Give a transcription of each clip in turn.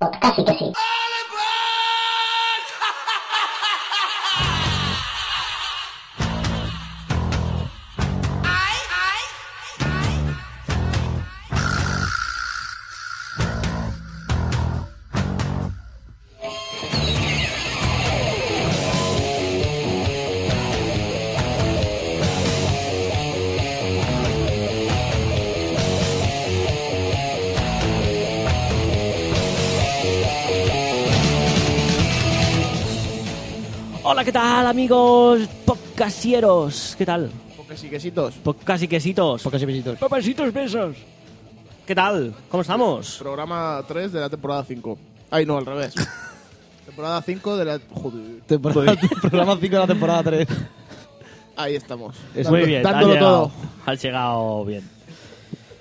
México, casi que sí. Hola, ¿qué tal, amigos podcasieros? ¿Qué tal? Pocas y quesitos. Podcast y quesitos. Pocas y besitos. Papacitos besos. ¿Qué tal? ¿Cómo estamos? Programa 3 de la temporada 5. Ay, no, al revés. temporada 5 de la. Joder. Temporada, programa 5 de la temporada 3. Ahí estamos. Es Muy bien, dándolo has llegado, todo. Has llegado bien.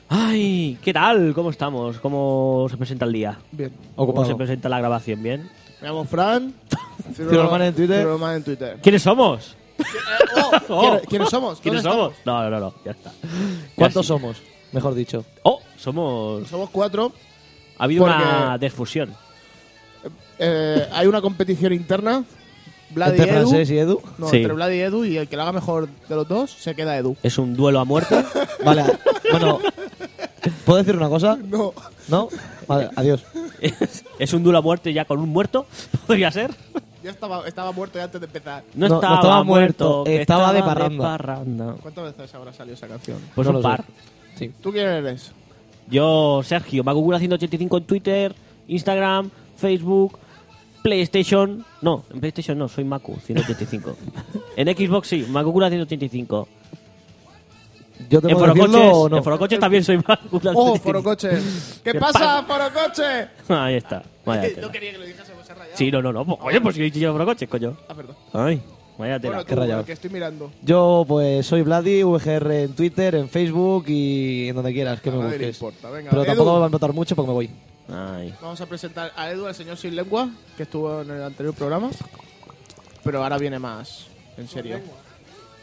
Ay, ¿qué tal? ¿Cómo estamos? ¿Cómo se presenta el día? Bien. ¿Cómo Ocupado. se presenta la grabación? ¿Bien? Me llamo Fran. Ciberman en Twitter. Ciberman en Twitter. ¿Quiénes somos? Oh, Oh. ¿quién- ¿Quiénes somos? ¿Quiénes ¿Dónde somos? No, no, no, ya está. ¿Cuántos Ya sí. somos? Mejor dicho. Oh, estamos? somos. Somos cuatro. Ha habido Porque- una desfusión. Eh, hay una competición interna. Vlad y Entre Edu. francés y Edu. No, Sí. entre Vlad y Edu. Y el que la haga mejor de los dos se queda Edu. Es un duelo a muerte. Vale, bueno. ¿Puedo decir una cosa? No. ¿No? Vale, adiós. es, es un duelo a muerte ya con un muerto. Podría ser. Ya estaba, estaba muerto ya antes de empezar. No, No, no estaba, estaba muerto, muerto, que estaba de parranda. parranda. ¿Cuántas veces habrá salido esa canción? Pues No un lo sé. par. Sí. ¿Tú quién eres? Yo, Sergio, Macugula185 en Twitter, Instagram, Facebook, PlayStation. No, en PlayStation no, soy Macu185. en Xbox sí, Macugula185. ¿Yo te En puedo decirlo Forocoches, o no? en Forocoches también soy Macugula185. ¡Oh, Forocoche! ¿Qué, ¿Qué pasa, Forocoche? Eh, Ahí está. Vaya No tela. quería que lo dijese, vos has rayado. Sí, no, no, no. pues, Oye, pues si he dicho yo Forocoches, coño. Ah, perdón. Ay, vaya tela. Bueno, qué tú, rayado. el que estoy mirando. Yo, pues, soy Vladi, VGR en Twitter, en Facebook y en donde quieras que A me nadie le busques. importa. Venga, Pero Edu. tampoco me va a importar mucho porque me voy. Ay. Vamos a presentar a Edu, el señor sin lengua, que estuvo en el anterior programa. Pero ahora viene más. En serio.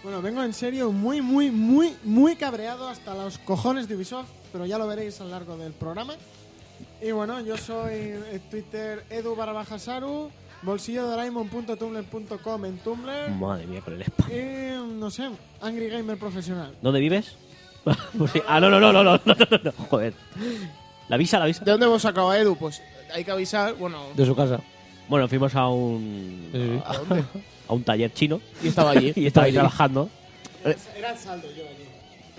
Bueno, vengo en serio muy, muy, muy, muy cabreado hasta los cojones de Ubisoft, pero ya lo veréis a lo largo del programa. Y bueno, yo soy en Twitter edu barra baja saru, bolsillodoraemon.tumblr.com en Tumblr Madre mía, con el spam. y, no sé, Angry Gamer Profesional. ¿Dónde vives? Pues sí. Ah, no, no, no, no, no, no, no, no, joder. La visa, la visa. ¿De dónde hemos sacado a Edu? Pues hay que avisar. Bueno, De su casa. Bueno, fuimos a un, Sí, sí. ¿a dónde? a un taller chino Y estaba allí. y estaba ahí allí. trabajando. Era el saldo yo aquí.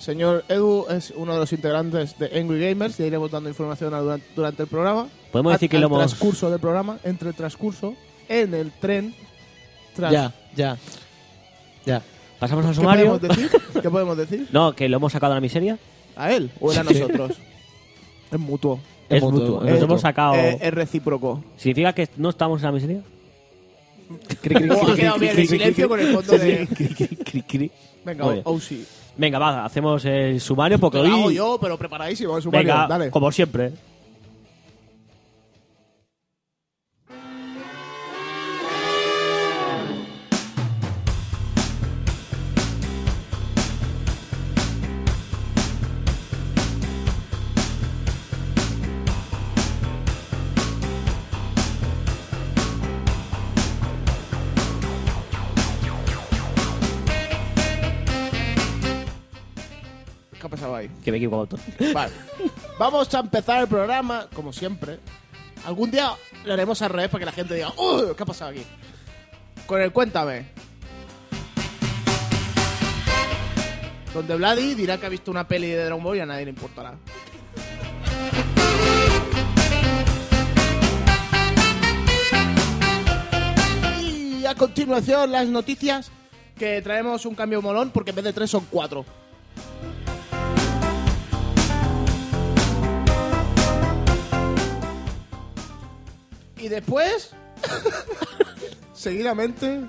Señor Edu es uno de los integrantes de Angry Gamers y iremos dando información al- durante, durante el programa. Podemos Al- decir que al lo hemos. transcurso del programa, entre el transcurso, en el tren. tras- Ya, ya. Ya. Pasamos al ¿Qué sumario. podemos decir? ¿Qué podemos decir? No, que lo hemos sacado de la miseria. ¿A él o él a nosotros? es mutuo. Es mutuo, mutuo. es Nos mutuo. hemos sacado. Eh, es recíproco. ¿Significa que no estamos en la miseria? Cri, cri, Oh, cri, ha quedado cri, bien cri, cri, el cri, silencio con el fondo de. Cri, cri. Venga, Muy bien. Ousi. Venga, va, hacemos el sumario porque Lo hago hoy. yo, pero preparadísimo. Es un Venga, Mario, dale. como siempre. ¿Qué ha pasado ahí? Que me equivoco. autor. Vale. Vamos a empezar el programa, como siempre. Algún día lo haremos al revés para que la gente diga, "Uh, ¿Qué ha pasado aquí? Con el Cuéntame. Donde Vladi dirá que ha visto una peli de Dragon Ball y a nadie le importará. Y a continuación las noticias que traemos un cambio molón porque en vez de tres son cuatro. Y después, seguidamente,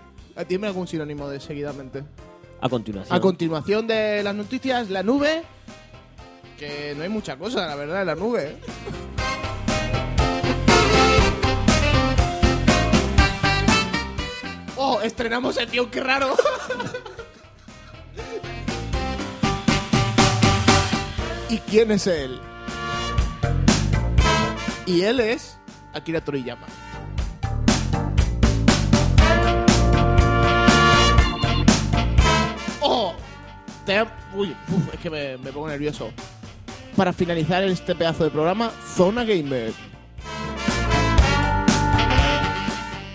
dime algún sinónimo de seguidamente. A continuación. A continuación de las noticias, la nube, que no hay mucha cosa, la verdad, en la nube. ¿eh? Oh, estrenamos el tío, qué raro. ¿Y quién es él? Y él es Akira Toriyama. ¡Oh! Te- Uy, uf, es que me, me pongo nervioso. Para finalizar este pedazo de programa, Zona Gamer.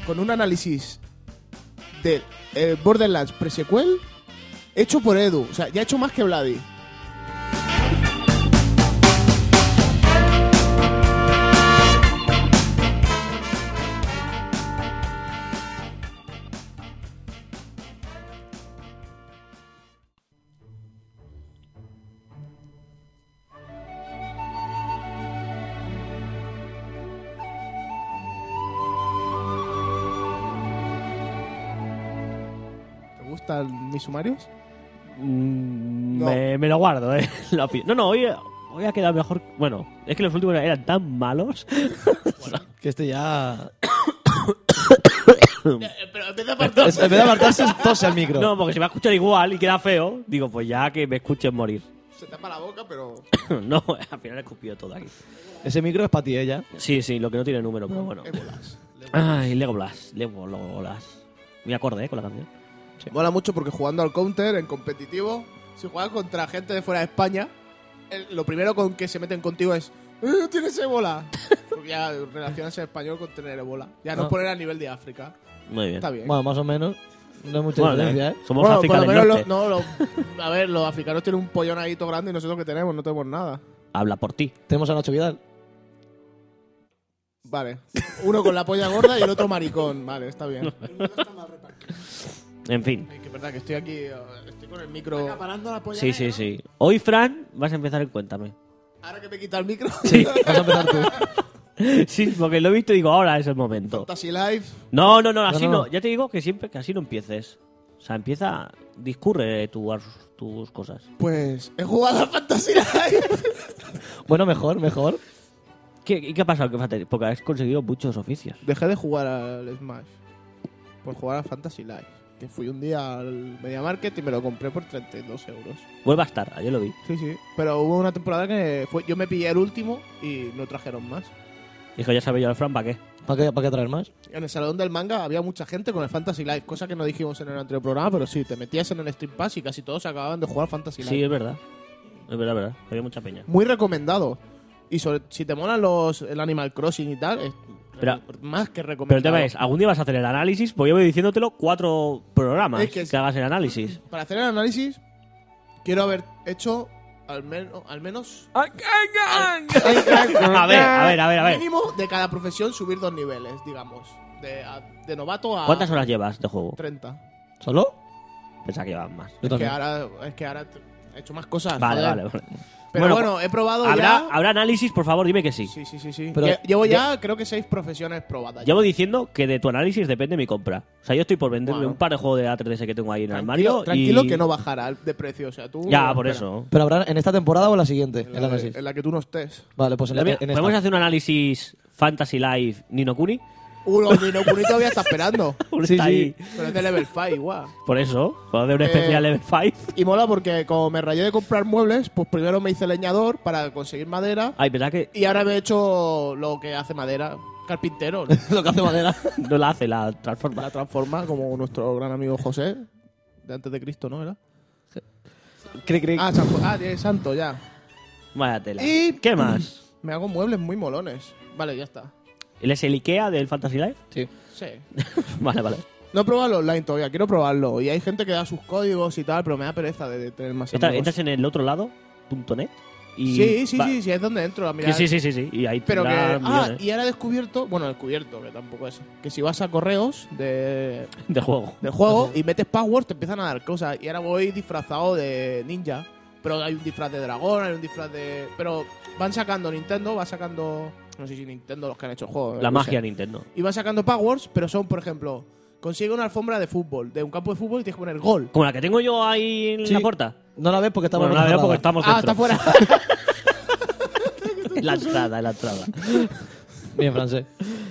Con un análisis de eh, Borderlands pre-sequel hecho por Edu. O sea, ya ha hecho más que Vladi. ¿Te gustan mis sumarios? Mm, No. Me, me lo guardo, eh. La opi- no, no, hoy, hoy ha quedado mejor. Bueno, es que los últimos eran tan malos. Que este ya... Eh, pero empieza por dos. Es- en vez de apartarse, tose al micro. No, porque se me va a escuchar igual y queda feo. Digo, pues ya que me escuchen morir. Se tapa la boca, pero. no, al final he escupido todo aquí. Ese micro es para ti, ¿eh? ya. Sí, sí, lo que no tiene número, pero bueno. Ébolas. Ay, Lego Blast, Lego, Lego Blast. Me acorde, eh, con la canción. Mola mucho porque jugando al counter en competitivo, si juegas contra gente de fuera de España, el- lo primero con que se meten contigo es. "Eh, ¡Tienes ébola! Porque ya relacionas el español con tener ébola. Ya nos Ah. ponen al nivel de África. Muy bien. Está bien. Bueno, más o menos. No hay mucha Bueno, diferencia, ¿eh? Somos Bueno, África por lo del Norte. menos lo- no, lo- a ver, los africanos tienen un pollón ahí todo grande y nosotros que tenemos, no tenemos nada. Habla por ti. Tenemos a Nacho Vidal. Vale. Uno con la polla gorda y el otro maricón. Vale, está bien. El mundo está mal repartido. En fin. Es que es verdad que estoy aquí, eh, estoy con el micro. Acaparando la Pues polla Sí, sí, negra. sí. Hoy, Fran, vas a empezar el cuéntame. Ahora que me quita el micro. Sí. Vas a empezar tú. sí, porque lo he visto y digo, ahora es el momento. Fantasy Life. No, no, no, así No, no, no, no. Ya te digo que siempre que así no empieces. O sea, empieza, discurre tu- tus cosas. Pues he jugado a Fantasy Life. Bueno, mejor, mejor. ¿Qué, ¿Y qué ha pasado? ¿Qué fate- Porque has conseguido muchos oficios. Dejé de jugar al Smash por jugar a Fantasy Life. Que fui un día al Media Market y me lo compré por 32 euros. Vuelve a estar, ayer lo vi. Sí, sí. Pero hubo una temporada que fue, yo me pillé el último y no trajeron más. Dijo, ya sabía yo al Fran, ¿para qué? ¿Para qué, para qué traer más? En el salón del manga había mucha gente con el Fantasy Life, cosa que no dijimos en el anterior programa, pero sí, te metías en el Stream Pass y casi todos acababan de jugar Fantasy Life. Sí, es verdad. Es verdad, verdad. Había mucha peña. Muy recomendado. Y sobre- si te molan los, el Animal Crossing y tal, es Pero- más que Pero el recomendado. tema es, algún día vas a hacer el análisis, porque yo voy diciéndotelo cuatro programas Es que que, es- hagas el análisis. Para hacer el análisis, quiero haber hecho al, menos al menos a ver, a ver, a ver, a ver. mínimo de cada profesión subir dos niveles, digamos. De, a- de novato a ¿Cuántas horas llevas de juego? 30. ¿Solo? Pensaba que llevas más. Yo Es que, también. ahora, es que ahora he hecho más cosas. Vale, joder. vale, vale. Pero Bueno, pues, bueno, he probado ¿Habrá, ya... habrá análisis, por favor, dime que sí. Sí, sí, sí, sí. Pero- Lle- Llevo ya, creo que seis profesiones probadas. Llevo diciendo que de tu análisis depende mi compra. O sea, yo estoy por venderme Bueno. un par de juegos de A3DS que tengo ahí en el tranquilo, armario. tranquilo y- que no bajará de precio. O sea, tú... Ya, por espera, eso. ¿Pero habrá en esta temporada o la siguiente? En el la, de- análisis. en la que tú no estés. Vale, pues en, la, Mira, en ¿Podemos esta. hacer un análisis Fantasy Life Nino Kuni? Uno, mi Nocturne todavía está esperando. Uno Sí, está sí. ahí. Pero es de level 5 igual. Por eso, puedo hacer un Eh, especial Level 5. Y mola porque como me rayé de comprar muebles, pues primero me hice leñador para conseguir madera. Ay, ¿verdad que Y ahora me he hecho lo que hace madera, carpintero. Lo que hace madera. no la hace, la transforma? La transforma como nuestro gran amigo José, de antes de Cristo, ¿no era? Cric, cric. Ah, San Jo- ah, es santo ya. Vaya tela. Y- ¿Qué más? Me hago muebles muy molones. Vale, ya está. ¿Él es el Ikea del Fantasy Life? Sí. Sí. vale, vale. No he probado el online todavía, quiero probarlo. Y hay gente que da sus códigos y tal, pero me da pereza de, de tener más Entra- amigos. entras en el otro lado, punto net. Y sí, sí, va- sí, sí, es donde entro a que mirar. sí, sí, sí, sí. Y ahí Pero que. tendrá Ah, millones y ahora he descubierto. Bueno, descubierto, que tampoco es. Que si vas a correos de, de juego. de juego y metes password, te empiezan a dar cosas. Y ahora voy disfrazado de ninja. Pero hay un disfraz de dragón, hay un disfraz de. Pero van sacando Nintendo, va sacando. No sé si Nintendo los que han hecho el juego. La no sé. magia Nintendo. Y van sacando passwords, pero son, por ejemplo, consigue una alfombra de fútbol, de un campo de fútbol y tienes que poner gol. Como la que tengo yo ahí en Sí. la puerta. No la ves porque estamos Bueno, la veo porque cerrada. estamos ah, dentro. está fuera. En la entrada, en la entrada. Bien, francés.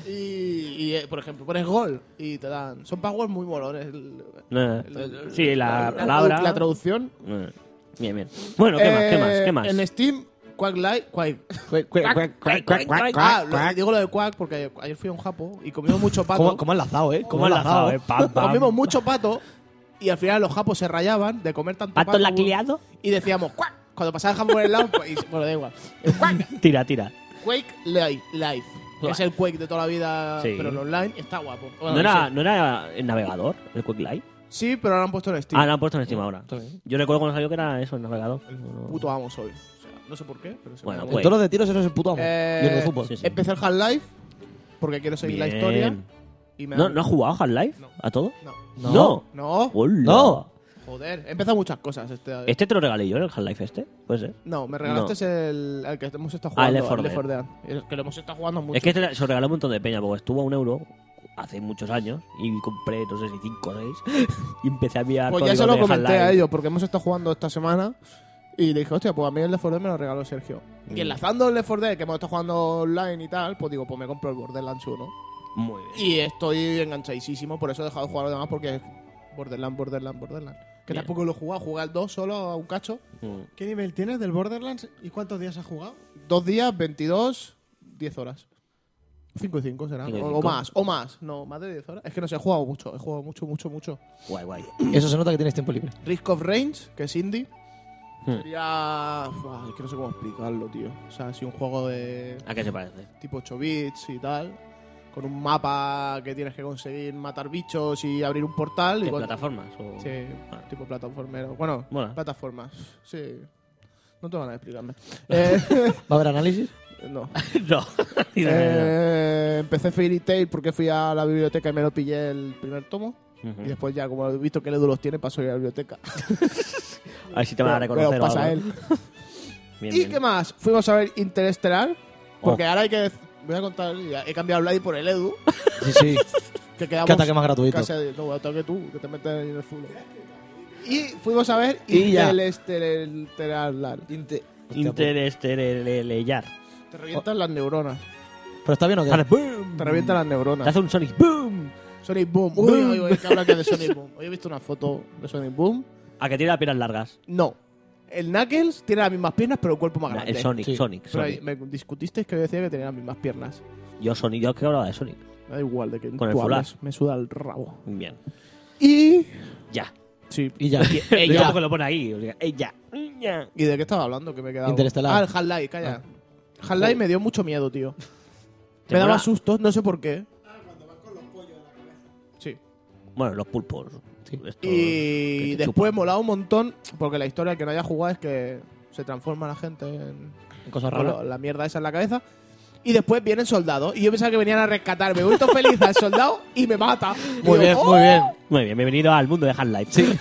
y, y, eh, por ejemplo, pones gol y te dan. Son passwords muy molones. el- No, el- Sí, la la- palabra. La traducción. Bien, bien. Eh, Bueno, ¿qué más? ¿Qué más? Eh, ¿Qué más? En Steam Quack Light. Quack. Cuac, cuac, cuac, cuac, cuac, cuac, Ah, cuac, lo- cuac. digo lo de Quack porque ayer fui a un japo y comimos mucho pato. ¿Cómo, cómo ha enlazado, eh? ¿Cómo ha lanzado, eh? Pam, pam. Comimos mucho pato y al final los japos se rayaban de comer tanto ¿Pato pato la criado? y decíamos Quack. Cuando pasaba el jamón por el lado, pues, y- bueno, da igual. El Quack, Tira, tira. Quake Li- Life. Que es el Quake de toda la vida, Sí. pero en online. Está guapo. Bueno, ¿No era, sí. ¿No era el navegador, el Quick Live? Sí, pero ahora han puesto en Steam. Ah, lo han puesto en Steam ahora. Está bien. Yo recuerdo cuando salió que era eso, el navegador. Puto amo soy. O sea, no sé por qué, pero se Bueno, me pues, En todos los de tiros eso es el puto amo. Eh, y el de fútbol. sí, sí. Empecé el Half-Life porque quiero seguir la Bien. historia. Y me ¿No, da- ¿No has jugado Half-Life? No. ¿A todo? no. No. No. Hola. No. Joder, he empezado muchas cosas. Este, ¿Este te lo regalé yo, el Half-Life este? Puede ser. no, me regalaste el, al que hemos estado Ah, el jugando. Left 4 Dead. El que lo hemos estado jugando mucho. Es que este se lo regalé a un montón de peña, porque estuvo a un euro hace muchos años y compré, no sé si cinco o seis, y empecé a mirar pues ya código se lo de comenté Half-Life. a ellos porque hemos estado jugando esta semana. Y le dije, hostia, pues a mí el Left 4 Dead me lo regaló Sergio. Mm. Y enlazando el Left 4 Dead, que hemos estado jugando online y tal, pues digo, pues me compro el Borderlands 1. Muy bien. Y estoy enganchadísimo, por eso he dejado de jugar lo demás porque es Borderlands, Borderlands, Borderlands. Que Bien. tampoco lo he jugado, jugué al 2 solo a un cacho. Mm. ¿Qué nivel tienes del Borderlands y cuántos días has jugado? Dos días, 22, 10 horas. 5 y 5 será. Cinco y o, cinco. o más, o más. No, más de 10 horas. Es que no sé, he jugado mucho, he jugado mucho, mucho, mucho. Guay, guay. Eso se nota que tienes tiempo libre. Risk of Range, que es indie. Hmm. Sería. Fua, es que no sé cómo explicarlo, tío. O sea, si un juego de ¿A qué se parece? tipo 8 bits y tal. Con un mapa que tienes que conseguir matar bichos y abrir un portal. ¿Qué y cuando- plataformas? O... Sí, Vale. tipo plataformero. Bueno, Mola. plataformas. Sí. No tengo nada que explicarme. Eh, ¿Va a haber análisis? no. no. Eh, empecé Fairy Tail porque fui a la biblioteca y me lo pillé el primer tomo. Ujú. Y después ya, como he visto que Ledu los tiene, paso a ir a la biblioteca. A ver si te van a Pero- reconocer. pero o pasa algo. él. Bien, ¿Y bien. Oh. qué más? Fuimos a ver Interestelar. Porque ahora hay que... Voy a contar... ya He cambiado a Vladi por el Edu. Sí, sí. Que quedamos Qué ataque más gratuito. casi... a- No, ataque tú, que te metes en el zulo. Y fuimos a ver Y ya. Interestelar. Inte- pues. Hostia, pues. pu- Interestelar. Te revientan las neuronas. ¿Pero está bien o qué? Hace boom. Te revientan las Te neuronas. hace un Sonic boom. Sonic Boom. Uy, uy, uy, que habla que de Sonic Boom. Hoy he visto una foto de Sonic Boom. A que tiene las piernas largas. No. El Knuckles tiene las mismas piernas, pero el cuerpo más No, grande. el Sonic, Sí. Sonic, Pero ahí Sonic. me discutisteis que yo decía que tenía las mismas piernas. Yo Sonic, yo que hablaba de Sonic. Me da igual de que Con el tú fular. hables, Me suda el rabo. Bien. Y... Ya. Sí. Y ya. Ella. Ya. que lo pone ahí. o sea, Ella. Ella. ¿Y de qué estaba hablando? Que me he quedado... Interestelar. Ah, el Half-Life, calla. Half-Life me dio mucho miedo, tío. Oh. ¿Te Me daba mola? sustos, no sé por qué. Sí. Bueno, los pulpos. Estos Y Oh, que te después chupan. molaba un montón, porque la historia que no haya jugado es que se transforma la gente en, Cosas Bueno, raras. la mierda esa en la cabeza. Y después vienen soldados. Y yo pensaba que venían a rescatarme. Me vuelto feliz al soldado y me mata. Muy Y bien, yo, muy ¡oh! bien. Muy bien, bienvenido al mundo de Half-Life.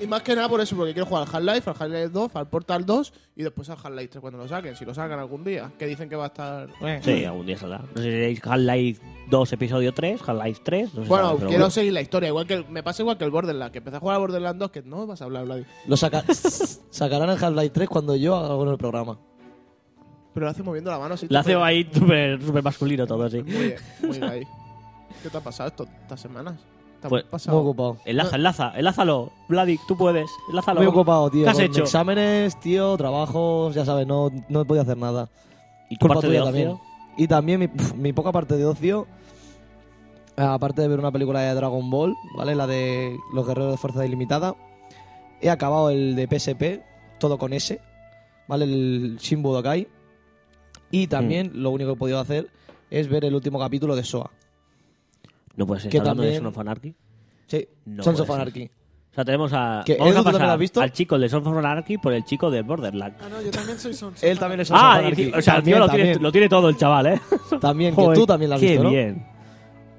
Y más que nada por eso, porque quiero jugar al Half-Life, al Half-Life 2, al Portal 2 y después al Half-Life 3 cuando lo saquen. Si lo sacan algún día, que dicen que va a estar. sí, algún día saldrá. No sé si seréis Half-Life 2, episodio 3, Half-Life 3. No sé Bueno, sabe, quiero pero seguir la historia. Igual que el- me pasa igual que el Borderlands, que empecé a jugar al Borderlands 2, que no vas a hablar, Vladi. Lo saca- sacarán el Half-Life 3 cuando yo haga algo en el programa. Pero lo hace moviendo la mano así. La hace tipo- ahí súper súper masculino todo así. Muy, muy guay. ¿Qué te ha pasado esto- estas semanas? ¿Te ha Pues, Muy pasado? ocupado. Enlaza, enlaza, enlázalo. Vladik, tú puedes. Enlázalo. Muy ocupado, tío. ¿Qué has con hecho? Exámenes, tío, trabajos, ya sabes, no, no he podido hacer nada. Y tu Culpa parte de tuya ocio. también. Y también mi, pf, mi poca parte de ocio, aparte de ver una película de Dragon Ball, ¿vale? La de los guerreros de fuerza ilimitada, he acabado el de PSP, todo con S, ¿vale? El Shin Budokai. Y también Hmm. lo único que he podido hacer es ver el último capítulo de SOA. No puedes Que estar hablando de también- Son of Anarchy. Sí, No Sons puede of ser. Anarchy. O sea, tenemos a. ¿Que Vamos Edu, a tú también pasar lo has visto? al chico de Son of Anarchy por el chico de Borderlands. Ah, no, yo también soy Sons. Él también es Sons Ah, of y Anarchy. ti- o sea, el También, tío lo tiene, también, lo tiene todo el chaval, ¿eh? también, que Joder, tú también lo has qué visto, ¿no? bien.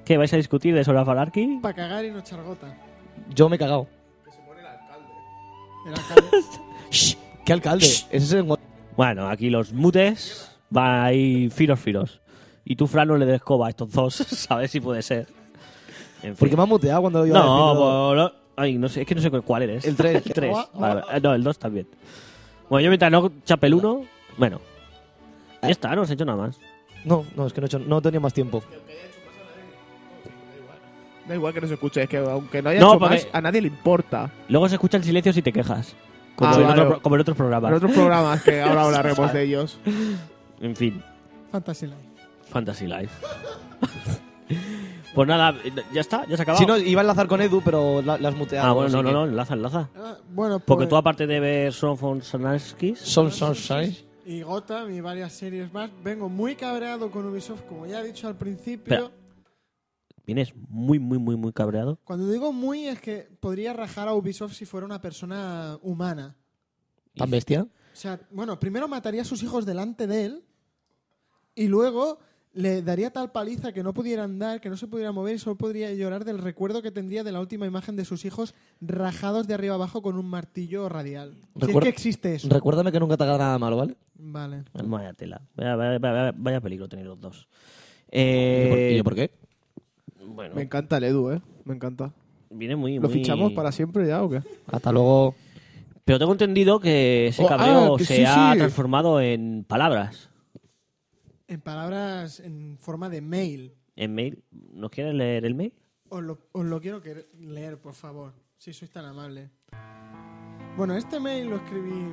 ¿Qué vais a discutir de Son of Anarchy? Para cagar y no chargota. Yo me he cagado. El alcalde. Shh, ¡Qué alcalde! Ese es el... Bueno, aquí los mutes van ahí firos, firos. Y tú, Fran, no le des coba a estos dos, ¿sabes si puede ser? En Porque fin. me han muteado cuando yo No, pues, no- ay, no sé, es que no sé cuál eres. El tres. el 3. Ah, ah. no, el 2 también. Bueno, yo mientras no chape el 1, bueno. Ah. Ya está, no os he hecho nada más. No, no, es que no, he hecho- no tenía más tiempo. Da igual que no se escuche, es que aunque no haya No, hecho porque- más, a nadie le importa. Luego se escucha el silencio si te quejas. Como, Ah, en, vale. otro- como en otros programas. En otros programas que ahora hablaremos de ellos. En fin, Fantasy Life. Fantasy Life. pues nada, ya está, ya se ha acabado. Si no, iba a enlazar con Edu, pero la, la has muteado. ah, bueno, así no, no, que- no, enlaza, enlaza. Ah, bueno, pues, Porque tú, aparte de ver Son von Sanarskis, Son, son, son. y Gotham y varias series más, vengo muy cabreado con Ubisoft, como ya he dicho al principio. Espera. vienes muy, muy, muy, muy cabreado. Cuando digo muy es que podría rajar a Ubisoft si fuera una persona humana. ¿Tan bestia? O sea, bueno, primero mataría a sus hijos delante de él y luego le daría tal paliza que no pudiera andar, que no se pudiera mover y solo podría llorar del recuerdo que tendría de la última imagen de sus hijos rajados de arriba abajo con un martillo radial. Si es Recuer- que existe eso. Recuérdame que nunca te haga nada malo, ¿vale? Vale. Vaya tela. Vaya, vaya- vaya- vaya peligro tener los dos. ¿Y yo por- Eh, ¿Y yo por qué? Bueno, Me encanta el Edu, ¿eh? Me encanta. viene muy. ¿Lo muy- fichamos para siempre ya o qué? Hasta luego. Pero tengo entendido que ese Oh, cabreo ah, que se sí, ha sí. transformado en palabras. En palabras, en forma de mail. En mail. ¿Nos quieres leer el mail? Os lo, os lo quiero quer- leer, por favor, si sois tan amable. Bueno, este mail lo escribí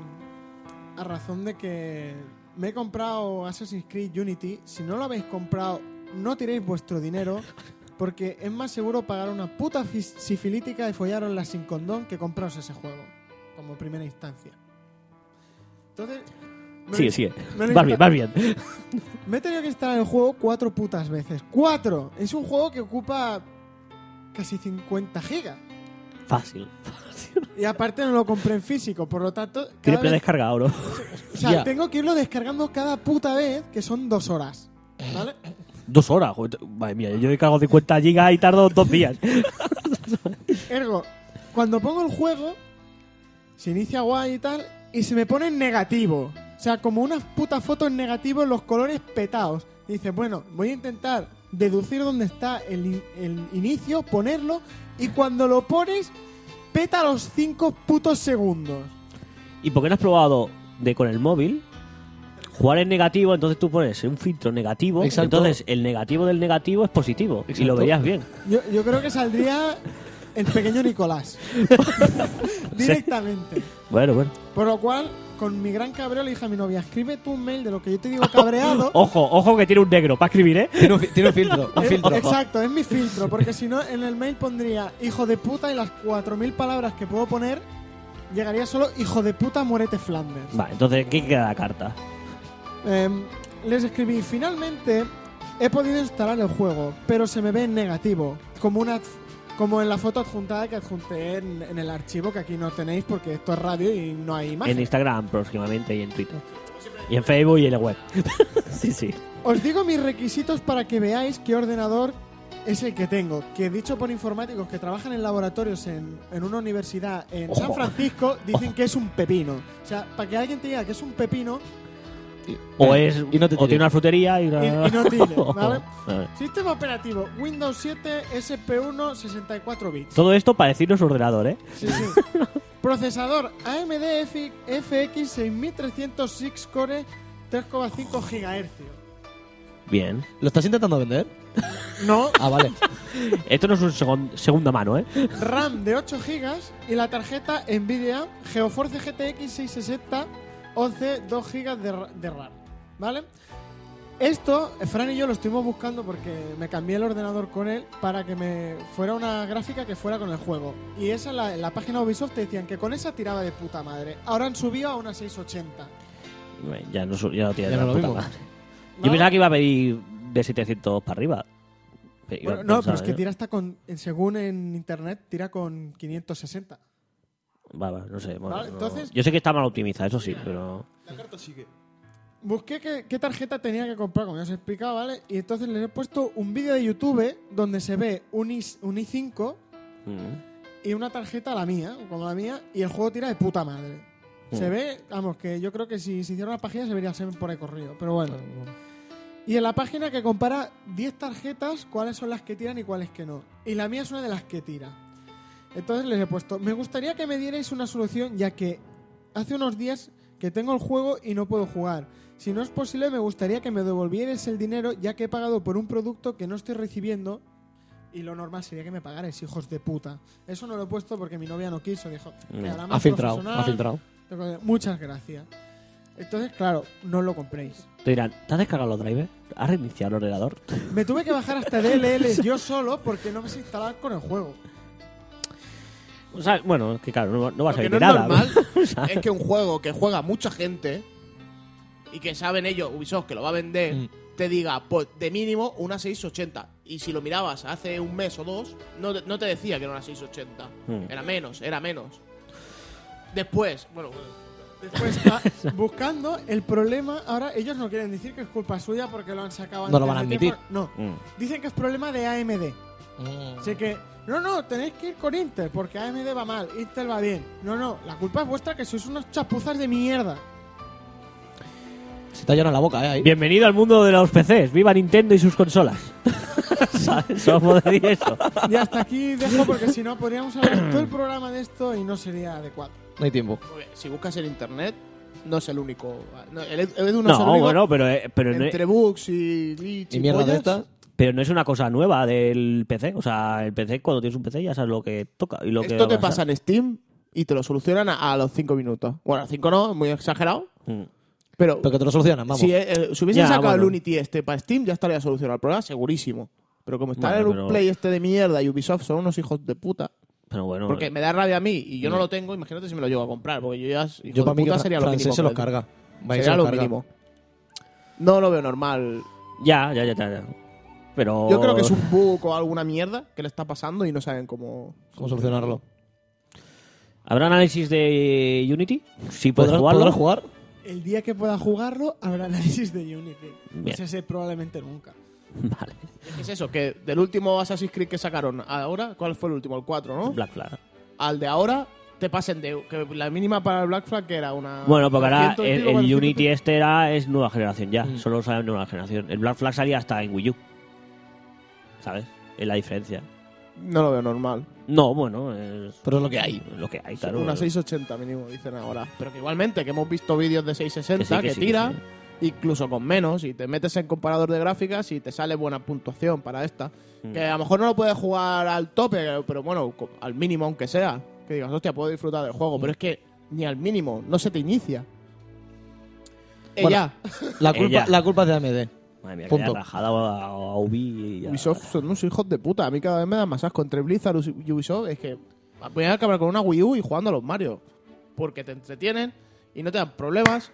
a razón de que me he comprado Assassin's Creed Unity. Si no lo habéis comprado, no tiréis vuestro dinero, porque es más seguro pagar una puta fis- sifilítica y follaros sin condón que compraros ese juego, como primera instancia. Entonces... me- Sigue, sigue. me lo Vas bien, vas bien. me he tenido que instalar el juego cuatro putas veces. ¡Cuatro! Es un juego que ocupa casi 50 gigas. Fácil. Y aparte no lo compré en físico, por lo tanto... cada Tiene pre vez- descargado, ¿no? o sea, Ya. tengo que irlo descargando cada puta vez, que son dos horas. ¿Vale? Dos horas. joder. Madre mía, yo he cargado 50 gigas y tardo dos días. Ergo, cuando pongo el juego, se inicia guay y tal, y se me pone en negativo. O sea, como una puta foto en negativo, los colores petados. Y dices, bueno, voy a intentar deducir dónde está el, in- el inicio, ponerlo, y cuando lo pones, peta los 5 putos segundos. ¿Y por qué no has probado de con el móvil? Jugar en negativo, entonces tú pones un filtro negativo. Exacto. Entonces el negativo del negativo es positivo. Y lo Exacto. verías bien. Yo, yo creo que saldría el pequeño Nicolás. Directamente. Bueno, bueno. Por lo cual, con mi gran cabreo le dije a mi novia, escribe tú un mail de lo que yo te digo cabreado. Ojo, ojo que tiene un negro para escribir, ¿eh? Tiene un, fi- tiene un filtro, Oh, un Eh, filtro. Exacto, es mi filtro, porque si no en el mail pondría hijo de puta y las 4.000 palabras que puedo poner llegaría solo hijo de puta muérete Flanders. Vale, entonces, ¿qué queda de la carta? Em, les escribí, finalmente he podido instalar el juego, pero se me ve en negativo, como una adj- como en la foto adjuntada que adjunté en, en el archivo que aquí no tenéis porque esto es radio y no hay imagen. En Instagram próximamente y en Twitter. Y en Facebook y en la web. sí, sí. Os digo mis requisitos para que veáis qué ordenador es el que tengo. Que dicho por informáticos que trabajan en laboratorios en, en una universidad en San Ojo. Francisco, dicen que es un pepino. O sea, para que alguien te diga que es un pepino, O es Y no te o tires. tiene una frutería y y, una... eh, y no tiene, ¿vale? A ver. Sistema operativo, Windows 7, SP1, 64 bits. Todo esto para decirnos ordenador, ¿eh? Sí, sí. Procesador AMD FX FX 6306 core, 3,5 GHz. Bien. ¿Lo estás intentando vender? No, Ah, vale. Esto no es un segon- segunda mano, ¿eh? RAM de 8 GB y la tarjeta Nvidia GeoForce GTX 660 11 2 GB de, ra- de RAM, ¿vale? Esto, Fran y yo lo estuvimos buscando porque me cambié el ordenador con él para que me fuera una gráfica que fuera con el juego. Y esa en la, en la página Ubisoft te decían que con esa tiraba de puta madre. Ahora han subido a una 680. Bueno, Ya no, su- ya no tiene Ya no la lo puta vimos. madre. Yo pensaba que iba a pedir de 700 para arriba. Iba Bueno, a no, pensar, pero es que ¿eh? tira hasta con, en- según en internet, tira con 560. Va, va, no sé. bueno, Vale, no- entonces- Yo sé que está mal optimizada, eso sí, pero... Busqué qué, qué tarjeta tenía que comprar, como ya os he explicado, ¿vale? Y entonces les he puesto un vídeo de YouTube donde se ve un, i, un i5 Mm. y una tarjeta la mía, como la mía, y el juego tira de puta madre. Se Mm. ve, vamos, que yo creo que si se hiciera una página se vería semen por ahí corrido, pero bueno. Y en la página que compara 10 tarjetas, cuáles son las que tiran y cuáles que no. Y la mía es una de las que tira. Entonces les he puesto, me gustaría que me dierais una solución ya que hace unos días que tengo el juego y no puedo jugar. Si no es posible, me gustaría que me devolvierais el dinero ya que he pagado por un producto que no estoy recibiendo Y lo normal sería que me pagarais, hijos de puta. Eso no lo he puesto porque mi novia no quiso. Dijo, No. "Mira, la más Mm. Ha filtrado, profesional, ha filtrado. tengo que- Muchas gracias. Entonces, claro, no lo compréis. Te dirán, ¿te has descargado los drivers? ¿Has reiniciado el ordenador? Me tuve que bajar hasta DLL yo solo porque no me sé instalar con el juego. O sea, bueno, es que claro, no, no vas a Lo que ir no de es nada. normal O sea, es que un juego que juega mucha gente y que saben ellos, Ubisoft, que lo va a vender, Mm. te diga, pues de mínimo una 680. Y si lo mirabas hace un mes o dos, no te, no te decía que era una 680. Mm. Era menos, era menos. Después, bueno, pues, Después, ah, buscando el problema, ahora ellos no quieren decir que es culpa suya porque lo han sacado No lo antes van a de admitir. tiempo. No, Mm. dicen que es problema de AMD. Así que, no, no, tenéis que ir con Intel porque AMD va mal, Intel va bien. No, no, la culpa es vuestra que sois unos chapuzas de mierda. Se te ha llenado la boca, ¿eh? Ahí. Bienvenido al mundo de los PCs. Viva Nintendo y sus consolas. ¿Sabes? Solo puedo decir eso. Y hasta aquí dejo porque si no podríamos hablar todo el programa de esto y no sería adecuado. No hay tiempo. porque si buscas en internet, no es el único. no, el Ed- el Edu no, es el No, único. bueno, pero, eh, pero, no, entre bugs y glitch Y mierda de pollas. estas. pero no es una cosa nueva del PC. O sea, el PC, cuando tienes un PC, ya sabes lo que toca. Y lo que Esto va a te pasa pasar. en Steam y te lo solucionan a, a los 5 minutos. Bueno, a 5 no, muy exagerado. Mm. Pero, Pero que te lo solucionan, vamos. si, eh, eh, si hubiesen Ya, sacado bueno. el Unity este para Steam, ya estaría solucionado el problema, segurísimo. Pero como está Bueno, el pero- Play este de mierda y Ubisoft son unos hijos de puta. Pero bueno, Porque eh. me da rabia a mí y yo no lo tengo, imagínate si me lo llevo a comprar. Porque yo ya. hijo Yo de para mí que puta, Fra- sería lo mínimo francés se que los le- carga. Va y se Sería los lo carga. mínimo. No lo veo normal. ya, ya, ya, ya, ya. Pero Yo creo que es un bug o alguna mierda que le está pasando y no saben cómo. ¿Cómo solucionarlo? ¿Habrá análisis de Unity? Si puedes ¿Podrás, Pues jugarlo. podrás jugar? El día que pueda jugarlo habrá análisis de Unity. Bien. Ese sí, probablemente nunca. Vale. ¿Qué es eso? Que del último Assassin's Creed que sacaron ahora, ¿cuál fue el último? El 4, ¿no? Black Flag. Al de ahora te pasen de. Que la mínima para el Black Flag que era una. Bueno, porque ahora 300 y el, pico, el 400 Unity este era es nueva generación ya. Mm. Solo sale en nueva generación. El Black Flag salía hasta en Wii U. ¿Sabes? Es la diferencia. No lo veo normal. No, bueno, es Pero es lo que hay. lo que hay, claro. Una Que 680 mínimo, dicen ahora. Pero que igualmente, que hemos visto vídeos de sí, 660 sí, que, que tira, sí. incluso con menos, y te metes en comparador de gráficas y te sale buena puntuación para esta. Mm. Que a lo mejor no lo puedes jugar al tope, pero bueno, co- al mínimo aunque sea. Que digas, hostia, puedo disfrutar del juego, pero es que ni al mínimo, no se te inicia. Eh, Bueno, ya. La culpa, Ella. la culpa es de AMD. Madre mía, Punto. que rajada a, a Ubi y a- Ubisoft son unos hijos de puta. A mí cada vez me dan más asco entre Blizzard y Ubisoft. Es que voy a acabar con una Wii U y jugando a los Mario. Porque te entretienen y no te dan problemas.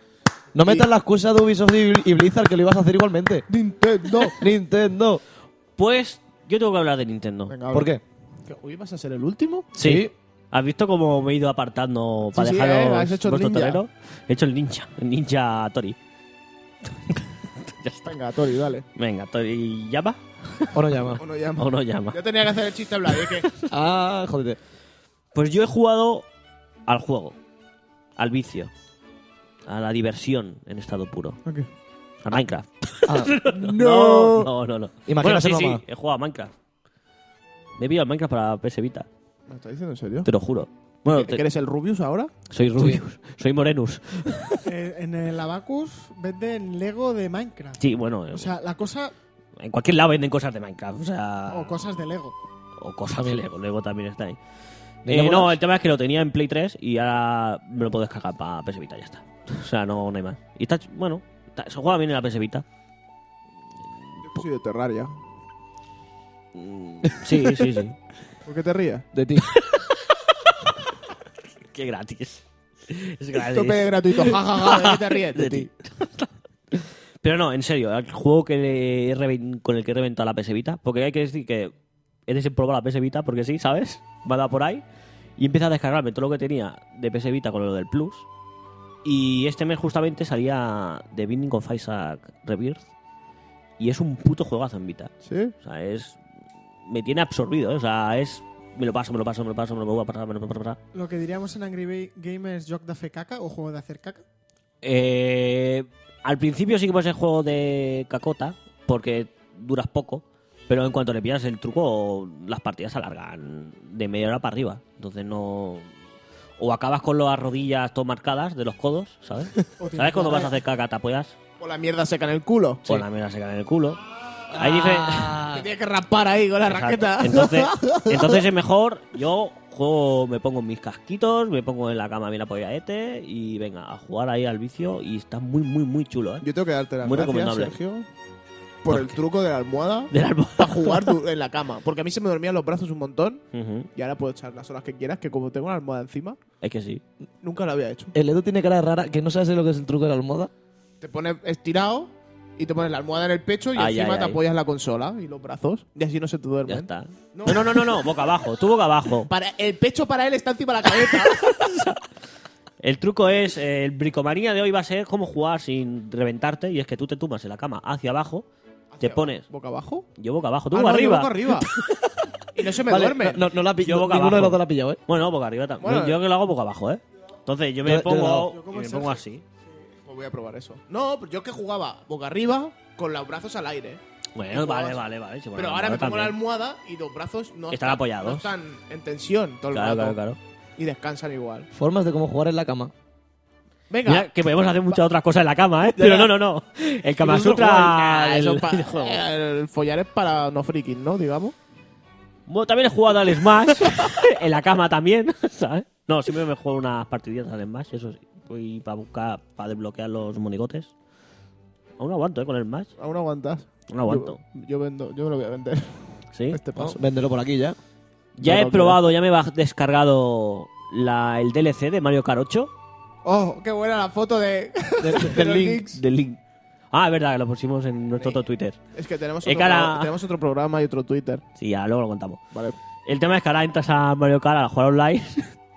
No Y- metas la excusa de Ubisoft y y Blizzard que lo ibas a hacer igualmente. Nintendo. Nintendo. Pues yo tengo que hablar de Nintendo. Venga, ¿Por habla. qué? ¿Que ¿Hoy vas a ser el último? Sí. Sí. ¿Has visto cómo me he ido apartando para sí, dejar eh, los- has hecho el vuestros ninja. toreros? He hecho el ninja, el ninja Tori. Venga, Tori, dale. Venga, Tori, ¿llama ¿O no llama? Uno llama. o no llama? Yo tenía que hacer el chiste a Vlad, ¿eh? que Ah, jodete. Pues yo he jugado al juego, al vicio, a la diversión en estado puro, a Minecraft. Ah, No, no, no. no. Bueno, Imagínate, sí, sí, mamá. he jugado a Minecraft. Me he pillado el Minecraft para PS Vita, ¿Me estás diciendo en serio? te lo juro. Bueno, ¿Que te- eres el Rubius ahora? soy Rubius, soy Morenus. Eh, en el Abacus venden Lego de Minecraft. Sí, bueno, O sea, la cosa... en cualquier lado venden cosas de Minecraft, o sea... O cosas de Lego. o cosas de Lego. Lego también está ahí. ¿De Eh, Lego no, Labs? el tema es que lo tenía en Play 3 y ahora me lo puedo descargar para PS Vita, ya está. O sea, no, no hay más. Y está, ch- bueno, está- se juega bien en la PS Vita. Yo soy de Terraria. Sí, sí, sí. ¿Por qué te ríes? De ti. Qué gratis. Es Tope gratis. gratuito, jajaja. ¿De qué te ríes? De ti. Pero no, en serio, el juego que le he reven- con el que he reventado la PS Vita, porque hay que decir que he desempolvado la PS Vita porque sí, ¿sabes? Me ha dado por ahí y empieza a descargarme todo lo que tenía de PS Vita con lo del Plus. Y este mes justamente salía The Binding of Isaac Rebirth y es un puto juegazo en Vita. ¿Sí? O sea, es me tiene absorbido, ¿eh? o sea, es me lo paso, me lo paso, me lo paso, me lo voy a pasar, me lo voy a pasar. Lo que diríamos en Angry Ba- Gamers, joc de fer caca o juego de hacer caca. Eh, al principio sí que puede ser juego de cacota, porque duras poco, pero en cuanto le pillas el truco, las partidas se alargan de media hora para arriba. Entonces no. O acabas con las rodillas todo marcadas de los codos, ¿sabes? O tienes ¿Sabes cuando la vas a hacer caca, te apoyas? Pues O la mierda seca en el culo. O la mierda se cae en el culo. Hay dife- Ah, Que tiene que raspar ahí con la Exacto. raqueta. Entonces, entonces es mejor. Yo juego, me pongo mis casquitos, me pongo en la cama bien apoyadete y venga, a jugar ahí al vicio. Y está muy, muy, muy chulo, ¿eh? Yo tengo que darte las Muy gracias, recomendable. Sergio, por, el truco de la almohada Del árbol. para jugar du- en la cama. Porque a mí se me dormían los brazos un montón Ujú, y ahora puedo echar las horas que quieras, que como tengo una almohada encima, Es que sí. nunca lo había hecho. El Edu tiene cara rara que no sabe lo que es el truco de la almohada. Te pones estirado y te pones la almohada en el pecho y Ay, encima ay, te ay. apoyas la consola y los brazos y así no se te duermen. Ya está. No, no, no, no, no, boca abajo, tú boca abajo. Para, el pecho para él está encima de la cabeza. El truco es, eh, el bricomanía de hoy va a ser cómo jugar sin reventarte y es que tú te tumbas en la cama hacia abajo, te pones ¿Boca abajo? yo boca abajo, tú Ah, boca no, yo arriba. boca arriba. y no se me Vale, duerme. No, no, no la ha Yo pillado. boca Ninguno de abajo. los dos la ha pillado, ¿eh? Bueno, boca arriba también. Bueno, yo que lo hago boca abajo, ¿eh? Entonces yo me Yo- yo lo hago. pongo Yo y como me el pongo así. Sergio. Pues voy a probar eso. No, pero yo es que jugaba boca arriba con los brazos al aire. Bueno, Y vale, jugabas. vale, vale. sí, bueno, pero no, ahora no, me pongo la también. almohada y los brazos no Están apoyados. No están en tensión todo el Claro, rato. claro, claro. Y descansan igual. Formas de cómo jugar en la cama. Venga. Mira, que podemos hacer muchas otras cosas en la cama, ¿eh? Pero no, no, no. El Kama Nosotros jugamos- Sutra. Ah, eso del- pa- del juego. El follar es para no frikis, ¿no? Digamos. Bueno, también he jugado al Smash. en la cama también, ¿sabes? No, siempre me juego unas partiditas al Smash, eso sí. Voy para buscar, para desbloquear los monigotes. Aún aguanto, ¿eh? Con el Smash. Aún aguantas. Aún aguanto. Yo, yo vendo, yo me lo voy a vender. ¿Sí? Este ¿no? paso. Véndelo por aquí ya. Ya yo he no probado, ya me he baj- descargado la, el DLC de Mario Kart 8. Oh, qué buena la foto de, del Link. Del Link. Ah, es verdad, que lo pusimos en nuestro otro Twitter. Es que Es tenemos otro, que ahora- programa, tenemos otro programa y otro Twitter. Sí, ya luego lo contamos. Vale. El tema es que ahora entras a Mario Kart a jugar online.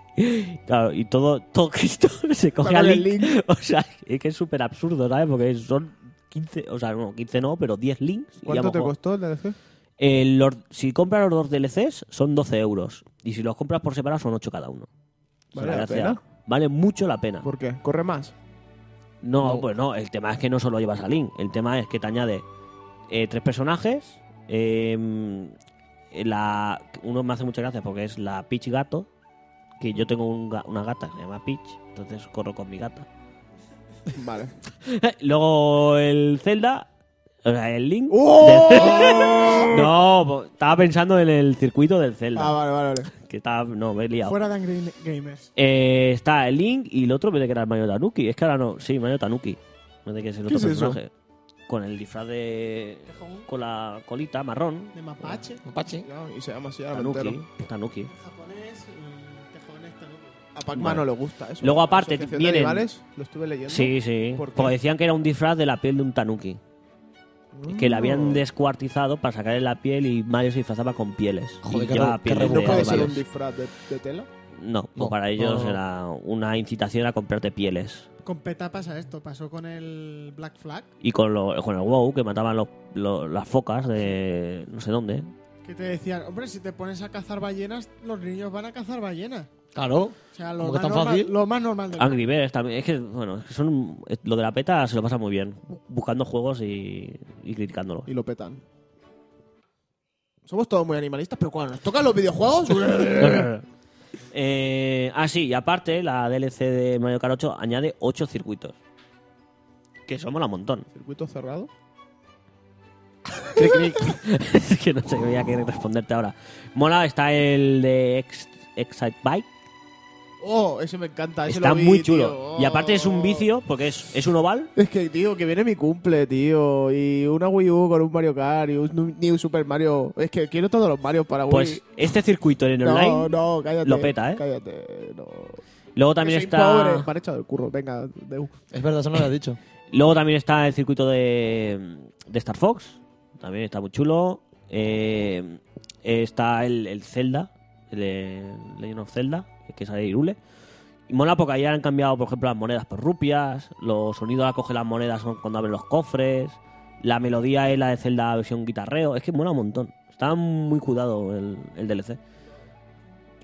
claro, y todo, todo Cristo se coge Para al el link. O sea, es que es súper absurdo, ¿sabes? Porque son 15, o sea, no, 15 no, pero 10 links. y ya ¿Cuánto hemos te jugado. costó el DLC? Eh, los- si compras los dos DLCs, son 12 euros. Y si los compras por separado, son 8 cada uno. O sea, ¿Vale la gracia- pena? Vale mucho la pena. ¿Por qué? ¿Corre más? No, No. pues no, el tema es que no solo llevas a Link, el tema es que te añade eh, tres personajes, eh, la, uno me hace muchas gracias porque es la Peach Gato, que yo tengo un ga- una gata que se llama Peach, entonces corro con mi gata. Eh, Vale. Luego el Zelda, o sea, el Link... ¡Oh! No, po- estaba pensando en el circuito del Zelda, Ah, vale, vale, vale. que estaba, no, me he liado. Fuera de Angry Gamers. Eh, está el Link y el otro me de que era el Mario Tanuki. Es que ahora no, sí, Mario Tanuki. Me de que es el ¿Qué otro es eso? personaje. Con el disfraz de. Tejón. con la colita marrón. De mapache, Apache. No, y se llama así ahora me Tanuki. Ah, entero. Tanuki. japonés, mm, tejones, tanuki. A Pac-Man Vale. no le gusta eso. Luego, aparte, Asociación de vienen- Animales, lo estuve leyendo. Sí, sí. ¿Por qué? Porque decían que era un disfraz de la piel de un Tanuki. Que la habían descuartizado para sacarle la piel y Mario se disfrazaba con pieles. Joder, Y qué llevaba re- qué pieles ¿No de puede ser un animales. disfraz de, de tela? No, pues No, para ellos no. era una incitación a comprarte pieles. Con PETA pasa esto. Pasó con el Black Flag, Y con, lo- con el wow, que mataban los- los- las focas de no sé dónde. que te decían, hombre, si te pones a cazar ballenas, los niños van a cazar ballenas. Claro. O sea, lo, ¿Cómo que más tan normal, fácil? Ah. lo más normal del Angry Birds también. Es que, bueno, es que son, es- lo de la peta se lo pasa muy bien. bu- Buscando juegos y, y criticándolos. Y lo petan. Somos todos muy animalistas, pero cuando nos tocan los videojuegos... Eh, ah, sí, y aparte, la DLC de Mario Kart 8 añade 8 circuitos. Que eso mola un montón. ¿Circuito cerrado? es que no sé voy a qué responderte ahora. Mola, está el de Ex, Excite Bike. Oh, ese me encanta. ese Está lo vi, muy chulo. tío. Y aparte es un Oh. vicio, porque es, es un oval. Es que, tío, que viene mi cumple, tío. Y una Wii U con un Mario Kart y un nu- New Super Mario. Es que quiero todos los Marios para Wii. Pues este circuito en el no, online. no, cállate. lo peta, ¿eh? Cállate, no. Luego también Que soy está. Pobre. Me han echado del curro. Venga, Deu. Es verdad, eso no lo has dicho. Luego también está el circuito de, de Star Fox. También está muy chulo. Eh, está el, el Zelda, el de Legend of Zelda, que sale de Irule. Y mola porque ahí han cambiado, por ejemplo, las monedas por rupias. Los sonidos que cogen las monedas son cuando abren los cofres. La melodía es la de Zelda versión guitarreo. Es que mola un montón. Está muy cuidado el, el DLC.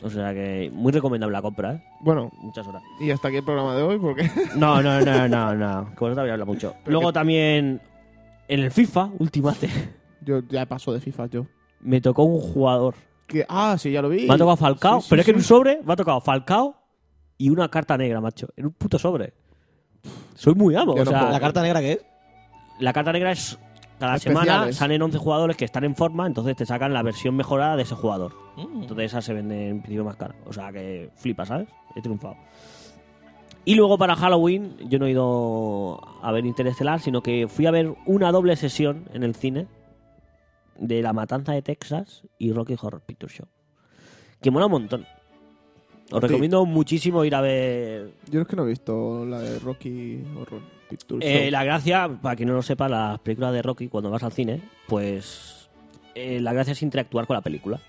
O sea que muy recomendable la compra, ¿eh? Bueno, Muchas horas. y hasta aquí el programa de hoy porque... No, no, no, no, no. Que vosotros habéis hablado mucho. Luego también en el FIFA, Ultimate, yo ya paso de FIFA, yo. me tocó un jugador. Que, ah, sí, ya lo vi. Me ha tocado Falcao, Sí, sí, pero es que en sí. un sobre me ha tocado Falcao y una carta negra, macho. En un puto sobre. Soy muy amo. Yo o no sea, puedo. ¿La carta negra qué es? la carta negra es Cada Especiales. semana salen 11 jugadores que están en forma, entonces te sacan la versión mejorada de ese jugador. Mm. Entonces esa se vende en principio más cara. O sea que flipa, ¿sabes? He triunfado. Y luego para Halloween, yo no he ido a ver Interestelar, sino que fui a ver una doble sesión en el cine de La Matanza de Texas y Rocky Horror Picture Show. Que mola un montón. Os Sí. recomiendo muchísimo ir a ver Yo es que no he visto la de Rocky Horror Picture Eh, Show. la gracia, para quien no lo sepa, las películas de Rocky, cuando vas al cine, pues eh, la gracia es interactuar con la película.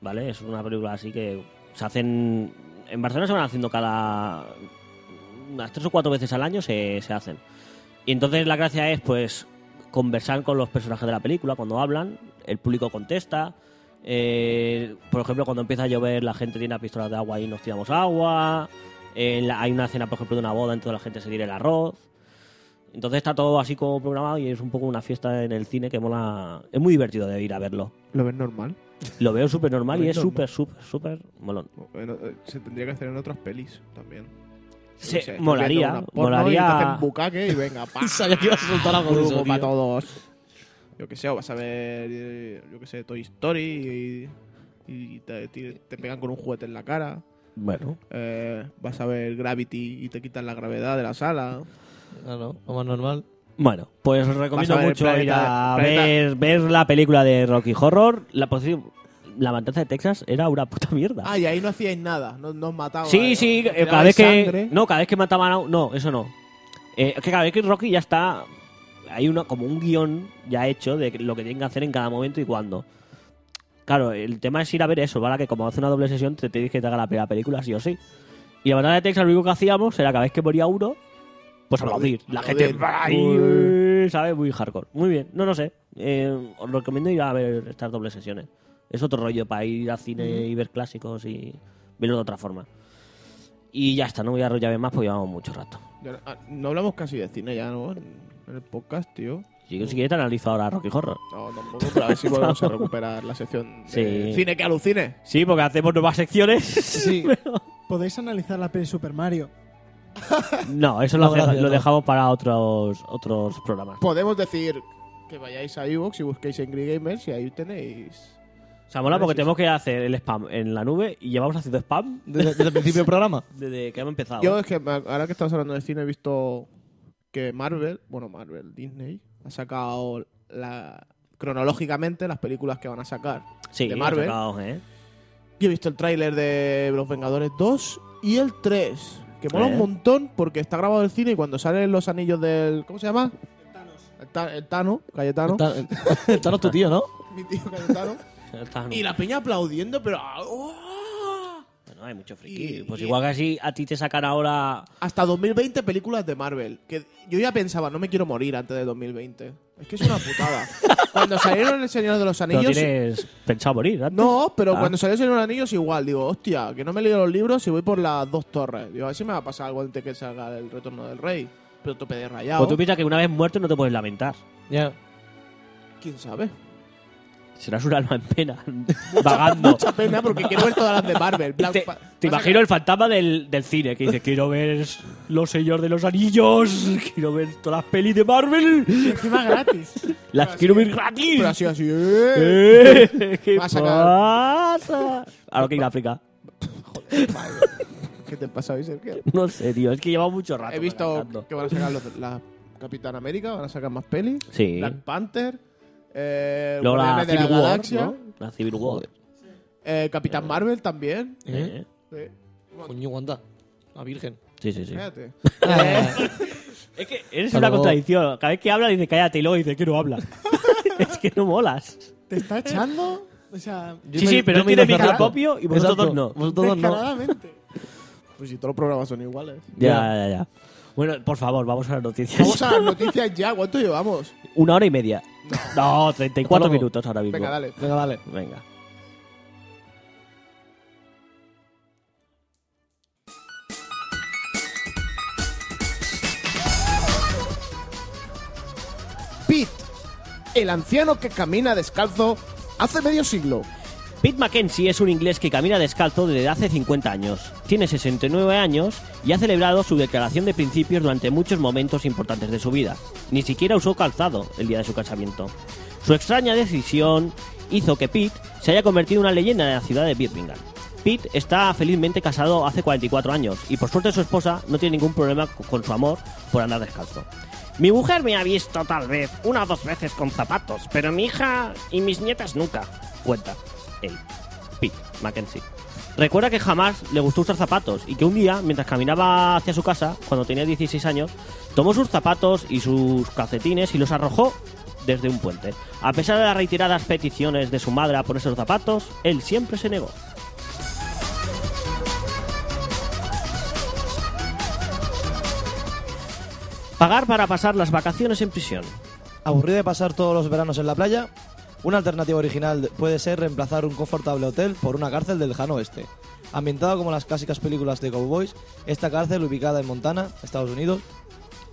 ¿Vale? Es una película así que se hacen... En Barcelona se van haciendo cada... unas tres o cuatro veces al año se, se hacen. Y entonces la gracia es, pues, conversar con los personajes de la película cuando hablan, el público contesta. eh, por ejemplo, cuando empieza a llover, la gente tiene pistolas de agua y nos tiramos agua. en la- hay una cena, por ejemplo, de una boda, entonces la gente se tira el arroz. Entonces está todo así como programado y es un poco una fiesta en el cine que mola. Es muy divertido de ir a verlo. ¿Lo ves normal? Lo veo súper normal y Muy es normal. súper, súper, súper molón. Bueno, eh, se tendría que hacer en otras pelis también. Se- Yo qué sé, molaría, estás viendo una porno molaría- Y te hacen bucaque y venga, pa. Sabía que ibas a soltar algo de eso, para tío. todos. Yo que sé, o vas a ver, eh, yo que sé, Toy Story y, y te, te- te pegan con un juguete en la cara. Bueno, Eh, vas a ver Gravity y te quitan la gravedad de la sala. Claro, lo más normal. bueno, pues os recomiendo Vas a ver mucho ir Planeta- a Planeta- ver, ver la película de Rocky Horror. La, por cierto, la matanza de Texas era una puta mierda. Ah, y ahí no hacíais nada, no, no os mataban. Sí, eh, sí, os eh, cada tirabais vez que. sangre. No, cada vez que mataban a. un- No, eso no. Eh, es que cada vez que Rocky ya está. Hay una, como un guión ya hecho de lo que tienen que hacer en cada momento y cuándo. Claro, el tema es ir a ver eso, ¿vale? Que como hace una doble sesión, te tienes que tragar la primera película, sí o sí. Y la batalla de Texas, lo único que hacíamos era cada vez que moría uno, pues aplaudir. La gente. Aplaudir. ¡ay! ¿Sabes? Muy hardcore. Muy bien, no, no sé. Eh, os recomiendo ir a ver estas dobles sesiones. Es otro rollo para ir al cine y ver clásicos y verlo de otra forma. Y ya está, no voy a arrollarme más porque llevamos mucho rato. Ya- ah, no hablamos casi de cine ya, ¿no? En en el podcast, tío. Si, si quieres te analizo ahora Rocky Horror. No, tampoco, pero a ver si podemos recuperar la sección de Sí. cine que alucine. Sí, porque hacemos nuevas secciones. Sí. Podéis analizar la peli Super Mario. No, eso lo, No, hace- gracias, lo no. dejamos para otros, otros programas. Podemos decir que vayáis a iVoox y busquéis en Green Gamers y ahí tenéis... O sea, mola porque Gracias. tenemos que hacer el spam en la nube y llevamos haciendo spam Desde, desde el principio del programa. desde que hemos empezado. Yo es que me- ahora que estamos hablando de cine he visto que Marvel, bueno Marvel, Disney, ha sacado la, cronológicamente las películas que van a sacar. sí, de Marvel. ha sacado, ¿eh? Yo he visto el tráiler de Los Vengadores 2 y el 3, que mola Eh. un montón porque está grabado el cine y cuando salen los anillos del... ¿Cómo se llama? El Thanos. El, Tano, Cayetano. Está- Estamos tu tío, ¿no? Mi tío Cayetano. Está- y la peña aplaudiendo, pero... ah, ¡oh! Bueno, hay mucho friki. Y- pues y- igual que así a ti te sacan ahora. Hasta 2020 películas de Marvel. Que yo ya pensaba, no me quiero morir antes de 2020. Es que es una putada. cuando salieron El Señor de los Pero Anillos. tienes pensado morir. antes. No, pero Ah. cuando salió El Señor de los Anillos, igual. Digo, hostia, que no me he leído los libros y voy por las dos torres. Digo, a ver si me va a pasar algo antes que salga El Retorno del Rey. Pero tope de rayado. Pues tú piensas que una vez muerto no te puedes lamentar. Ya. ¿Quién sabe? Serás un alma en pena, vagando. Mucha pena porque quiero ver todas las de Marvel. Black Te, Pa- te vas a- imagino el fantasma del, del cine que dice: Quiero ver Los Señor de los Anillos, quiero ver todas las pelis de Marvel, Y encima gratis. las quiero ver gratis. Pero así, así. ¡eh! Eh, ¿Qué Va a sacar- pasa? A lo que en África. ¿Qué te pasa hoy, Sergio? No sé, tío, es que lleva mucho rato. He visto cantando. que van a sacar los- la Capitán América, van a sacar más pelis. Sí. Black Panther, eh, Luego la Guardianes de la Civil War. Galaxia, ¿no? La Civil War. eh, Capitán Marvel también. ¿Eh? Sí. Coño, aguanta. La virgen. Sí, sí, sí. Cállate. Ah, Es que eres Hasta una luego. contradicción. Cada vez que habla dice cállate y luego dice que no habla. es que no molas. ¿Te está echando? O sea, Yo sí, me- sí, pero yo él me tiene iba a micro cerrar. propio y vosotros Exacto. dos no. Vosotros no. descaradamente. Pues si todos los programas son iguales. Ya, ya, ya. Bueno, por favor, vamos a las noticias. Vamos a las noticias ya. ¿Cuánto llevamos? Una hora y media. No, 34 Hasta luego. minutos ahora mismo. Venga, dale. Venga, dale. Venga. Pete, el anciano que camina descalzo hace medio siglo. Pete Mackenzie es un inglés que camina descalzo desde hace 50 años. Tiene 69 años y ha celebrado su declaración de principios durante muchos momentos importantes de su vida. Ni siquiera usó calzado el día de su casamiento. Su extraña decisión hizo que Pete se haya convertido en una leyenda de la ciudad de Birmingham. Pete está felizmente casado hace 44 años y por suerte su esposa no tiene ningún problema con su amor por andar descalzo. Mi mujer me ha visto tal vez una o dos veces con zapatos, pero mi hija y mis nietas nunca. Cuenta él, Pete Mackenzie. Recuerda que jamás le gustó usar zapatos y que un día, mientras caminaba hacia su casa, cuando tenía 16 años, tomó sus zapatos y sus calcetines y los arrojó desde un puente. A pesar de las reiteradas peticiones de su madre a ponerse los zapatos, él siempre se negó. Pagar para pasar las vacaciones en prisión. Aburrido de pasar todos los veranos en la playa, una alternativa original puede ser reemplazar un confortable hotel por una cárcel del lejano oeste. Ambientada como las clásicas películas de cowboys, esta cárcel, ubicada en Montana, Estados Unidos,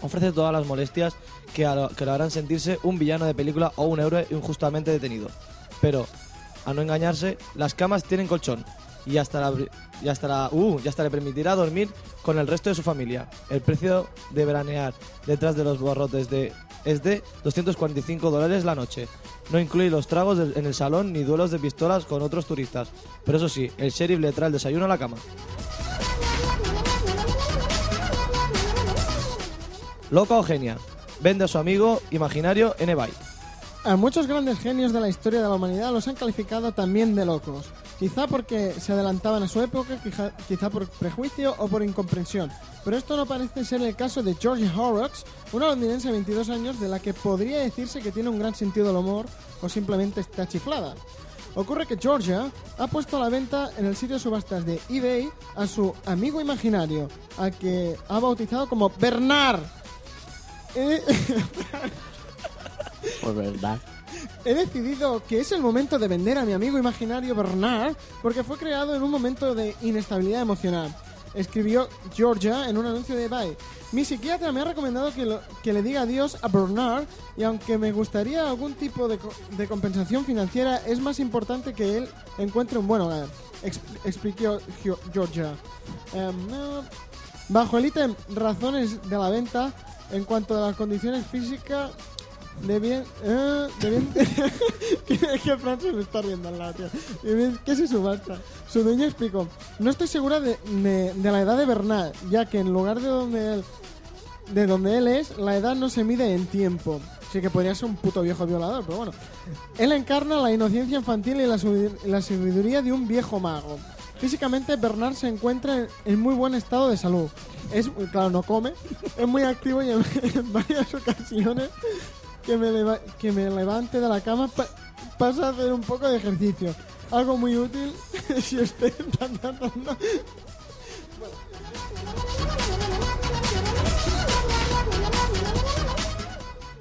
ofrece todas las molestias que, a lo- que lo harán sentirse un villano de película o un héroe injustamente detenido. Pero, a no engañarse, las camas tienen colchón y hasta, la, bri- y hasta, la- uh, y hasta le permitirá dormir con el resto de su familia. El precio de veranear detrás de los barrotes de, es de 245 dólares la noche. No incluye los tragos del- en el salón ni duelos de pistolas con otros turistas. Pero eso sí, el sheriff le trae el desayuno a la cama. Loca o genia, vende a su amigo imaginario en eBay. A muchos grandes genios de la historia de la humanidad los han calificado también de locos. Quizá porque se adelantaban a su época, quija- quizá, por prejuicio o por incomprensión. Pero esto no parece ser el caso de George Horrocks, una londinense de 22 años de la que podría decirse que tiene un gran sentido del humor o simplemente está chiflada. Ocurre que Georgia ha puesto a la venta en el sitio de subastas de eBay a su amigo imaginario, al que ha bautizado como Bernard. Eh, Pues verdad. He decidido que es el momento de vender a mi amigo imaginario Bernard porque fue creado en un momento de inestabilidad emocional. Escribió Georgia en un anuncio de eBay. Mi psiquiatra me ha recomendado que, lo- que le diga adiós a Bernard y aunque me gustaría algún tipo de, co- de compensación financiera, es más importante que él encuentre un buen hogar. Ex- explicó Gio- Georgia. Em, no. bajo el ítem razones de la venta, en cuanto a las condiciones físicas de bien. eh, de bien que, que Fran se me está riendo al lado, tío. De bien- ¿Qué se subasta? Su dueño explicó: No estoy segura de, de- de la edad de Bernard, ya que en lugar de donde él. De donde él es, la edad no se mide en tiempo. Así que podría ser un puto viejo violador, pero bueno. Él encarna la inocencia infantil y la, sabidu- la sabiduría de un viejo mago. Físicamente, Bernard se encuentra en, en muy buen estado de salud. Es, claro, no come. Es muy activo y en, en varias ocasiones que me, leva- que me levante de la cama pa- pasa a hacer un poco de ejercicio. Algo muy útil si usted está tratando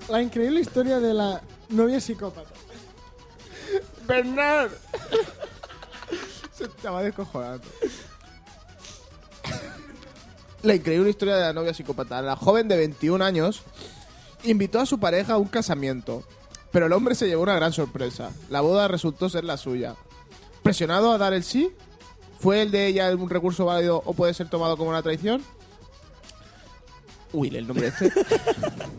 La increíble historia de la novia psicópata. ¡Bernard! Se estaba descojonando. La increíble historia de la novia psicópata. La joven de 21 años invitó a su pareja a un casamiento, pero el hombre se llevó una gran sorpresa. La boda resultó ser la suya. Presionado a dar el sí, ¿fue el de ella un recurso válido o puede ser tomado como una traición? Will, el nombre este.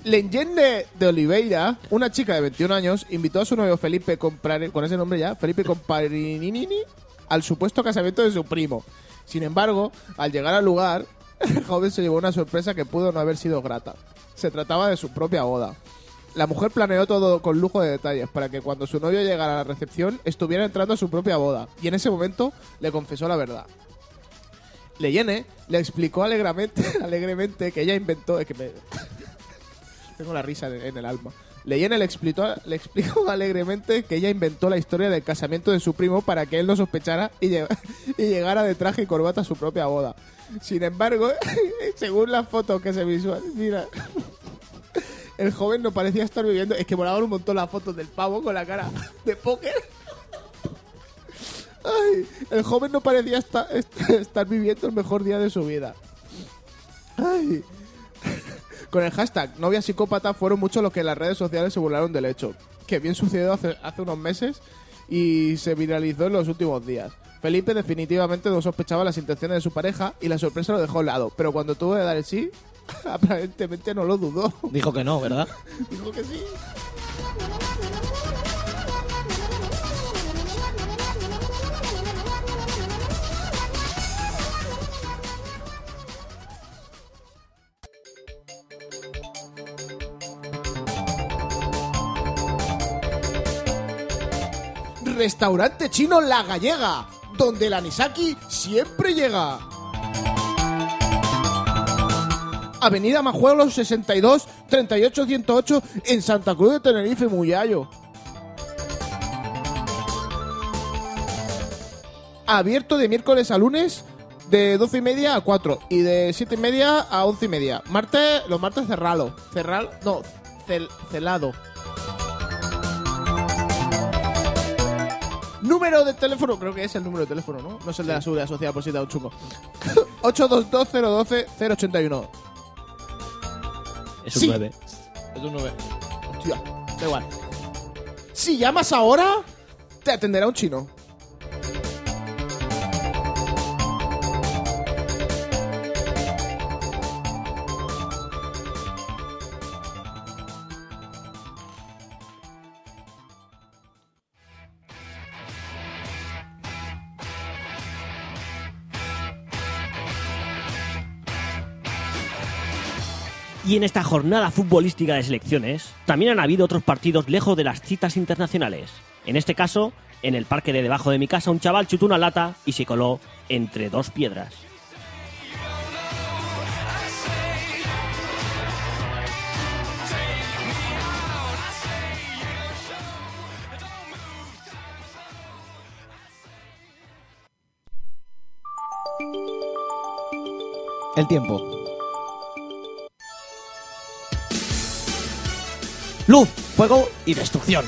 Leyende de Oliveira, una chica de 21 años, invitó a su novio Felipe Comprar, con ese nombre ya, Felipe Comparinini, al supuesto casamiento de su primo. Sin embargo, al llegar al lugar, el joven se llevó una sorpresa que pudo no haber sido grata. Se trataba de su propia boda. La mujer planeó todo con lujo de detalles para que cuando su novio llegara a la recepción estuviera entrando a su propia boda. Y en ese momento le confesó la verdad. Leyene le explicó alegramente, alegremente que ella inventó... Es que me- tengo la risa en, en el alma. Leyene le explicó, le explicó alegremente que ella inventó la historia del casamiento de su primo para que él no sospechara y, lle- y llegara de traje y corbata a su propia boda. Sin embargo, según las fotos que se visualizan, el joven no parecía estar viviendo. Es que volaban un montón las fotos del pavo con la cara de póker. Ay, el joven no parecía esta- est- estar viviendo el mejor día de su vida. Ay. Con el hashtag novia psicópata fueron muchos los que en las redes sociales se burlaron del hecho, que bien sucedió hace, hace unos meses y y se viralizó en los últimos días. Felipe definitivamente no sospechaba las intenciones de su pareja y la sorpresa lo dejó a un lado, pero cuando tuvo que dar el sí, aparentemente no lo dudó. Dijo que no, ¿verdad? Dijo que sí. Restaurante chino La Gallega, donde el anisaki siempre llega. Avenida Majuelos 62 38108 en Santa Cruz de Tenerife, Muyallo. Abierto de miércoles a lunes de 12 y media a 4 y de 7 y media a 11 y media. Martes, los martes cerralo. Cerral, no, cel- celado. Número de teléfono, creo que es el número de teléfono, ¿no? No es el de la seguridad social, por si te da un chungo. 822-012-081. Es un Sí. 9. Es un 9. Hostia, da igual. Si llamas ahora, te atenderá un chino. Y en esta jornada futbolística de selecciones, también han habido otros partidos lejos de las citas internacionales. En este caso, en el parque de debajo de mi casa, un chaval chutó una lata y se coló entre dos piedras. El tiempo. Luz, fuego y destrucción.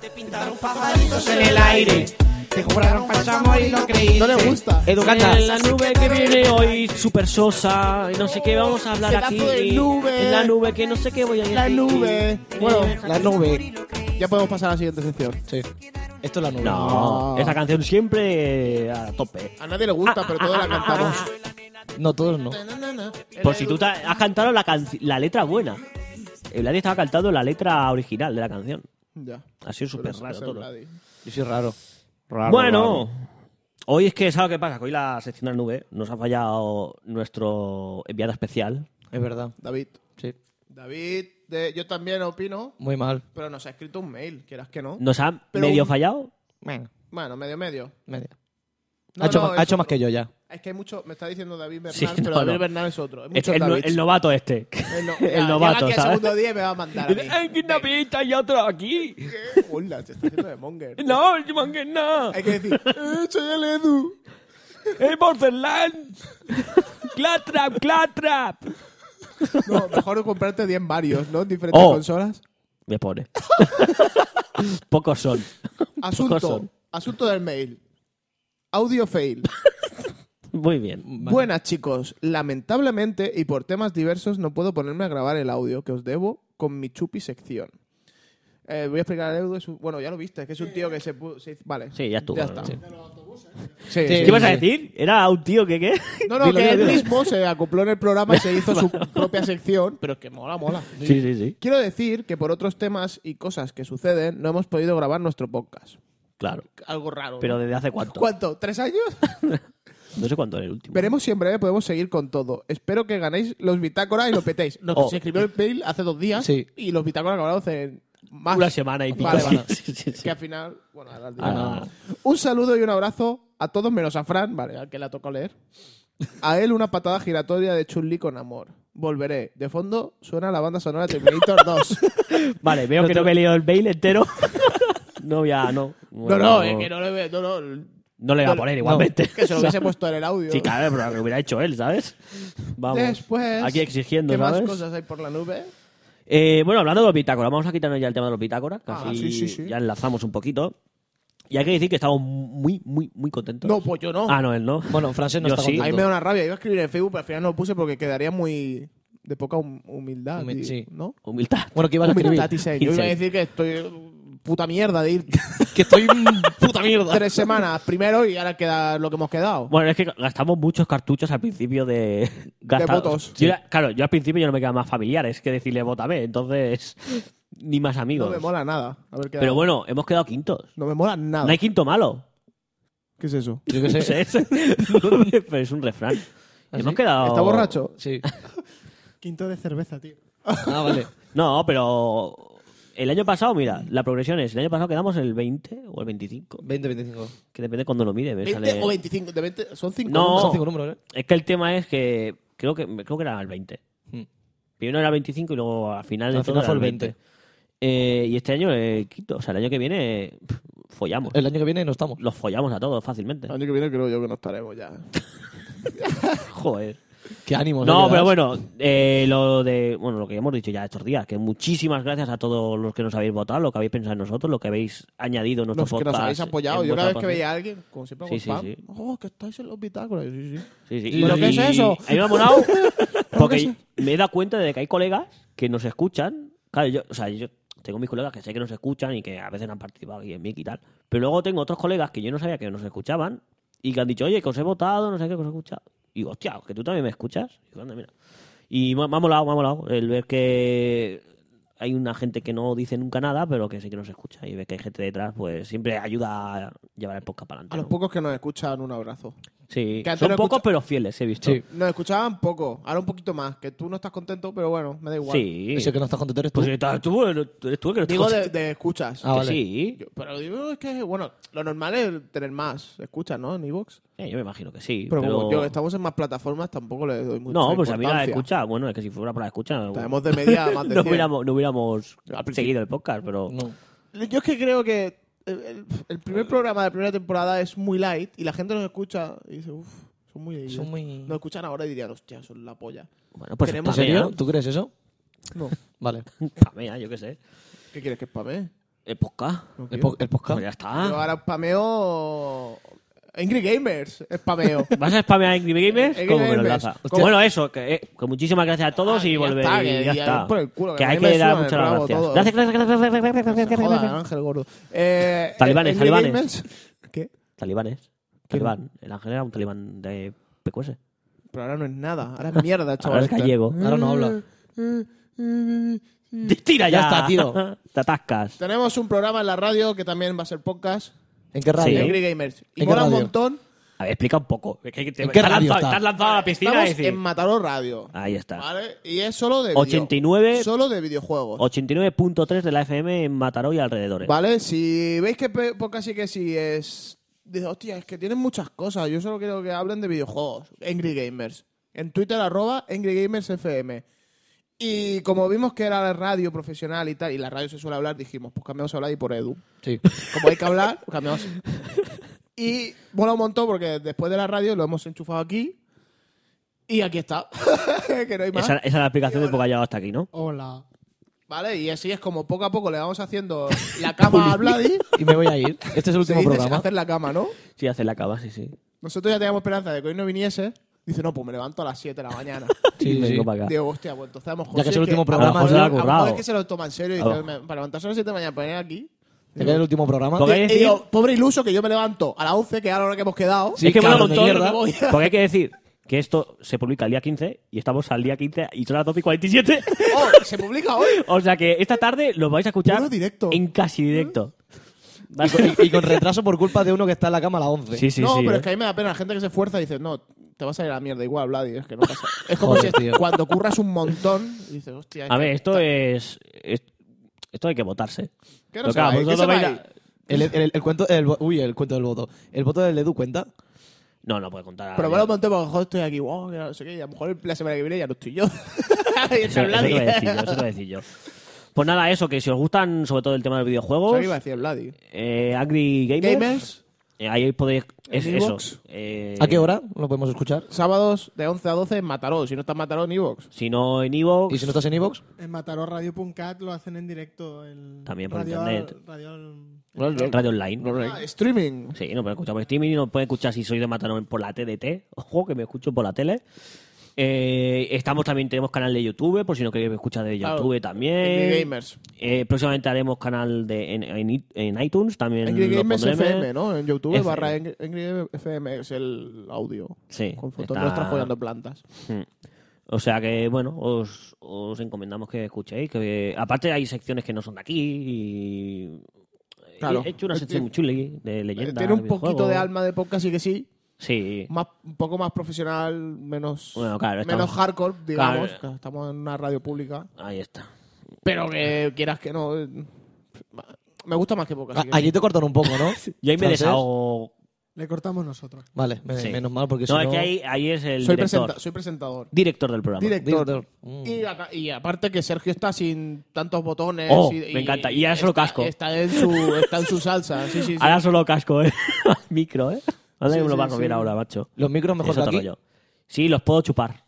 Te pintaron pajaritos en el aire. Te juraron falso amor y no creíste. No le gusta. Educata. En la nube que viene hoy, super sosa, y no sé qué vamos a hablar Pedazo aquí. de nube. En la nube, que no sé qué voy a decir. Eh, La nube. Bueno, La nube. ya podemos pasar a la siguiente sección. Sí. Esto es la nube. No, No. esa canción siempre a tope. A nadie le gusta, pero todos la cantamos. No, todos no. Por si tú te has cantado la, canci- la letra buena. Nadie estaba cantando la letra original de la canción. Ya. Ha sido súper Pero raro eso todo. es nadie. Yo soy raro. bueno, hoy es que, ¿sabes qué pasa? Que hoy la sección de la nube nos ha fallado nuestro enviado especial. Es verdad. David. Sí. David, de- yo también opino, Muy mal. pero nos ha escrito un mail, quieras que no. Nos ha Pero medio un- fallado. Venga. Bueno, medio, medio. Media. No, ha hecho, no, ma- ha es hecho más otro. que yo ya. Es que hay mucho, me está diciendo David Bernal, Sí, pero no, David no. Bernal es otro. Es Es mucho el, no- David. el novato este. El, no- El ya, novato, llega aquí ¿sabes? "Eh, al segundo día y me va a mandar. a mí. que una pista y otro aquí! Hola, se está haciendo de monger. ¡No, que no! Hay que decir, "Eh, soy el Edu. ¡Es Borderland! ¡Clatrap, clatrap! No, mejor comprarte 10 Marios, ¿no? En diferentes Oh. consolas. Me pone. Pocos son. Pocos Asunto. son. Asunto del mail. Audio fail. Muy bien. Buenas, chicos. Lamentablemente, y por temas diversos, no puedo ponerme a grabar el audio que os debo con mi chupi sección. Eh, voy a explicar el Edu. es un- Bueno, ya lo viste, que es un tío que se... pu- se hizo- vale. Sí, ya estuvo, Ya ¿no? está. Sí. Sí, Sí. sí. ¿Qué vas a decir? ¿Era un tío que qué? No, no, Dilo, que dilo, él dilo. mismo se acopló en el programa y se hizo su propia sección, pero es que mola, mola. Sí, sí, sí. Quiero decir que por otros temas y cosas que suceden, no hemos podido grabar nuestro podcast. Claro. Algo raro. Pero ¿no? desde hace cuánto. ¿Cuánto? ¿Tres años? No sé cuánto era el último. Veremos si en breve podemos seguir con todo. Espero que ganéis los bitácoras y lo petéis. Nos Oh. se escribió el mail hace dos días Sí. y los bitácoras acabaron hace más. Una semana y pico. Vale, vale. Sí, sí, sí. Que al final. Bueno, ahora os digo. Ah. Un saludo y un abrazo a todos menos a Fran, vale, al que le ha tocado leer. A él una patada giratoria de Chun-Li con amor. Volveré. De fondo suena la banda sonora de Terminator 2. Vale, veo que no me he leído el mail entero. no, ya, no. no, Bueno, no, es que no le veo. No, no, No le iba a no, poner no, igualmente. Que se lo hubiese puesto en el audio. Sí, claro, pero lo hubiera hecho él, ¿sabes? Vamos. Después. Aquí exigiendo, ¿Qué ¿sabes? más cosas hay por la nube? Eh, bueno, hablando de los bitácoras, vamos a quitarnos ya el tema de los bitácoras. Ah, Casi sí, sí, sí. ya enlazamos un poquito. Y hay que decir que estamos muy, muy, muy contentos. No, pues yo no. Ah, no, él no. Bueno, Frances no Yo está sí. Ahí contento. me da una rabia. Iba a escribir en Facebook, pero al final no lo puse porque quedaría muy de poca hum- humildad. Humi- y- sí. ¿No? Humildad. Bueno, que ibas a escribir. Humildad y seis. Yo iba a Seis. decir que estoy eh, puta mierda de ir que estoy un puta mierda. tres semanas primero y ahora queda lo que hemos quedado. Bueno, es que gastamos muchos cartuchos al principio de gastados. votos. Yo era- claro, yo al principio yo no me quedaba más familiares que decirle vota B, entonces ni más amigos. No me mola Ah. nada. haber quedado. Pero bueno, hemos quedado quintos. No me mola nada. No hay quinto malo. ¿Qué es eso? Yo qué No sé. sé, es- pero es un refrán. Hemos quedado. ¿Ah, ¿Está borracho? Sí. Quinto de cerveza, tío. Ah, vale. No, pero el año pasado, mira, la progresión es el año pasado quedamos el 20 o el 25, 20, 25. que depende cuando lo mire. ¿ves? 20 Sale- o 25. De 20, son 5. No. Son cinco números, ¿eh? Es que el tema es que creo que creo que era el 20. Hmm. Mm. Primero era el 25 y luego al final, de Al final todo era fue el 20. Eh, y este año eh, quito, o sea, el año que viene eh, pf, follamos. El año que viene no estamos. Los follamos a todos fácilmente. El año que viene creo yo que no estaremos ya. Joder. Qué Pues ánimo. No, pero bueno, eh, lo de bueno, lo que hemos dicho ya estos días, que muchísimas gracias a todos los que nos habéis votado, lo que habéis pensado en nosotros, lo que habéis añadido en nuestro Los que podcast. nos habéis apoyado. en Yo cada vez vuestra que página. veía a alguien, como siempre hago Sí, sí, spam, sí. Oh, que estáis en los bitácoras. Yo, Sí, sí. Sí, sí. ¿Y lo que es eso? A mí me ha molado porque eso? me he dado cuenta de que hay colegas que nos escuchan. Claro, yo, o sea, yo tengo mis colegas que sé que nos escuchan y que a veces han participado aquí en Mic y tal. Pero luego tengo otros colegas que yo no sabía que nos escuchaban y que han dicho, oye, que os he votado, no sé qué, que os he escuchado. Y digo, hostia, que tú también me escuchas. Y, digo, "Anda, mira". Y me, me ha molado, me ha molado el ver que hay una gente que no dice nunca nada, pero que sí que nos escucha. Y ver que hay gente detrás, pues siempre ayuda a llevar el podcast para adelante. A los ¿no? pocos que nos escuchan, un abrazo. Sí, que antes son no pocos escucha- pero fieles, he visto. Sí. Nos escuchaban poco, ahora un poquito más. Que tú no estás contento, pero bueno, me da igual. Sí. Ese que no estás contento eres tú. Pues estás tú, eres tú el que lo Digo estás- de, de escuchas. Ah, Que vale. Sí, Yo- pero digo, es que, bueno, lo normal es tener más escuchas, ¿no? En Evox. Eh, yo me imagino que sí. Pero, Pero, como yo, estamos en más plataformas, tampoco le doy mucha No, pues a mí la importancia. escucha, bueno, es que si fuera por la escucha, no, Tenemos de media más de no 100. hubiéramos, no hubiéramos Al principio. seguido el podcast, Mm. pero No. Yo es que creo que el- el, el primer programa de la primera temporada es muy light y la gente nos escucha y dice, uff, son muy... idiotas". Son muy- Nos escuchan ahora y dirían, hostia, son la polla. bueno, pues Queremos- ¿En spamea, serio? ¿Tú crees eso? No. Vale. spamea, yo qué sé. ¿Qué quieres que spamee? El podcast, No El, quiero. po- pues el podcast. ya Yo está. ahora spameo... Angry Gamers, spameo. ¿Vas a spamear en Game Gamers? Eh, ¿Cómo me lo Gamers. enlaza? Hostia. Bueno, eso, que, eh, que muchísimas gracias a todos Ah, y ya volver. está, y que- ya y a está. ir por el culo, que que a hay mí me que dar sudan el muchas las rabo gracias. todo. eh. Gracias, gracias, gracias, gracias, gracias, Se gracias, jodan, gracias. Ángel Gordo. Eh, Talibanes, Angry talibanes. Gamers- ¿Qué? Talibanes. Talibán. El ángel era un talibán de PQS. Pero ahora no es nada. Ahora es mierda, chaval. Ahora es gallego. Ahora no habla. Tira ya. Ya está, tío. Te atascas. Tenemos un programa en la radio que también va a ser podcast. ¿En qué Sí. radio? Angry Gamers. Y ¿En qué mola un radio? montón. A ver, explica un poco. Es que te, ¿En qué te has radio lanzado, está? te has lanzado a la piscina Estamos y decir- en Mataró Radio. Ahí está. ¿Vale? Y es solo de 89. video- solo de videojuegos. 89.3 de la FM en Mataró y alrededores. ¿Vale? Si veis que pe- podcast sí que sí es. Dice, hostia, es que tienen muchas cosas. Yo solo quiero que hablen de videojuegos. Angry Gamers. En Twitter, arroba Angry Gamers FM. Y como vimos que era la radio profesional y tal, y la radio se suele hablar, dijimos, pues cambiamos a hablar y por Edu. Sí. como hay que hablar, pues cambiamos. Y mola un montón porque después de la radio lo hemos enchufado aquí y aquí está. que no hay más. Esa, esa es la explicación de poco ha llegado hasta aquí, ¿no? Hola. Vale, y así es como poco a poco le vamos haciendo la cama a Vladi. Y me voy a ir. Este es el Se último dice programa. hacer la cama, ¿no? Sí, hace la cava, sí, sí. Nosotros ya teníamos esperanza de que hoy no viniese. Dice, no, pues me levanto a las 7 de la mañana. Sí, Y sí, vengo sí. para acá. Digo, hostia, pues entonces a lo mejor. Ya que sí es el último a lo programa, mejor- se lo ha a lo mejor currado. es que se lo toma en serio. y A lo Dice, "Me- para levantarse a las 7 de la mañana, para venir aquí. Te queda el último programa. Porque hay Y- que y decir, digo, pobre iluso que yo me levanto a las 11, que es a la hora que hemos quedado. Sí, es que mola un cabrón de montón, mierda. voy a- porque hay que decir que esto se publica el día 15 y estamos al día 15 y son las 12 y 47. Oh, se publica hoy. o sea que esta tarde lo vais a escuchar Puro directo. en casi directo. pues, Y, y con retraso por culpa de uno que está en la cama a las 11. Sí, sí, no, sí. pero ¿eh? es que a mí me da pena. La gente que se esfuerza y dice, no, te vas a ir a la mierda igual, Vladi. Es que no pasa. Es como Joder, si tío. cuando curras un montón y dices, hostia. es A que- ver, esto es, es- Esto hay que votarse. ¿Qué Pero no se claro, va a ir? ¿Qué vosotros se va vais a a- ir? El, el- el- el cuento, el, vo- uy, el cuento del voto. ¿El voto del Edu cuenta? No, no puede contar. a Pero nadie. bueno, ponte porque joder, estoy aquí, wow, que no sé qué, y a lo mejor la semana que viene ya no estoy yo. Y Eso, está eso te Vladi. voy a decir yo, eso te voy a decir yo. Pues nada, eso, que si os gustan sobre todo el tema de los videojuegos, Eso iba a decir Vladi. eh, Angry Gamers, Gamers, Eh, ahí podéis. Es, ¿En eso. iVoox? Eh, ¿A qué hora lo podemos escuchar? Sábados de 11 a 12 en Mataró. Si no estás en Mataró, en Evox. Si no en Evox. ¿Y si no estás en Evox? En matarorradio.cat lo hacen en directo. El También por radio al- internet. radio al- Radio online. Ah, streaming. Sí, no puede escuchar por streaming y no puede escuchar si soy de Matarón por la TDT. Ojo, que me escucho por la tele. Eh, estamos también, tenemos canal de YouTube, por si no queréis escuchar de Claro. YouTube también. Angry Gamers. Eh, próximamente haremos canal de, en, en i- en iTunes, también. Angry lo Gamers pondremos. FM, ¿no? En YouTube FM. barra Angry Angry FM es el audio. Sí, Con fotos está- nuestras follando plantas. Mm. O sea que, bueno, os, os encomendamos que escuchéis. que Aparte hay secciones que no son de aquí y... Claro. He hecho una Eh, sección eh, muy chuli de leyenda. Eh, Tiene un de poquito videojuegos. de alma de podcast, sí que sí. Sí. Más, un poco más profesional, menos, Bueno, claro, estamos- menos hardcore, digamos. Claro. que Estamos en una radio pública. Ahí está. Pero que quieras que no. eh, Me gusta más que podcast. A- Ah, sí que Ah, Allí te cortan un poco, ¿no? Y ahí me ¿Francés? desahogo. Le cortamos nosotros. Vale, me- Sí. menos mal porque si No, no... es que ahí, ahí es el soy, director. presenta- soy presentador. Director del programa. Director. Director. Mm. Y, acá- y aparte que Sergio está sin tantos botones. Oh, y- me encanta. Y ahora está- solo casco. Está en su, está en su salsa. Sí, sí, sí. Ahora solo casco, ¿eh? Micro, ¿eh? Anda que me lo va a comer sí. ahora, macho. Los micros mejor Es que otro aquí. rollo. Sí, los puedo chupar.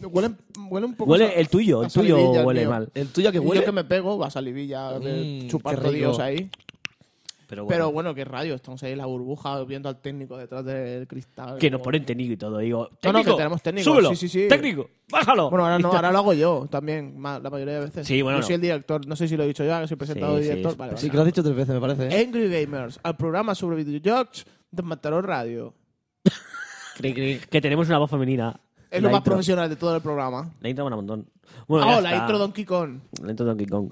Huele, huele un poco. Huele el tuyo, el tuyo huele mal. El tuyo que Que huele... Yo que me pego, va a salivilla, de Mm, chupar qué rico. rodillos ahí. Pero Pero bueno. bueno, qué radio, estamos ahí en la burbuja viendo al técnico detrás del cristal. Oh, Que nos ponen técnico y todo. Digo, No, no, técnico, que tenemos técnico, súbelo. sí, sí, sí. Técnico, bájalo. Bueno, ahora no, Listo. ahora lo hago yo también, ma- la mayoría de veces. Sí, bueno, Yo no. soy el director, no sé si lo he dicho ya, que soy presentador Sí, y sí, director. es- vale, Sí, vale. que lo has dicho tres veces, me parece. ¿eh? Angry Gamers, al programa sobre videojuegos de Mataró Radio. Cri, cri. Que tenemos una voz femenina. Es La lo más intro. profesional de todo el programa. La intro mola un montón. Ah, Bueno, ya la está. intro Donkey Kong. La intro Donkey Kong.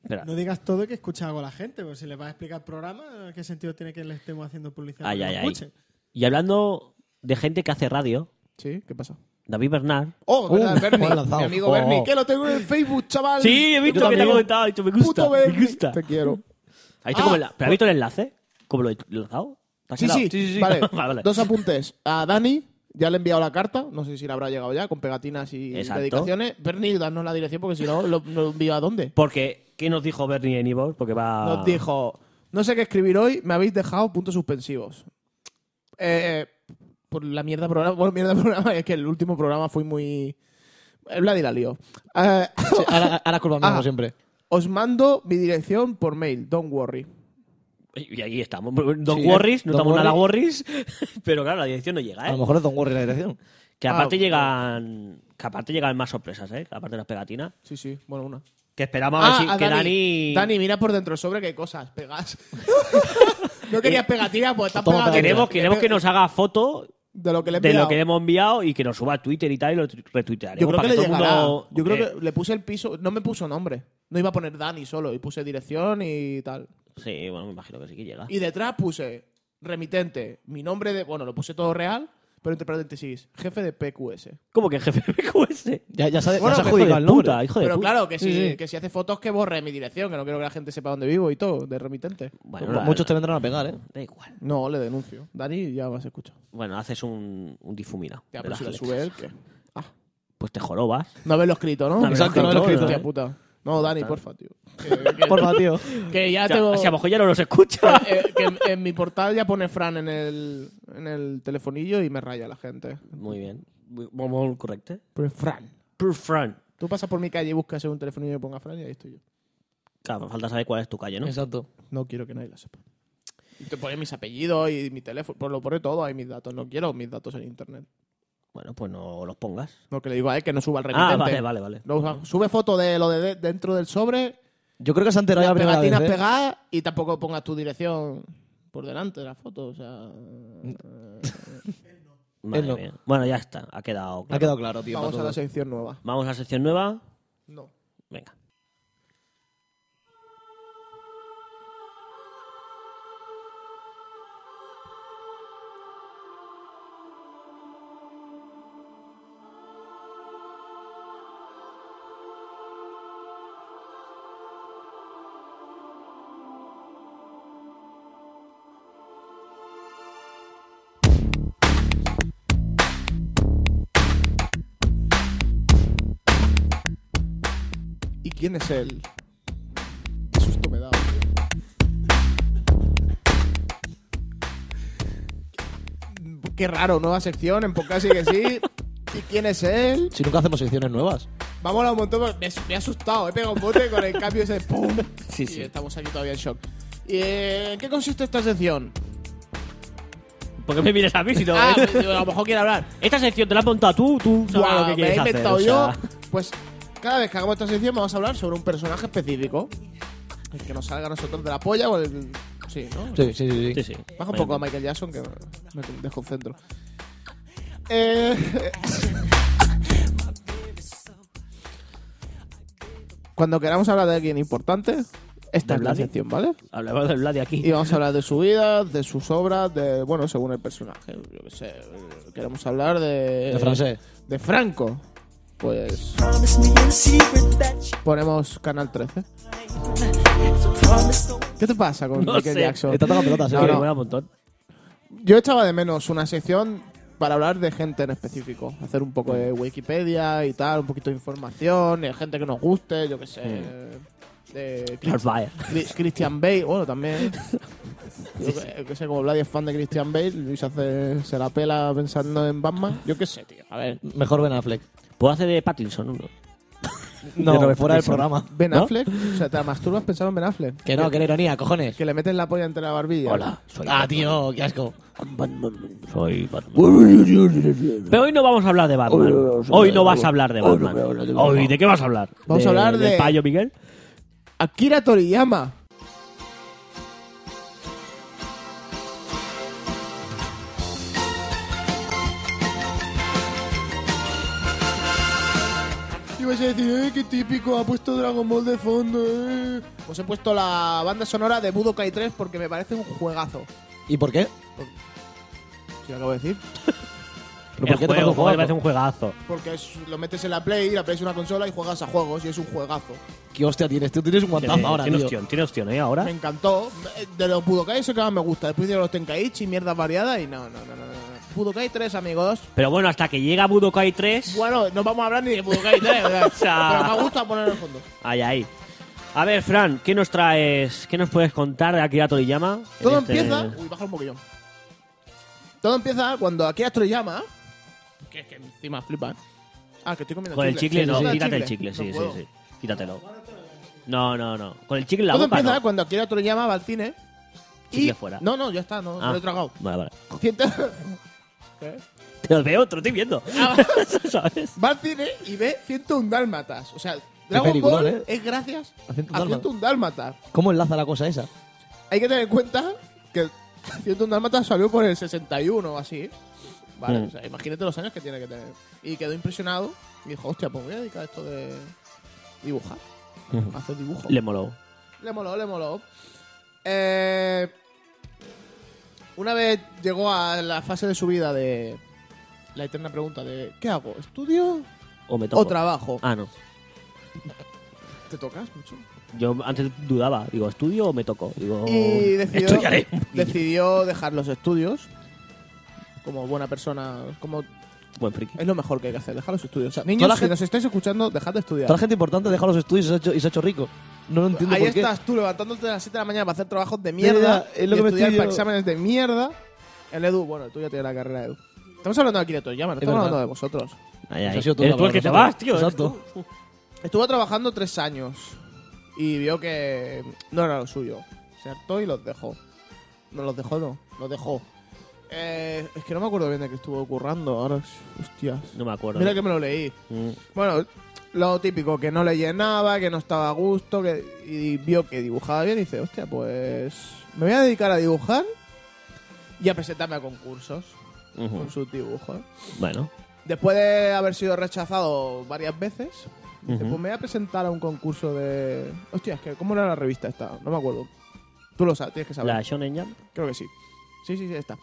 Espera. No digas todo que escucha algo la gente, porque si le vas a explicar el programa, ¿qué sentido tiene que le estemos haciendo publicidad? Ay, para que ay, lo ay. escuchen? Y hablando de gente que hace radio, Sí, ¿qué pasa? David Bernard. Oh, verdad, Uh, Bernie, me ha lanzado. mi amigo Oh. Bernie, que lo tengo en el Facebook, chaval. Sí, he visto que te ha también. comentado. Ha dicho, me gusta. Puto Me Bernie. gusta. Te quiero. ¿Ha visto Ah, cómo el- ¿Pero ha visto el enlace? ¿Cómo lo he lanzado? ¿Te has Sí, quedado? sí, Vale. vale. Dos apuntes. A Dani, ya le he enviado la carta. No sé si le habrá llegado ya, con pegatinas y Exacto. dedicaciones. Bernie, danos la dirección porque si no, lo, lo envío a dónde. Porque, ¿qué nos dijo Bernie en Evox? Porque va... Nos dijo, no sé qué escribir hoy, me habéis dejado puntos suspensivos. Eh, por la mierda programa. Bueno, mierda programa, es que el último programa fue muy... Eh, Vladi la lío. Eh, Sí, ahora, ahora es culpa mía, Ah. como siempre. os mando mi dirección por mail, don't worry. Y ahí estamos. Don Sí, Warris, no Don estamos nada Warris. Pero claro, la dirección no llega, A ¿eh? lo mejor es Don Warrior la dirección. Que aparte Ah, llegan... Que aparte llegan más sorpresas, ¿eh? Aparte de las pegatinas. Sí, sí, bueno, una. Ah, Que esperamos a ver si- a Ah, que Dani... Dani, mira por dentro el sobre qué cosas pegas. no querías pegatinas, pues estás Toma, pegando. Eh, Queremos, queremos que nos haga foto De lo que le he de enviado. lo que le hemos enviado y que nos suba a Twitter y tal y lo tu- retuitearemos. Yo creo para que le todo el llegará. mundo- Yo creo Eh, que le puse el piso. No me puso nombre. No iba a poner Dani solo. Y puse dirección y tal. Sí, bueno, me imagino que sí que llega. Y detrás puse remitente. Mi nombre de. Bueno, lo puse todo real. Pero entre paréntesis, jefe de PQS. ¿Cómo que jefe PQS? Ya, ya se, ya Bueno, se ha Hijo hijo adjudicado de el nombre. puta, hijo de Pero puta. claro, que si, Sí, sí. que si hace fotos, que borre mi dirección. Que no quiero que la gente sepa dónde vivo y todo, de remitente. Bueno, Mu- la- Muchos te vendrán a pegar, ¿eh? Da igual. No, le denuncio. Dani ya vas a escuchar. Bueno, haces un, un difumina. Ya, de pero las si lo Alexas. sube él, ¿qué? Pues te jorobas. No haberlo escrito, ¿no? No haberlo Exacto, no haberlo escrito, Hostia ¿eh? puta. No, Dani, porfa, tío. Que, que- Porfa, tío. que ya O sea, tengo... si a lo mejor ya no los escucha. Eh, que en, en mi portal ya pone Fran en el, en el telefonillo y me raya la gente. Muy bien. Muy, muy- muy correcto. Pone Pues Fran. Proof Fran. Tú pasas por mi calle y buscas en un telefonillo que ponga Fran y ahí estoy yo. Claro, falta saber cuál es tu calle, ¿no? Exacto. No quiero que nadie lo sepa. Y te pone mis apellidos y mi teléfono. Pues lo pone todo ahí mis datos. No quiero mis datos en internet. Bueno, pues no los pongas. No, que le digo a él que no suba el remitente. Ah, vale, vale, vale. No, o sea, sube foto de lo de, de- dentro del sobre, Yo creo que se han enterado ya las la primera vez. pegatinas ¿eh? pegadas y tampoco pongas tu dirección por delante de la foto. O sea... Madre no. mía. Bueno, ya está. Ha quedado claro. Ha quedado claro, tío. Vamos para a la todos. sección nueva. Vamos a la sección nueva. No. Venga. ¿Y quién es él? Qué susto me da. tío. Qué raro, nueva sección en podcast sí que sí. ¿Y quién es él? Si nunca hacemos secciones nuevas. Me ha molado un montón, porque me, me he asustado, he pegado un bote con el cambio ese de ¡pum! Sí, sí. Y estamos aquí todavía en shock. ¿Y eh, en qué consiste esta sección? ¿Por qué me miras a mí si no? eh. Ah, digo, a lo mejor quiere hablar. Esta sección te la has montado tú, tú sabes Guau, lo que me la he quieres hacer. inventado o yo. sea, Pues cada vez que hagamos esta sección vamos a hablar sobre un personaje específico. El que nos salga a nosotros de la polla o el... Sí, ¿no? Sí, sí, Sí, sí. sí. sí. Baja un Bueno, poco a Michael Jackson que me desconcentro. Eh, Cuando queramos hablar de alguien importante, esta es la Vladi? sección, ¿vale? Hablamos del Vladi aquí. Y vamos a hablar de su vida, de sus obras, de, bueno, según el personaje. Yo qué sé, eh, queremos hablar de. De francés. De Franco. Pues Promise me in secret that ponemos Canal 13. you promise. ¿Qué te pasa con No Michael sé. Jackson? Está tocando pelotas, Sí, ¿eh? No, que no. mola un montón. Yo echaba de menos una sección para hablar de gente en específico. Hacer un poco de Wikipedia y tal, un poquito de información, de gente que nos guste, yo qué sé. De Charles Chris- Baer. Chris- Christian Bale, bueno, también. Yo que, que sé, como Vladi es fan de Christian Bale, Luis hace, se la pela pensando en Batman. Yo qué sé, tío. A ver, Mejor Ben Affleck. Puedo hacer de Pattinson uno. De No, Robert fuera del Pattinson. programa. Ben ¿No? Affleck, o sea, te masturbas pensando en Ben Affleck. Que no, que era ironía, cojones. Que le metes la polla entre la barbilla. Hola, soy Ah, tío, qué asco. Batman. Soy Batman. Pero hoy no vamos a hablar de Batman. Hoy no vas a hablar de Batman. Hoy, ¿de qué vas a hablar? Vamos ¿De- a hablar del de- Payo Miguel? Akira Toriyama. Y vais a decir, eh, qué típico, ha puesto Dragon Ball de fondo, eh. Os he puesto la banda sonora de Budokai 3 porque me parece un juegazo. ¿Y por qué? Si lo acabo de decir. El ¿Pero por juego, qué te parece joder, un me parece juego? un juegazo. Porque es- lo metes en la Play, la Play es una consola y juegas a juegos y es un juegazo. ¿Qué hostia tienes? Tú tienes un guantazo Tiene- ahora, tiene tío. opción, tiene opción, ¿eh? Ahora. Me encantó. De los Budokai es el que más me gusta. Después de los Tenkaichi, mierdas variadas y no, no, no, no. no. Budokai 3, amigos. Pero bueno, hasta que llega Budokai 3. Bueno, no vamos a hablar ni de Budokai 3. o sea, sea- Pero me gusta poner en el fondo. Ahí, ahí. A ver, Fran, ¿qué nos traes? ¿Qué nos puedes contar de Akira Toriyama? en Todo este- empieza. Uy, baja un poquillo. Todo empieza cuando aquí Astroyama. Que es que encima flipa. ¿eh? Ah, que estoy comiendo Con el chicle, Sí, no, sí, sí. quítate el chicle, sí, sí, No puedo. sí. Quítatelo. No, no, no. Con el chicle en la Todo boca. empieza no. cuando Akira Toriyama va al cine. Chicle y... fuera. No, no, ya está, no, me Ah. lo he tragado. Vale, vale. Ciento- ¿Qué? Te veo, te lo estoy viendo. ¿Sabes? Ah, va al cine y ve 101 dálmatas. O sea, Dragon peliculón, Ball ¿eh? es gracias A 101 a 101 dálmatas. ¿Cómo enlaza la cosa esa? Hay que tener en cuenta que 101 dálmatas salió por el 61 o así. Vale, Mm. o sea, imagínate los años que tiene que tener. Y quedó impresionado y dijo, hostia, pues me voy a dedicar a esto de dibujar. Hacer dibujos. Le moló. Le moló, le moló. Eh, una vez llegó a la fase de su vida de la eterna pregunta de ¿qué hago? ¿Estudio O me toco. o trabajo? Ah, no. ¿Te tocas mucho? Yo antes dudaba. Digo, ¿estudio o me toco? Digo, Y decidió, estudiaré. un poquillo. decidió dejar los estudios. Como buena persona, como Buen friki. es lo mejor que hay que hacer, dejar los estudios. O sea, niños, la si gente- nos estáis escuchando, dejad de estudiar. Toda la gente importante deja los estudios y se ha hecho, y se ha hecho rico. No lo entiendo Ahí por qué. estás tú levantándote a las 7 de la mañana para hacer trabajos de mierda ya, es lo y que me estudiar estoy para yo- exámenes de mierda. El Edu, bueno, tú ya tienes la carrera Edu. Estamos hablando aquí de Toriyama, no Es estamos verdad. hablando de vosotros. Ahí, Pues ahí. ha sido tú Eres la tú el verdad, que te nosotros. vas, tío. eres Exacto. tú. Estuvo trabajando tres años y vio que no era lo suyo. Se hartó y los dejó. No los dejó, no, los dejó. Eh, es que no me acuerdo bien de qué estuvo currando. Ahora, hostias. No me acuerdo. Mira que me lo leí. Mm. Bueno, lo típico, que no le llenaba, que no estaba a gusto, que, y vio que dibujaba bien y dice, hostia, pues me voy a dedicar a dibujar y a presentarme a concursos Ujú. con sus dibujos. Bueno. Después de haber sido rechazado varias veces, dice, Ujú. pues me voy a presentar a un concurso de... Hostia, es que ¿cómo era la revista esta? No me acuerdo. Tú lo sabes, tienes que saber. La Shonen Jump. Creo que sí. Sí, sí, sí, está.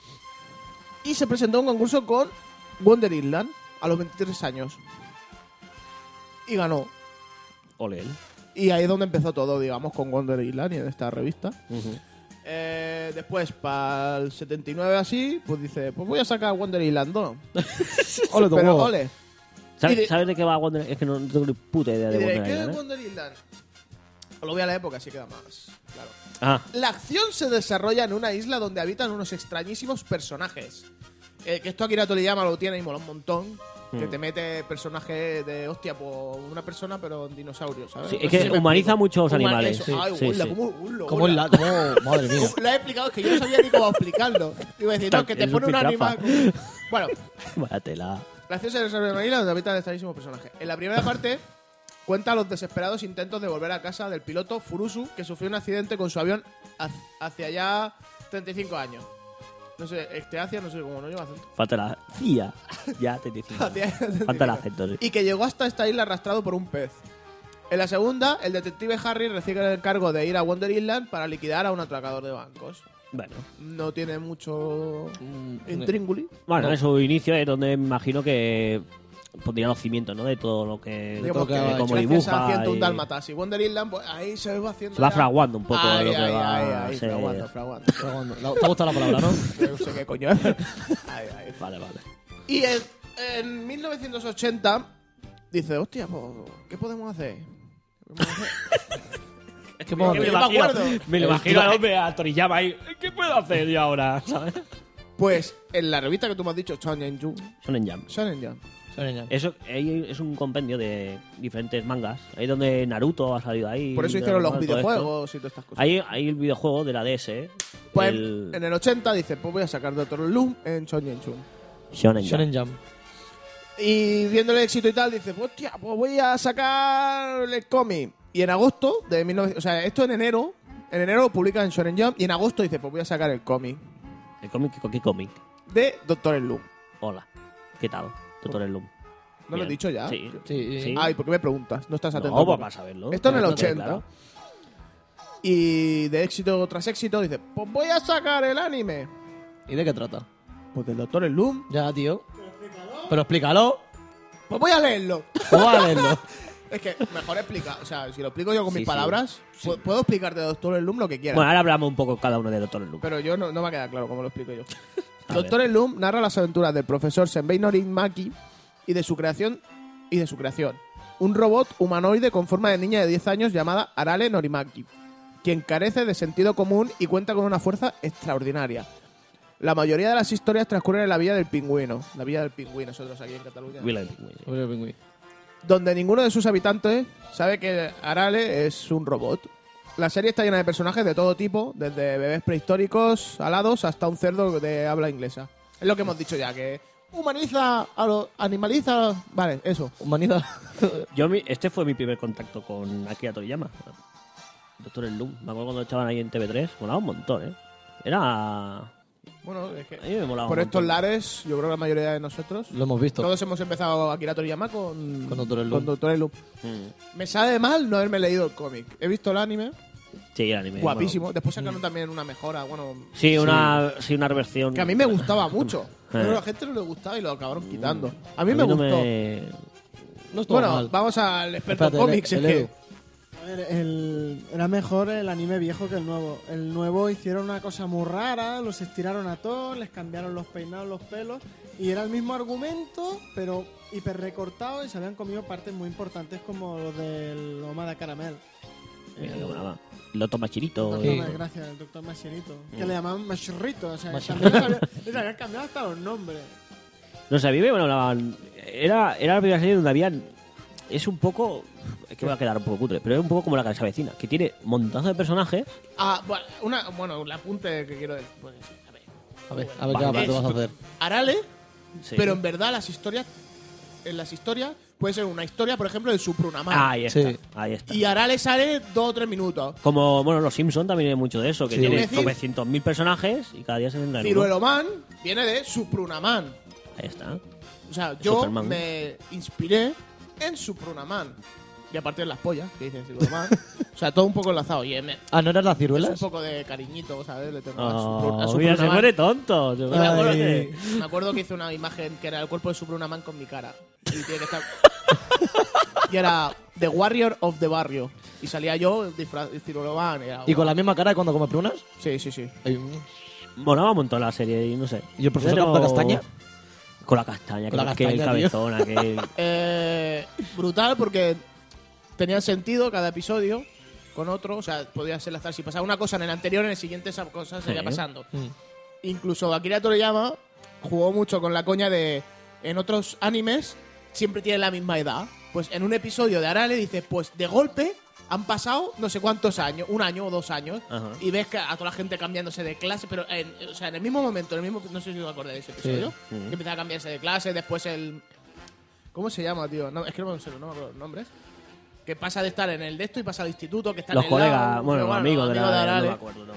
Y se presentó a un concurso con Wonder Island a los 23 años. Y ganó. Ole él. Y ahí es donde empezó todo, digamos, con Wonder Island y en esta revista. Ujú. Eh, después, para el 79 así, pues dice, pues voy a sacar Wonder Island 2. Ole tu Pero huevo. ole. ¿Sabes, Y de- sabes de qué va Wonder Es que no, no tengo ni puta idea Y de diré, Wonder ¿qué es Island. ¿eh? Wonder Island? Os lo voy a la época, así queda más claro. Ah, La acción se desarrolla en una isla donde habitan unos extrañísimos personajes. eh, que esto Akira Toriyama lo tiene y mola un montón. Hmm. Que te mete personajes de hostia, pues una persona, pero en dinosaurio, ¿sabes? Sí, No es sé que si me humaniza explico. mucho a los Humaniza Ah, animales. eso. Sí, Ay, sí, hola, sí. cómo- hola, ¿Cómo la.? hola. cómo- madre mía. Lo he explicado, es que yo no sabía ni cómo explicarlo. Iba a decir, no, que te Es pone un un animal. Bueno, Vaya tela. Graciosa de Reserva de Manila, donde habita el extrañísimo personaje. En la primera parte, cuenta los desesperados intentos de volver a casa del piloto Furusu, que sufrió un accidente con su avión haz- hacia allá 35 años. No sé, este hacia, no sé cómo no lleva acento. Falta la CIA. Ya, 35. Hacia allá 35. Falta el acento, sí. Y que llegó hasta esta isla arrastrado por un pez. En la segunda, el detective Harry recibe el cargo de ir a Wonder Island para liquidar a un atracador de bancos. Bueno, No tiene mucho intrínguli. bueno en su inicio es donde me imagino que pondría los cimientos, ¿no? De todo lo que. de Digamos todo que, lo que- cómo gracias a dibuja 101 y- Dálmatas y Wonder Island, pues ahí se va haciendo. Se va ya- fraguando un poco Ay, lo que ay, va ay, a ay, ser. fraguando, fraguando. Segundo. La- ¿Te ha gustado la palabra, no? No sé qué coño es. Ay, ay. Vale, vale. Y en, en 1980 dice, hostia, pues, ¿qué podemos hacer? ¿Qué podemos hacer? ¿Qué puedo que hacer? me Eh, imagino- me lo imagino al hombre a Toriyama ahí. ¿Qué puedo hacer yo ahora? ¿Sabes? pues en la revista que tú me has dicho, Shonen Jump, Shonen Jump. Shonen Jump, Suena ya. Eso ahí es un compendio de diferentes mangas. Ahí donde Naruto ha salido ahí. por eso Dragon hicieron los Ball, todo esto. videojuegos y todas estas cosas. Ahí hay el videojuego de la DS. ¿eh? pues el en el 80 dice, pues voy a sacar Doctor Loom en Shonen Jump. Shonen Jump. Shonen Jump. Y viendo el éxito y tal, dice, hostia, pues voy a sacar el cómic. Y en agosto de 19... O sea, esto en enero. En enero lo publica en Shonen Jump. Y en agosto dice, pues voy a sacar el cómic El cómic, ¿qué cómic? de Doctor Loom. Hola. ¿Qué tal? Tutorial Loom. Pues, ¿No lo he Bien. dicho ya? Sí. Sí, Ah, Sí. Ay, ¿por qué me preguntas? No estás atento. No, al pues programa. para saberlo. Esto en el Claro, 80. claro. Y de éxito tras éxito dice, pues voy a sacar el anime. ¿Y de qué trata? Pues del Doctor Loom. Ya, tío. Pero explícalo. Pues voy a leerlo. ¿Cómo va a leerlo? es que mejor explica. O sea, si lo explico yo con Sí, mis sí. palabras, pu- puedo explicarte de Doctor Loom lo que quieras. Bueno, ahora hablamos un poco cada uno de Doctor Loom. Pero yo no, no me ha quedado claro cómo lo explico yo. A Doctor Loom narra las aventuras del profesor Senbei Norimaki y de su creación y de su creación. Un robot humanoide con forma de niña de 10 años llamada Arale Norimaki, quien carece de sentido común y cuenta con una fuerza extraordinaria. La mayoría de las historias transcurren en la villa del pingüino, la villa del pingüino, nosotros aquí en Cataluña, Will and Grace. donde ninguno de sus habitantes sabe que Arale es un robot. La serie está llena de personajes de todo tipo, desde bebés prehistóricos, alados, hasta un cerdo de habla inglesa. Es lo que hemos dicho ya, que humaniza a los... animaliza a los... Vale, eso. Humanidad. Yo, mi- este fue mi primer contacto con Akira Toriyama. Doctor Loom. Me acuerdo cuando lo echaban ahí en TV3. Molaba un montón, ¿eh? Era... A Bueno, es que... mí me molaba Por un estos montón. lares, yo creo que la mayoría de nosotros, Lo hemos visto. todos hemos empezado Akira Toriyama con... Con Doctor Who. con Doctor Who. Mm. Me sabe mal no haberme leído el cómic. He visto el anime, Sí, el anime. guapísimo. Después sacaron también una mejora, bueno... bueno. Sí, una, sí. una versión... Que a mí me gustaba mucho. Pero a Eh. la gente no le gustaba y lo acabaron quitando. A mí, A me no gustó. me- No estuvo Bueno, mal. vamos al experto Espérate, cómics. el- E es el que- Edu. A ver, el- era mejor el anime viejo que el nuevo. El nuevo hicieron una cosa muy rara, los estiraron a todos, les cambiaron los peinados, los pelos, y era el mismo argumento, pero hiper recortado y se habían comido partes muy importantes como los del Omada Caramel. Mira, Eh, qué buena. Lo toma chirito. Sí. Doctor Ma- Gracias, el doctor Mascherito. Que Mm. le llamaban Mascherrito. O sea, Mascherrito. también les habían- les habían cambiado hasta los nombres. No sé, a mí me molaban- Era, era la primera serie donde habían. Es un poco. Es que va a quedar un poco cutre, pero es un poco como la casa vecina, que tiene montazo de personajes. Ah, bueno, una, bueno, el apunte que quiero decir. pues, a ver. A ver, a ver Vale. qué aparte vas a hacer. Arale, Sí. pero en verdad las historias. En las historias puede ser una historia, por ejemplo, del Suprunamal. Ahí está. Sí. Ahí está. Y Arale sale dos o tres minutos. Como, bueno, los Simpsons también hay mucho de eso, que Sí. tiene Es decir- 900.000 personajes y cada día se vendrán. uno. Cirueloman viene de Suprunaman. Ahí está. O sea, yo Superman. me inspiré en Suprunaman. Y aparte de las pollas, que dicen Cirueloman. o sea, todo un poco enlazado. Y en- Ah, ¿no eras las es un ciruelas? poco de cariñito, ¿sabes? Le tengo a Oh, Supru- a mira, se Suprunaman. muere tonto. se Y me, muere- acuerdo Ay. que, me acuerdo que hice una imagen que era el cuerpo de Superman con mi cara. Y tiene que estar. y era The Warrior of the Barrio. Y salía yo disfraz de Ciruloban. era- ¿Y con la misma cara de cuando come prunas? Sí, sí, sí. Ay, mm. Molaba un montón la serie, y no sé. ¿Y el profesor Pero- Capta Castaña? Con la castaña, Con la que, el castaña, tío. cabezón, aquel. Eh, brutal porque tenía sentido cada episodio con otro. O sea, podía ser lazar. Si pasaba una cosa en el anterior, en el siguiente esa cosa seguía Sí. pasando. Mm. Incluso Akira Toriyama jugó mucho con la coña de. En otros animes siempre tienen la misma edad. Pues en un episodio de Arale dices, pues de golpe han pasado no sé cuántos años, un año o dos años, Ajá. y ves que a toda la gente cambiándose de clase, pero en, o sea, en el mismo momento, en el mismo, no sé si os acordáis de ese episodio, que empezaba a cambiarse de clase, después el. ¿Cómo se llama, tío? No, es que no me, sé, no me acuerdo los nombres. Que pasa de estar en el de esto y pasa al instituto, que está Los en el colegas, lado, bueno, pero los amigos de la. Arale. no me acuerdo, no.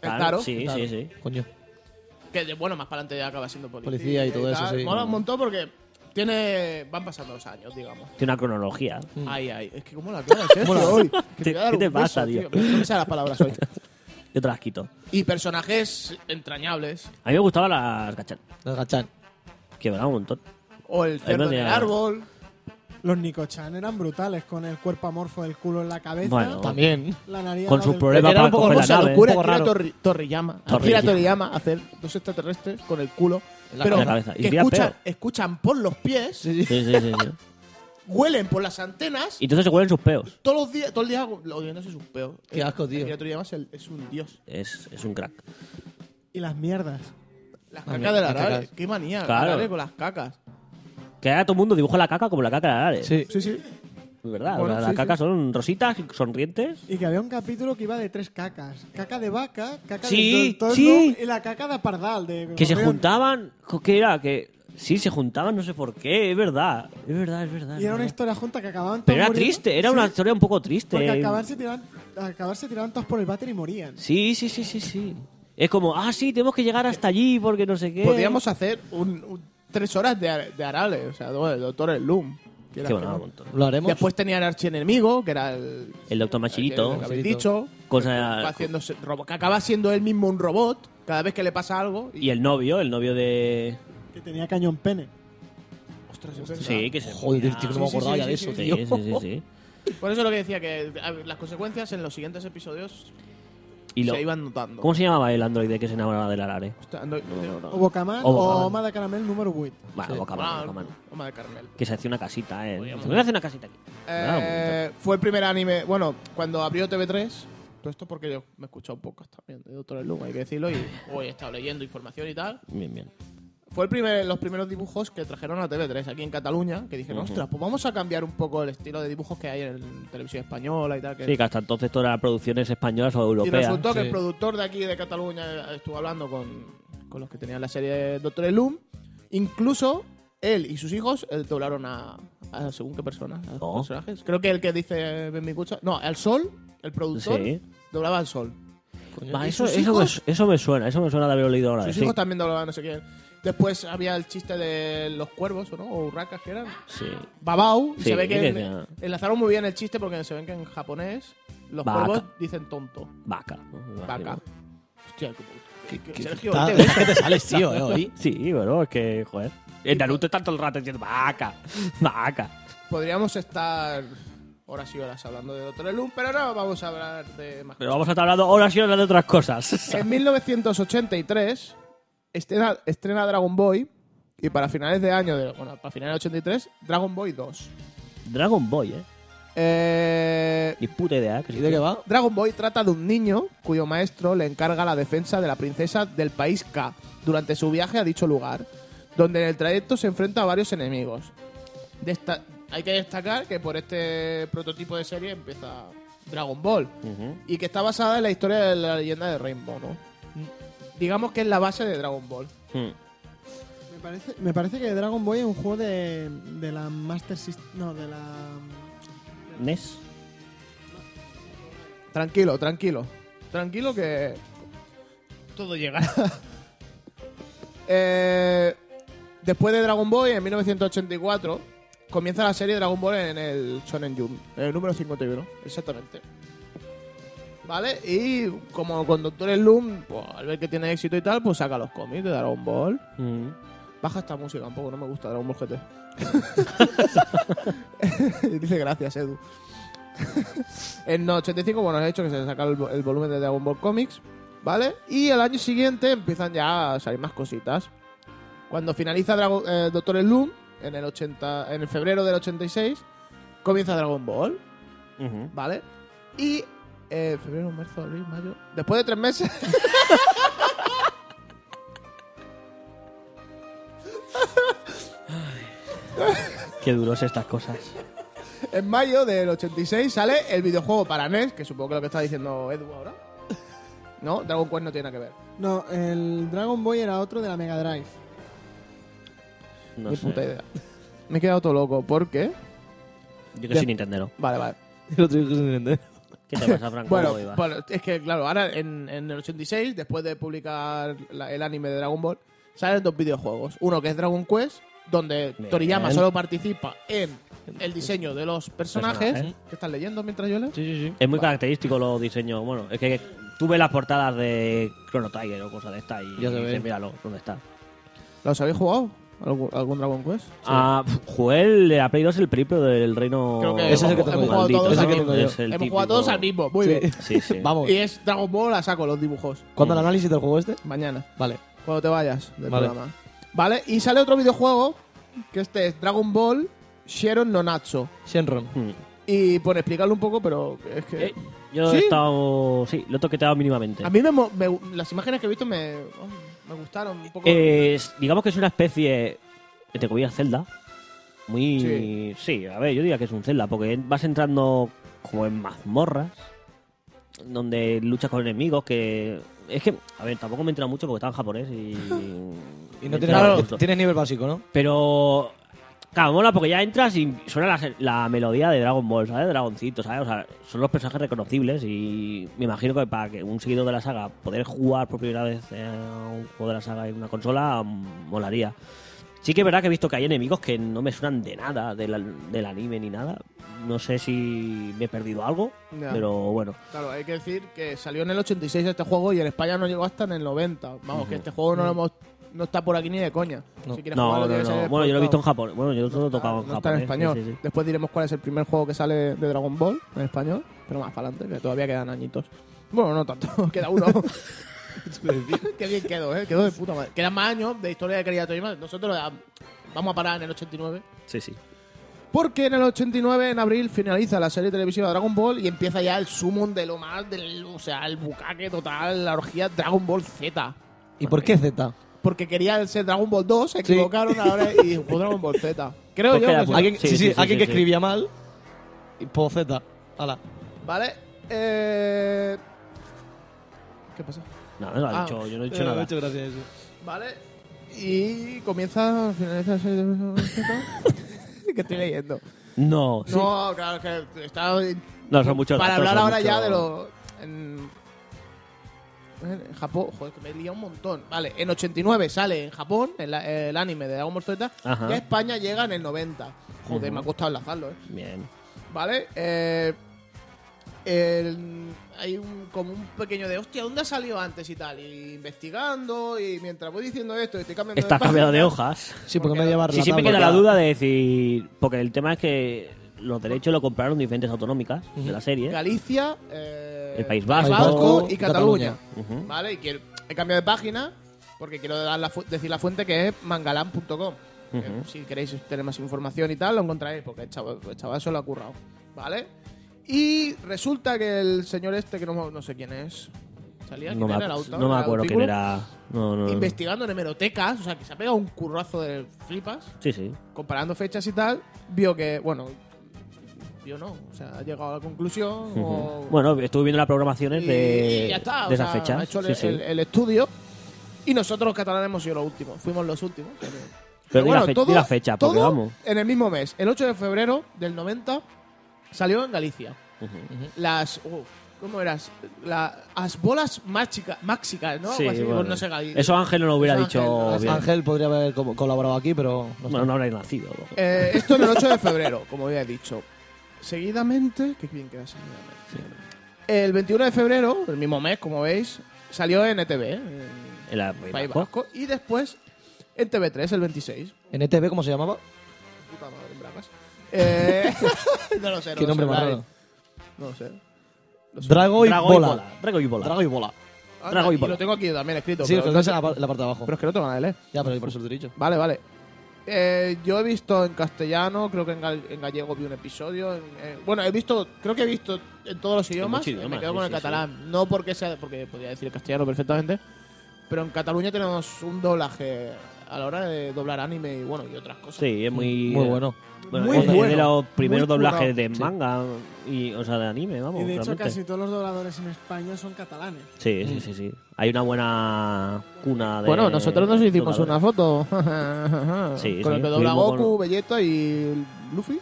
Claro, sí, sí, sí. Coño. Que de, bueno, más para adelante ya acaba siendo policía. Policía y todo eso, tal. sí. Mola un montón porque tiene. Van pasando los años, digamos. Tiene una cronología. Mm. Ay, ay. Es que como la cara, Sergio, hoy. Que ¿Qué- voy a dar qué te un beso, pasa, tío? No me salen las palabras hoy. Yo te las quito. Y personajes entrañables. A mí me gustaban las gachas. El gachán. Que me un montón. O el cerdo en tenía el nada. árbol. Los Nico-chan eran brutales con el cuerpo amorfo del culo en la cabeza. Bueno. También. La nariz Con al sus lado del- problemas Era un para poco coger la cosa, nave. ¿eh? locura. Pura poco raro. Kira Torri- Torriyama. Torriyama. Kira Torriyama hacer dos extraterrestres con el culo. En la pero cabeza. En la cabeza. Y que tira escuchan, peo. escuchan por los pies, Sí, sí, sí. sí. huelen por las antenas. Y entonces se huelen sus peos. todos los días, todo el día lo odiándose es un peo. Qué asco, tío. Kira Torriyama es, el- es un dios. Es, es un crack. Y las mierdas. Las Madre cacas de mía, la las Arale. cacas. Qué manía. Claro. Arale con las cacas. Que ahora todo el mundo dibuja la caca como la caca de la Ares. Sí. Sí, sí. ¿Verdad? Bueno, la- sí, las sí. cacas son rositas, sonrientes. Y que había un capítulo que iba de tres cacas. Caca de vaca, caca Sí, de torno sí. y la caca de pardal. De Que se gorrión. juntaban. jo, ¿Qué era? Que. Sí, se juntaban, no sé por qué, es verdad. Es verdad, es verdad. Y es era una verdad. historia junta que acababan todos Pero era muriendo. triste, era Sí, una historia un poco triste. Porque acabarse tiraban, acabarse tiraban todos por el váter y morían. Sí, sí, sí, sí, sí. Es como, ah, sí, tenemos que llegar hasta allí porque no sé qué. Podríamos hacer un, un- tres horas de, Ar- de Arale, o sea, bueno, el doctor El Loom. Que quieras que molaba no. un montón. Lo haremos. Después tenía el archienemigo, que era el. El doctor Machirito. el que habéis dicho. Cosa- Va haciéndose robo- que acaba siendo él mismo un robot cada vez que le pasa algo. Y, Y el novio, el novio de. Que tenía cañón pene. ostras, es verdad. Sí, que se. Joder, tío, que no me Sí, sí, acordaba sí, ya de sí, eso, Sí, tío. sí, sí, sí. Por eso lo que decía, que a ver, las consecuencias en los siguientes episodios Y lo- se iban notando. ¿Cómo se llamaba el androide que se enamoraba de eh? la Lare? Ostras, no- no- no- O Bocaman Ah. O o, Bocaman. Oma de Caramel número 8. Bueno, boca Ah, mano, boca mano. Oma de Carmel. Que se hacía una casita, ¿eh? Me voy a hacer una casita aquí. Eh, fue el primer anime. Bueno, cuando abrió TV3, todo esto porque yo me he escuchado un poco también de Doctor Luma, hay que decirlo, y hoy he estado leyendo información y tal. Bien, bien. Fue el primer, los primeros dibujos que trajeron a TV3 aquí en Cataluña, que dijeron, ostras, pues vamos a cambiar un poco el estilo de dibujos que hay en televisión española y tal. Que Sí, que hasta entonces todas las producciones españolas o y europeas. resultó que sí. el productor de aquí de Cataluña estuvo hablando con, con los que tenían la serie Doctor Loom. Incluso él y sus hijos eh, doblaron a, a según qué persona, a los Oh. personajes. Creo que el que dice Ben Micucho- no, al Sol, el productor, Sí. doblaba al Sol. Va, ¿Y eso, sus eso, me, hijos? su- eso me suena, eso me suena de haberlo leído ahora. Sus Ah, sí. hijos también doblaban no sé quién. Después había el chiste de los cuervos, ¿o no? O urracas que eran. Sí. Babau. y Sí, se ve que que en- sea. enlazaron muy bien el chiste porque se ven que en japonés los Vaca. cuervos dicen tonto. Vaca. ¿no? Me Vaca. imagino. Hostia, qué ¿Qué, puto. qué- Sergio, ta- te es que te sales, tío, eh, hoy. Sí, bueno, es que, joder. En Naruto está todo el rato diciendo vaca, vaca. Podríamos estar horas y horas hablando de Doctor Loom, pero ahora vamos a hablar de más Pero vamos a estar hablando horas y horas de otras cosas. cosas. En 1983 estrena, estrena Dragon Boy y para finales de año, de- bueno, para finales de 83, Dragon Boy 2. Dragon Boy, ¿eh? Eh, Ni puta idea. que ¿Y de qué va? Dragon Boy trata de un niño cuyo maestro le encarga la defensa de la princesa del país K durante su viaje a dicho lugar, donde en el trayecto se enfrenta a varios enemigos. Desta- hay que destacar que por este prototipo de serie empieza Dragon Ball Ujú. y que está basada en la historia de la leyenda de Rainbow, ¿no? Digamos que es la base de Dragon Ball. Hmm. Me parece, me parece que Dragon Ball es un juego de, de la Master System. No, de la. ¿Nes? Tranquilo, tranquilo. Tranquilo que todo llegará. Eh, después de Dragon Ball, en 1984, comienza la serie Dragon Ball en el Shonen Jump, en el número 51, exactamente. ¿Vale? Y como conductor en Loom, pues, al ver que tiene éxito y tal, pues saca los cómics de Dragon Ball. Hmm. Baja esta música un poco, no me gusta Dragon Ball GT. Dice gracias, Edu. en no, 85, bueno, he dicho que se saca el, vo- el volumen de Dragon Ball Comics, ¿vale? Y el año siguiente empiezan ya a salir más cositas. Cuando finaliza Drago- eh, Doctor Sloom, en el 80, en el febrero del 86, comienza Dragon Ball, Ujú. ¿vale? Y eh, febrero, marzo, abril, mayo, después de tres meses, Qué duros estas cosas. En mayo del 86 sale el videojuego para NES, que supongo que es lo que está diciendo Edu ahora. No, Dragon Quest no tiene nada que ver. No, el Dragon Boy era otro de la Mega Drive. No Ni sé. puta idea. Me he quedado todo loco. ¿Por qué? Yo que soy Nintendero. Vale, vale. El otro día que se entiende. ¿Qué te pasa, Franco? Bueno, ¿Cómo ibas? bueno, es que claro, ahora en, en el 86, después de publicar la- el anime de Dragon Ball, salen dos videojuegos. Uno que es Dragon Quest, donde Bien. Toriyama solo participa en el diseño de los personajes. Personajes. ¿Qué estás leyendo mientras yo leo? Sí, sí, sí. Es muy característico los diseños. Bueno, es que tú ves las portadas de Chrono Tiger o cosas de estas y Ya se ve. dices, míralo, ¿dónde está? ¿Los habéis jugado? ¿Algún, algún Dragon Quest? Ah, pf, jugué el de la Play 2 el periplo del reino. Creo que Ese es el que tengo hemos- hemos yo. jugado Maldito, todos Ese al que mismo. tengo yo. Es el Hemos típico- jugado todos al mismo. Muy Sí. bien. Sí, sí. Vamos. Y es Dragon Ball a saco los dibujos. ¿Cuándo el análisis del juego este? Mañana. Vale. Cuando te vayas del Vale. programa. Vale, y sale otro videojuego que este es Dragon Ball Sharon Nonacho. Shenron. Mm. Y por explicarlo un poco, pero es que. Eh, yo ¿Sí? he estado. Sí, lo he toqueteado mínimamente. A mí me, mo- me- las imágenes que he visto me, oh, me gustaron un poco. Eh, es- digamos que es una especie, entre comillas, Zelda. Muy. Sí. Sí. a ver, yo diría que es un Zelda, porque vas entrando como en mazmorras, donde luchas con enemigos que. Es que, a ver, tampoco me he enterado mucho porque estaba en japonés y. Y me no he tiene enterado nada- justo. Tienes nivel básico, ¿no? Pero. Claro, mola porque ya entras y suena la, la melodía de Dragon Ball, ¿sabes? Dragoncito, ¿sabes? O sea, son los personajes reconocibles y me imagino que para que un seguidor de la saga poder jugar por primera vez eh, a un juego de la saga en una consola mm, molaría. Sí que es verdad que he visto que hay enemigos que no me suenan de nada, del, del anime ni nada. No sé si me he perdido algo, Ya. pero bueno. Claro, hay que decir que salió en el 86 este juego y en España no llegó hasta en el 90. Vamos, que este juego no, lo hemos- no está por aquí ni de coña. No. Si quieres No, jugarlo, no, tiene que no. ser Bueno, yo lo he visto en exportado. Japón. Bueno, yo solo lo he tocado en Ah, no está Japón. en español. ¿eh? Sí, sí, sí. Después diremos cuál es el primer juego que sale de Dragon Ball en español, pero más para adelante, que todavía quedan añitos. Bueno, no tanto, queda uno. Qué bien quedó, ¿eh? Quedó de puta madre. Quedan más años de historia de Querida Toriyama. Nosotros ah, vamos a parar en el 89. Sí, sí. Porque en el 89, en abril, finaliza la serie televisiva Dragon Ball y empieza ya el summon de lo más, del, o sea, el bucaque total, la orgía Dragon Ball Z. ¿Y por qué Z? Porque querían ser Dragon Ball 2, se Sí. equivocaron ahora y fue Dragon Ball Z. Creo Porque yo la que sí. Bueno, Alguien- sí, sí, sí, sí, sí, alguien que sí. escribía mal. Y po Z. Hala. ¿Vale? Eh... ¿Qué pasa? Nada, no lo he Ah. dicho, yo no he dicho Eh, nada. muchas gracias, sí. ¿Vale? Y comienza, finaliza que estoy leyendo. No, sí. No, claro, que está... No, son muchos Para datos, hablar son ahora ya muchos- de lo... En... en Japón, joder, que me he liado un montón. Vale, en 89 sale en Japón el, el anime de Dragon Ball Z. Ajá. Y a España llega en el 90. Joder, Ujú. me ha costado enlazarlo, ¿eh? Bien. ¿Vale? Eh, el- hay un, como un pequeño de, hostia, ¿dónde ha salido antes y tal? Y investigando, y mientras voy diciendo esto, y estoy cambiando Estás página. cambiado de hojas. Sí, porque Porque me voy a llevar Sí, la sí me tabla. queda la duda de decir. Porque el tema es que los derechos lo compraron diferentes autonómicas de la serie. Galicia, eh, El País Vasco. y Cataluña. Cataluña. Ujú. ¿Vale? Y quiero, he cambiado de página porque quiero dar la fu- decir la fuente que es mangalan.com. Que Ujú. Eh, Si queréis tener más información y tal, lo encontraréis porque el chaval, el chaval se lo ha currado. ¿Vale? Y resulta que el señor este, que no, no sé quién es, salía, No ¿quién me, era? ¿El ac- autor? no me ¿Era acuerdo quién Autículo? era. No, no, no. investigando en hemerotecas, o sea, que se ha pegado un currazo de flipas, Sí, sí. comparando fechas y tal, vio que, bueno, vio no, o sea, ha llegado a la conclusión. o- Ujú. Bueno, estuve viendo las programaciones y- de, y ya está, de o sea, esas fechas. Ha hecho el, Sí, sí. el- el estudio. Y nosotros los catalanes hemos sido los últimos, fuimos los últimos. Pero, di la fe- di la fecha, porque todo vamos. En el mismo mes, el 8 de febrero del 90, salió en Galicia. Ujú. Las. uh, ¿Cómo eras? La- las bolas máxicas, máxicas ¿no? Sí, Algo así, pues, bueno. no sé, Gali- Eso Ángel no lo hubiera Eso dicho. Ángel, no, eso bien. Ángel podría haber co- colaborado aquí, pero. no Bueno, no habría nacido. Eh, esto en el 8 de febrero, como ya he dicho. Seguidamente, que bien queda seguidamente. El 21 de febrero, del mismo mes, como veis, salió en ETV, ¿eh? en El País País Vasco. Vasco, y después en TV3 el 26. está. ¿En ETV cómo se llamaba? Puta madre, en bragas. Eh, no lo sé, no Qué lo nombre sé, más Dani. raro. No lo sé. Lo sé. Drago y Drago y Bola. bola. Drago y bola. Drago y Bola. Anda, Drago y Ah, y Bola. lo tengo aquí también escrito. Sí, pero, pero no es la pa- la parte de abajo. pero es que no tengo nada de leer. Ya, pero por eso te lo he dicho. Vale, vale. Eh, yo he visto en castellano, creo que en, gal- en gallego vi un episodio. en- eh, bueno, he visto, creo que he visto en todos los idiomas. muchos eh, me idiomas, quedo sí, con el sí, catalán. No porque sea, porque podría decir el castellano perfectamente. Pero en Cataluña tenemos un doblaje a la hora de doblar anime y bueno y otras cosas. Sí, es muy. Muy bueno. Bueno, Muy es de- de bueno. los primeros Muy currado, doblajes de sí. manga, y, o sea, de anime, vamos. Y de hecho realmente. casi todos los dobladores en España son catalanes. Sí, sí, sí, sí. Hay una buena cuna de. Mm. Bueno, nosotros nos hicimos una dobladores. foto Sí, con sí, el que dobla estuvimos Goku, con- Vegeta y Luffy.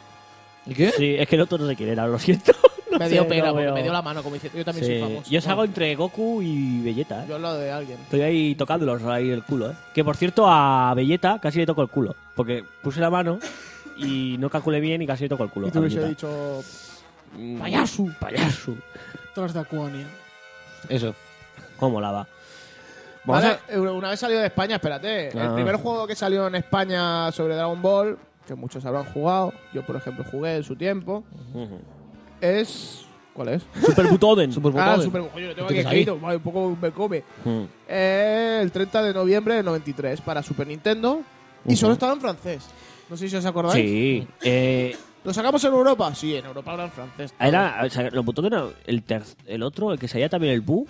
¿Y qué? Sí, es que el otro no sé quién era, lo siento. No me sé, dio no pena, porque veo. me dio la mano, como diciendo, yo también soy Sí. famoso. Yo salgo Bueno, entre Goku y Vegeta, ¿eh? Yo al lado de alguien. Estoy ahí tocándolos ahí el culo, ¿eh? Que por cierto, a Belleta casi le toco el culo. Porque puse la mano y no calculé bien y casi le toco el culo. Y te a hubiese Belleta. dicho. Mm, Payaso, payaso. Todos de Acuonia. Eso. ¿Cómo la va? Vamos Vale, eh, una vez salido de España, espérate. Ah. El primer juego que salió en España sobre Dragon Ball, que muchos habrán jugado, yo por ejemplo jugué en su tiempo, a- Ujú. es. ¿Cuál es? Super Butoden. Super ah, Botoden. Super Oye, lo tengo Lo aquí tienes ahí. escrito, vale, un poco me come. Mm. Eh, el 30 de noviembre del 93 para Super Nintendo y Ujú. solo estaba en francés. No sé si os acordáis. Sí. Eh, ¿Lo sacamos en Europa? Sí, en Europa hablan francés. era, o sea, los Butoden eran el, ter- el otro, el que salía también el Bu,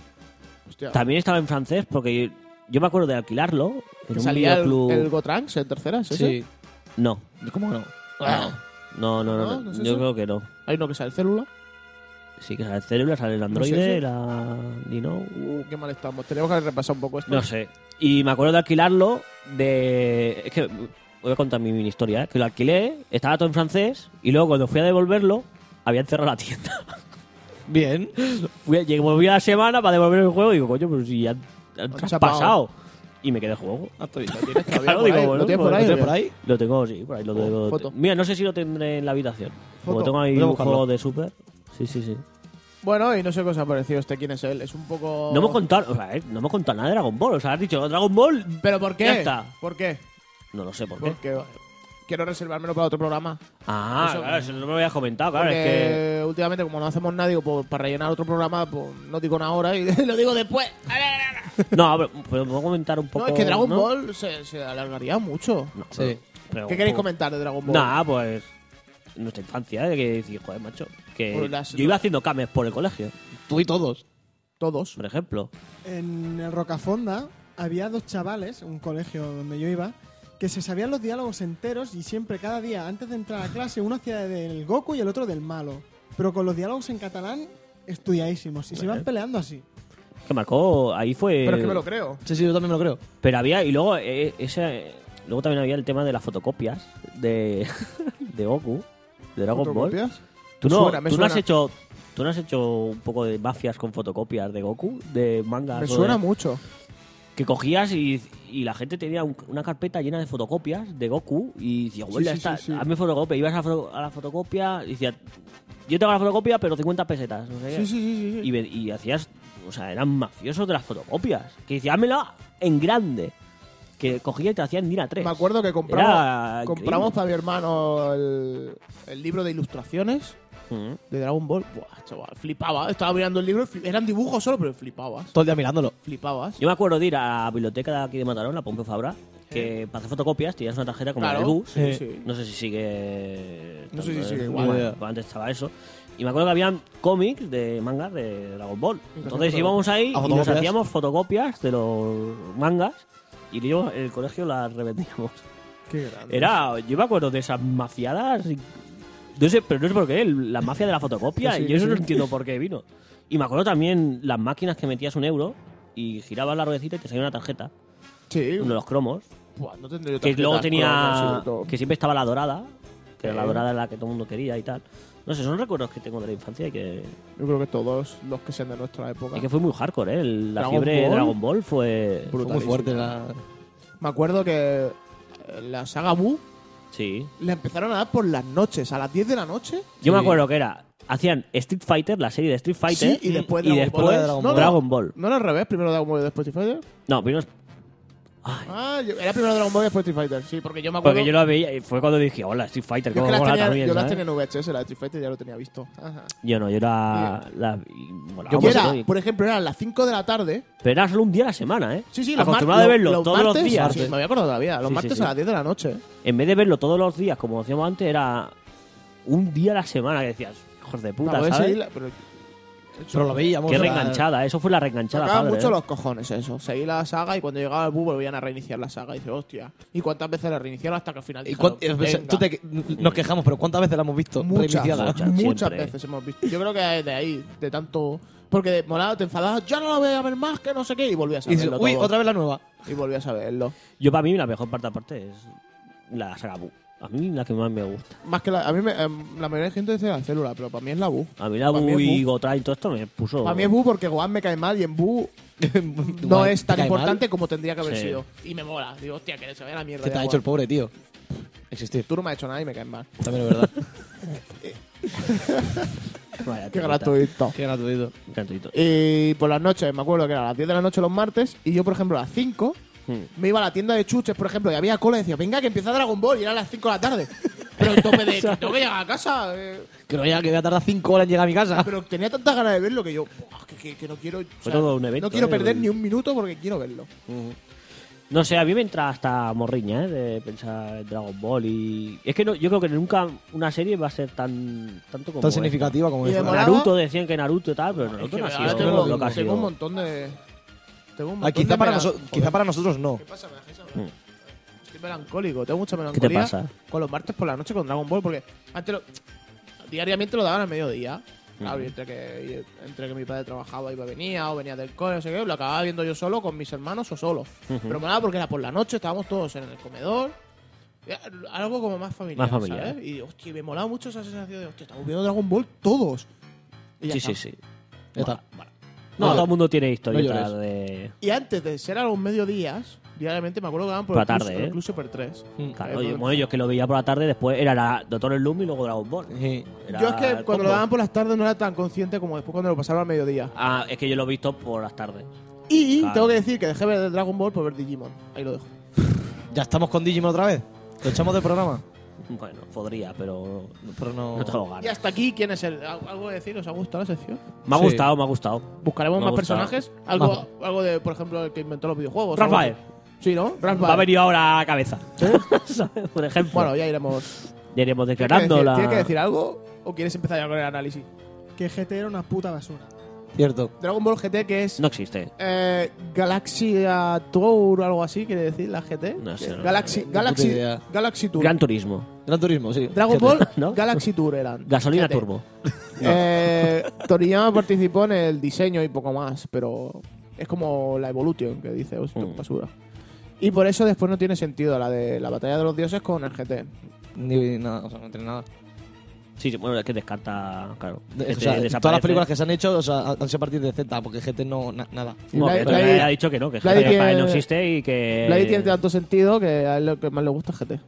Hostia. también estaba en francés porque yo, yo me acuerdo de alquilarlo. En un ¿Salía el, videoclub. el Gotranks en tercera? ¿es ese? Sí. No. ¿Cómo no? No, no, no. Ah. ¿No? no. ¿No es yo eso? creo que no. Hay uno que sale célula. Sí, que sale el célula, sale el No sé androide, eso. la Dino. Uh, qué mal estamos. Tenemos que repasar un poco esto. No sé. Y me acuerdo de alquilarlo de... Es que voy a contar mi mini historia, ¿eh? Que lo alquilé, estaba todo en francés, y luego cuando fui a devolverlo, habían cerrado la tienda. Bien. Fui a- llegué, volví a la semana para devolver el juego y digo, coño, pero si ya han chapao. pasado. Y me quedé el juego. ¿Lo tienes todavía Claro, por digo, ahí? bueno, ¿Lo tienes por pues, lo ahí? o ¿Tienes qué? por ahí? Lo tengo, sí, por ahí lo Oh, tengo. foto. Mira, no sé si lo tendré en la habitación. Foto. Porque tengo ahí Voy a un buscarlo. juego de Super. Sí, sí, sí. Bueno, y no sé qué os ha parecido este. ¿Quién es él? Es un poco... No hemos contado, o sea, eh, no hemos contado nada de Dragon Ball. O sea, has dicho Dragon Ball. ¿Pero por qué? Ya está. ¿Por qué? No lo sé por qué. Porque quiero reservármelo para otro programa. Ah, Eso- claro, eso no me lo habías comentado, claro. porque Es que. últimamente, como no hacemos nada, digo, pues, para rellenar otro programa, pues no digo una hora y lo digo después. No, pero, pero puedo comentar un poco. no, es que Dragon ¿no? Ball se, se alargaría mucho. No, Sí. pero- ¿Qué queréis pero- comentar de Dragon Ball? Nah, pues. Nuestra infancia, de que decir, joder, macho. Que Pues las- yo iba haciendo cames por el colegio, Tú y todos. Todos. por ejemplo. En el Rocafonda había dos chavales, un colegio donde yo iba, que se sabían los diálogos enteros y siempre, cada día, antes de entrar a clase, uno hacía del Goku y el otro del malo. Pero con los diálogos en catalán, estudiadísimos. Y se iban peleando así. Que marcó, ahí fue. Pero es que me lo creo. Sí, sí, yo también me lo creo. Pero había, y luego eh, ese, eh, luego también había el tema de las fotocopias de, de Goku, de Dragon Ball. ¿Fotocopias? ¿Tú Me no, suena, me tú no has suena. hecho, tú no has hecho un poco de mafias con fotocopias de Goku, de mangas. Me o de- suena mucho. que cogías y, y la gente tenía un- una carpeta llena de fotocopias de Goku y decía, "Huela, sí, esta, sí, sí. hazme fotocopia. Ibas a, la foto- a la fotocopia y decía, yo tengo la fotocopia, pero 50 pesetas. No sé qué. Sí, sí, sí. sí, sí. Y, ve- y hacías, o sea, eran mafiosos de las fotocopias. Que decía, házmela en grande. Que cogía y te hacían DINA 3. Me acuerdo que compramos, Era compramos increíble. para mi hermano el, el libro de ilustraciones Mm. de Dragon Ball. Buah, chaval, flipaba. Estaba mirando el libro, y fli- eran dibujos solo, pero flipabas. Todo el día mirándolo. Flipabas. Yo me acuerdo de ir a la biblioteca de aquí de Matarón, la Pompeu Fabra, que para hacer fotocopias tenías una tarjeta como la del bus. sí, Eh, sí. No sé si sigue. No sé si tanto, sigue ¿eh? igual. Bueno, Ni idea. pues antes estaba eso. Y me acuerdo que habían cómics de mangas de Dragon Ball. Entonces fotocopias. íbamos ahí y nos fotocopias. hacíamos fotocopias de los mangas. Y yo en el colegio las revendíamos. Qué grande. Era, yo me acuerdo de esas mafiadas. y- No sé, pero no sé por qué, el- la mafia de la fotocopia. Sí, y yo eso sí. no entiendo por qué vino. Y me acuerdo también las máquinas que metías un euro y girabas la ruedecita y te salía una tarjeta, Sí. uno de los cromos. Buah, no tendré yo Que tarjetas, luego cromos tenía. y de todo. Que siempre estaba la dorada, que era la Eh. dorada la que todo el mundo quería y tal. No sé, son recuerdos que tengo de la infancia y que, Yo creo que todos los que sean de nuestra época. y que fue muy hardcore, ¿eh? El- la Dragon fiebre de Ball. Dragon Ball fue. Fue muy Brutalísimo. fuerte la... Me acuerdo que eh, la saga Buu Sí. la empezaron a dar por las noches, a las 10 de la noche. Yo me Sí. acuerdo que era. Hacían Street Fighter, la serie de Street Fighter. Sí, y después y Dragon después Ball. Dragon, No, Ball. no. ¿No era al revés? Primero Dragon Ball y después Street Fighter. No, primero. Ay, Ah, yo- era primero Dragon Ball y después Street Fighter. Sí, porque yo me acuerdo. porque yo lo veía y fue cuando dije, hola, Street Fighter, yo es cómo que las mola tenía, también, yo las ¿sabes? tenía en VHS, la de Street Fighter ya lo tenía visto. Ajá. Yo no, yo era. la- y molaba Y mucho, era, y- por ejemplo, eran las 5 de la tarde. Pero era solo un día a la semana, ¿eh? Sí, sí, los mar- Acostumbrado de lo- verlo todos martes- los días. Sí, me había acordado todavía. Los Sí, sí, martes sí. a las 10 de la noche. en vez de verlo todos los días, como hacíamos antes, era un día a la semana que decías, hijos de puta, Dragon Ball ¿sabes? sí, la- pero- Pero lo veíamos. Qué o sea, reenganchada, eso fue la reenganchada. Tocaban padre, mucho ¿eh? los cojones eso. Seguí la saga y cuando llegaba el bu volvían a reiniciar la saga. Y dice, hostia. ¿Y cuántas veces la reiniciaron hasta que al final ¿Y dijeron, cuán- eh, o sea, "Venga"? tú te- nos quejamos, pero ¿cuántas veces la hemos visto? Muchas, reiniciada? muchas, Muchas, siempre. veces hemos visto. Yo creo que de ahí, de tanto. Porque de molado te enfadabas, ya no la voy a ver más, que no sé qué, y volvías a Y dices, verlo. uy, todo. otra vez la nueva. Y volvías a verlo. Yo para mí la mejor parte aparte es la saga Bu. A mí la que más me gusta. Más que la, a mí, me- em, la mayoría de gente dice la célula, pero para mí es la Bu. A mí la Para mí Bu es y Bu. Gotra y todo esto me puso... Para mí es Bu porque Gohan me cae mal y en Bu no es ¿Te tan cae mal? importante como tendría que haber Sí. sido. Y me mola. Digo, hostia, que se vea la mierda. Que de te ha Gohan. hecho el pobre, tío. Existir. Tú no me has hecho nada y me caes mal. También es verdad. Vaya Qué tirita. gratuito. Qué gratuito. Gratuito. Y por las noches, me acuerdo que era a las 10 de la noche los martes, y yo, por ejemplo, a las 5 Hmm. me iba a la tienda de chuches, por ejemplo, y había cola y decía, venga, que empieza Dragon Ball, y era a las 5 de la tarde. Pero el tope de, que tengo que llegar a casa. eh, Creo ya que voy a tardar 5 horas en llegar a mi casa. pero tenía tantas ganas de verlo que yo, "Buah, que, que- que no quiero. o sea, todo un evento, no quiero ¿eh? perder El- ni un minuto porque quiero verlo. No sé, a mí me entra hasta morriña, ¿eh? De pensar en Dragon Ball y... Es que no, yo creo que nunca una serie va a ser tan... Tanto como Tan esta. significativa como Y esa. de Como molaba. Naruto decían que Naruto y tal, pero Es Naruto que no ha ahora sido tengo, lo que ha tengo sido. un montón de. Tengo un Ah, montón quizá, de para mela- noso- Joder, quizá para nosotros no. ¿Qué pasa? ¿Me dejáis hablar? Estoy melancólico, tengo mucha Mm. te melancolía. pasa? Con los martes por la noche con Dragon Ball, porque antes lo- diariamente lo daban al mediodía. Mm. Claro, y entre que, y entre que mi padre trabajaba y venía, o venía del cole, no sé qué, lo acababa viendo yo solo con mis hermanos o solo. Pero me daba porque era por la noche, estábamos todos en el comedor. Era Algo como más familiar. Más familiar. ¿sabes? Y hostia, me molaba mucho esa sensación de, hostia, estamos viendo Dragon Ball todos. Y ya Sí, está. sí, sí. Ya está. No, No, todo el mundo tiene no historietas llores. de... Y antes de ser a los mediodías, diariamente me acuerdo que daban por Por el la Club- tarde, el ¿eh? Club Super 3. Claro, Eh, yo, por- bueno, yo es que lo veía por la tarde, después era la Doctor Loom y luego Dragon Ball. Sí. Era Yo es que el cuando lo combo. daban por las tardes no era tan consciente como después cuando lo pasaron al mediodía. Ah, es que yo lo he visto por las tardes. Y Claro. tengo que decir que dejé ver Dragon Ball por ver Digimon. Ahí lo dejo. ¿Ya estamos con Digimon otra vez? ¿Lo echamos del programa? Bueno, podría, pero no, Pero no... no te lo gano. Y hasta aquí, ¿quién es el? ¿Al- ¿Algo que decir? ¿Os ha gustado la sección? Me ha Sí. gustado, me ha gustado. ¿Buscaremos Me ha más gustado. personajes? ¿Algo, algo de, por ejemplo, el que inventó los videojuegos? Rafael. Algo así. Sí, ¿no? Rafael. Va a venir ahora a cabeza. ¿Sabes? por ejemplo, Bueno, ya iremos. ya iremos ¿Tienes que, declarando decir, la. tienes que decir algo o quieres empezar ya con el análisis? Que GT era una puta basura. Cierto. Dragon Ball GT, que es No existe. eh, Galaxia Tour o algo así, quiere decir la GT. No sé, Que- no- Galaxy, puta Galaxy, idea. Galaxy Tour. Gran Turismo. Gran Turismo, sí. Dragon Cierto. Ball ¿No? Galaxy Tour eran. Gasolina GT. turbo. Eh, Toriyama participó en el diseño y poco más, pero es como la Evolution que dice, hostia, Mm. basura. Y por eso después no tiene sentido la de la batalla de los dioses con el GT. Ni nada, o sea, no tiene nada. Sí, sí, bueno, es que descarta. Claro. De- Que o te sea, Este desaparece. todas las películas que se han hecho o sea, han sido a partir de Z, porque GT no... na- nada. No, Nadie- que todavía nadie- ha dicho que no, que nadie GT para él no tiene- existe y que. La I tiene tanto sentido que a él lo que más le gusta es GT.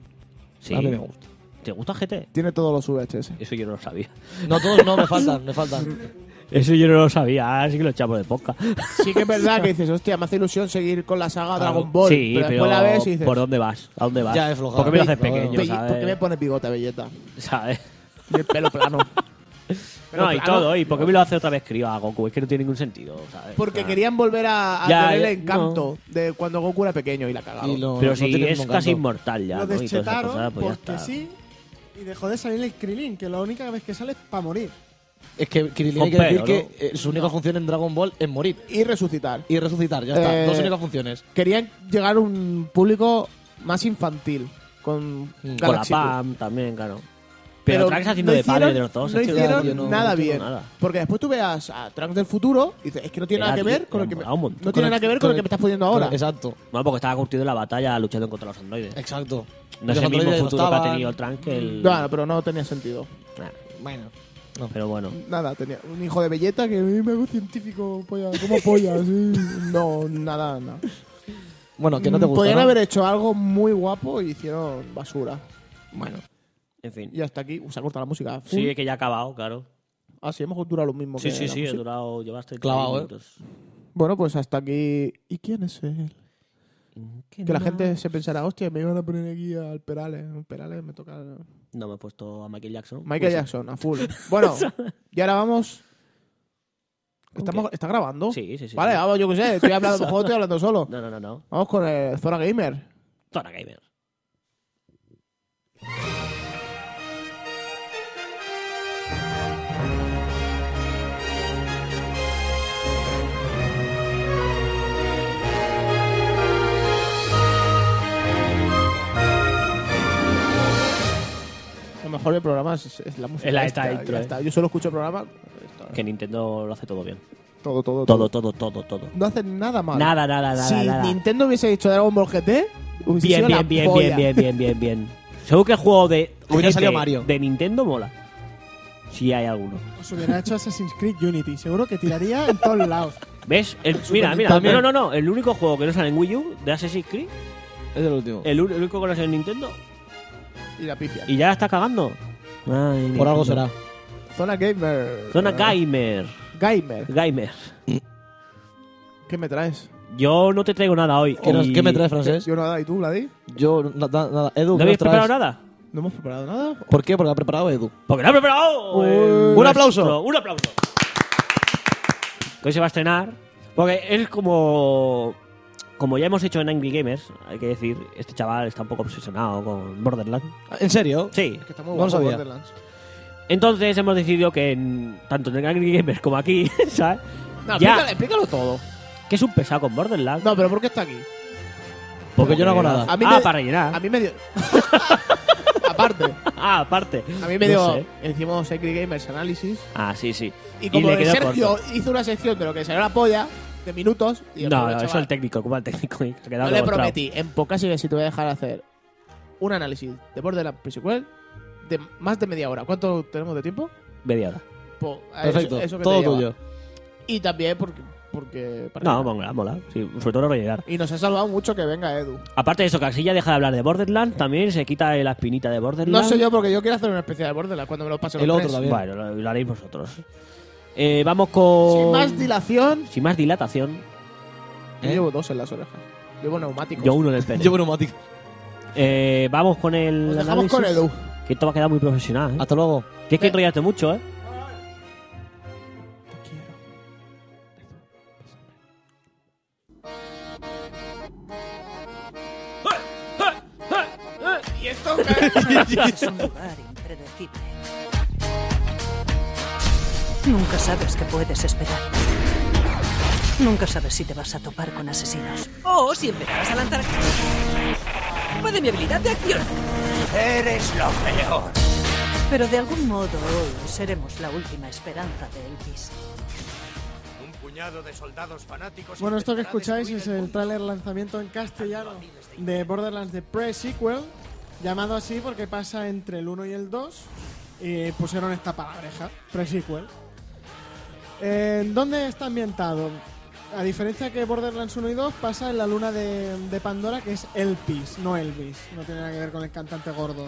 Sí. A mí me gusta. ¿Te gusta GT? Tiene todos los VHS. Eso yo no lo sabía. No, todos no, me faltan, me faltan. Eso yo no lo sabía, así que lo echamos de poca. Sí que es verdad que dices, hostia, me hace ilusión seguir con la saga Dragon Ball. sí, pero después la ves y dices, ¿por dónde vas? ¿A dónde vas? Ya, es ¿Por flojada. qué me lo haces Pero bueno. pequeño? "Belli- ¿por qué me ¿Sabes? pones bigote, belleta? ¿Sabes? Y el pelo plano. Pero No, y plano, todo. ¿Y por qué me lo hace otra vez crío a Goku? Es que no tiene ningún sentido, ¿sabes? Porque Ah. querían volver a, a Ya, tener ya, el encanto de cuando Goku era pequeño y la cagaron. Y lo- Pero no si tiene es ningún casi canto. inmortal ya, lo ¿no? Y todas esas deschetaron cosas, pues ya porque está. sí y dejó de salir el Krilin, que la única vez que sale es para morir. Es que Kirillin Con hay que decir pelo, que eh, su única función en Dragon Ball es morir y resucitar. y resucitar, ya está. Eh, Dos únicas funciones. Querían llegar a un público más infantil con Mm. Con la Galaxy Tour. PAM también, claro. Pero, Trunks haciendo no de padre hicieron- de los dos. este No es que hicieron yo no- nada no entiendo bien. nada. Porque después tú veas a Trunks del futuro y dices, es que no tiene Era nada que ver tío, con lo que me, era un montón. no tiene el- nada que ver con lo el- que me estás poniendo ahora. con- Exacto, Bueno, porque estaba curtido en la batalla luchando contra los androides. exacto. No Los es el mismo androides futuro que ha estaban- tenido el Trunks que el... No, no, pero no tenía sentido. Ah, Bueno. Pero bueno. Nada, tenía un hijo de belleta que "Eh, me hago científico, polla, como polla, sí. No, nada, nada. Bueno, que no te gusta, Podían ¿no? Mm, haber hecho algo muy guapo y hicieron basura. Bueno. En fin. Y hasta aquí, Uh, se ha cortado la música. Sí, es que ya ha acabado, claro. Ah, sí, hemos durado lo mismo. Sí, que sí, la sí, he música. durado... Llevaste... Clavado, ¿eh? Bueno, pues hasta aquí. ¿Y quién es él? Que la gente se pensará, hostia, me iban a poner aquí al Perales. Perales me toca. No me he puesto a Michael Jackson. Pues Michael Jackson, a full. Bueno, y ahora vamos. ¿Estamos, ¿Está grabando? Sí, sí, sí. Vale, ah. sí. vamos, yo qué sé, estoy hablando de un juego, estoy hablando solo. No, no, no, no. Vamos con el Zona Gamer. Zona Gamer. mejor del programa es, es la música. Es la- esta, esta ya intro, eh. está. Yo solo escucho el programa. esto, Que Nintendo lo hace todo bien. todo, todo, Todo, todo, todo, todo. No hacen nada mal. Nada, nada, nada. si nada. Nintendo hubiese hecho Dragon Ball GT, hubiese Bien, sido la bien, bien, bien, polla. bien, bien, bien, bien. Seguro que el juego de Hubiera GT salido Mario. de Nintendo mola. Si hay alguno. Os hubiera hecho Assassin's Creed Unity. Seguro que tiraría en todos lados. ¿Ves? El- mira, mira. Nintendo. No, no, no. El único juego que no sale en Wii U de Assassin's Creed, Es el último. el, un- el único que no sale en Nintendo, Y la pifia. y ya la está cagando. Ay, Por Nintendo. algo será. Ah. Zona Gamer. Zona Gamer. Gamer. Gamer. ¿Qué me traes? Yo no te traigo nada hoy. ¿Qué, nos- Y- qué me traes, francés? Yo nada, ¿y tú, Vladi? Yo, nada, nada. Edu, ¿No ¿qué habéis nos preparado traes? nada? ¿No hemos preparado nada? ¿Por qué? Porque ha preparado Edu. Porque no ha preparado. eh, Un aplauso. nuestro- Un aplauso. Que hoy se va a estrenar. Porque es como. Como ya hemos hecho en Angry Gamers, hay que decir, este chaval está un poco obsesionado con Borderlands. ¿En serio? Sí. Es que está muy No guapo sabía. Borderlands. Entonces hemos decidido que en- tanto en Angry Gamers como aquí, ¿sabes? No, Ya. explícalo, explícalo todo. Que es un pesado con Borderlands. No, pero ¿por qué está aquí? Porque yo no hago nada. Ah, A mí me- para A rellenar. mí me dio. Aparte, Ah, aparte. a mí me No dio. sé. Hicimos Angry Gamers Análisis. Ah, sí, sí. Y como le de quedó Sergio corto. hizo una sección de lo que salió la polla, de minutos. y No, el no, pobre eso chaval, el técnico, como el técnico. y se ha quedado No le demostrado. prometí en pocas ideas si te voy a dejar hacer un análisis de Borderlands pre-sequel de más de media hora. ¿Cuánto tenemos de tiempo? Media hora. Po- a Ah, eso- Perfecto. eso que Todo te lleva. tuyo. Y también porque. porque para No, mola, mola. Sí, sobre todo no rellenar. Y nos ha salvado mucho que venga Edu. Aparte de eso, Casilla deja de hablar de Borderlands, también se quita la espinita de No Borderlands. sé yo porque yo quiero hacer una especial de Borderlands cuando me lo pasen El los otro tres. también. Bueno, lo, lo haréis vosotros. Eh, vamos con. Sin más dilación, Sin más dilatación, yo ¿Eh? llevo dos en las orejas. Llevo neumáticos. yo uno en el pene. Llevo neumático. Eh, vamos con el. Nos dejamos con análisis, Edu. Que esto va a quedar muy profesional. ¿eh? Hasta luego. Tienes que enrollarte mucho, ¿eh? Y esto Es un lugar impredecible. Nunca sabes qué puedes esperar. Nunca sabes si te vas a topar con asesinos. O si empezarás a lanzar... Va de mi habilidad de acción. Eres lo peor. Pero de algún modo hoy seremos la última esperanza de Elvis. Bueno, esto que escucháis es el tráiler lanzamiento en castellano de Borderlands de pre-sequel, llamado así porque pasa entre el 1 y el 2, y pusieron esta palabreja, pre-sequel. Eh, ¿Dónde está ambientado? A diferencia que Borderlands 1 y 2 pasa en la luna de, de Pandora, que es Elpis, no Elvis. No tiene nada que ver con el cantante gordo.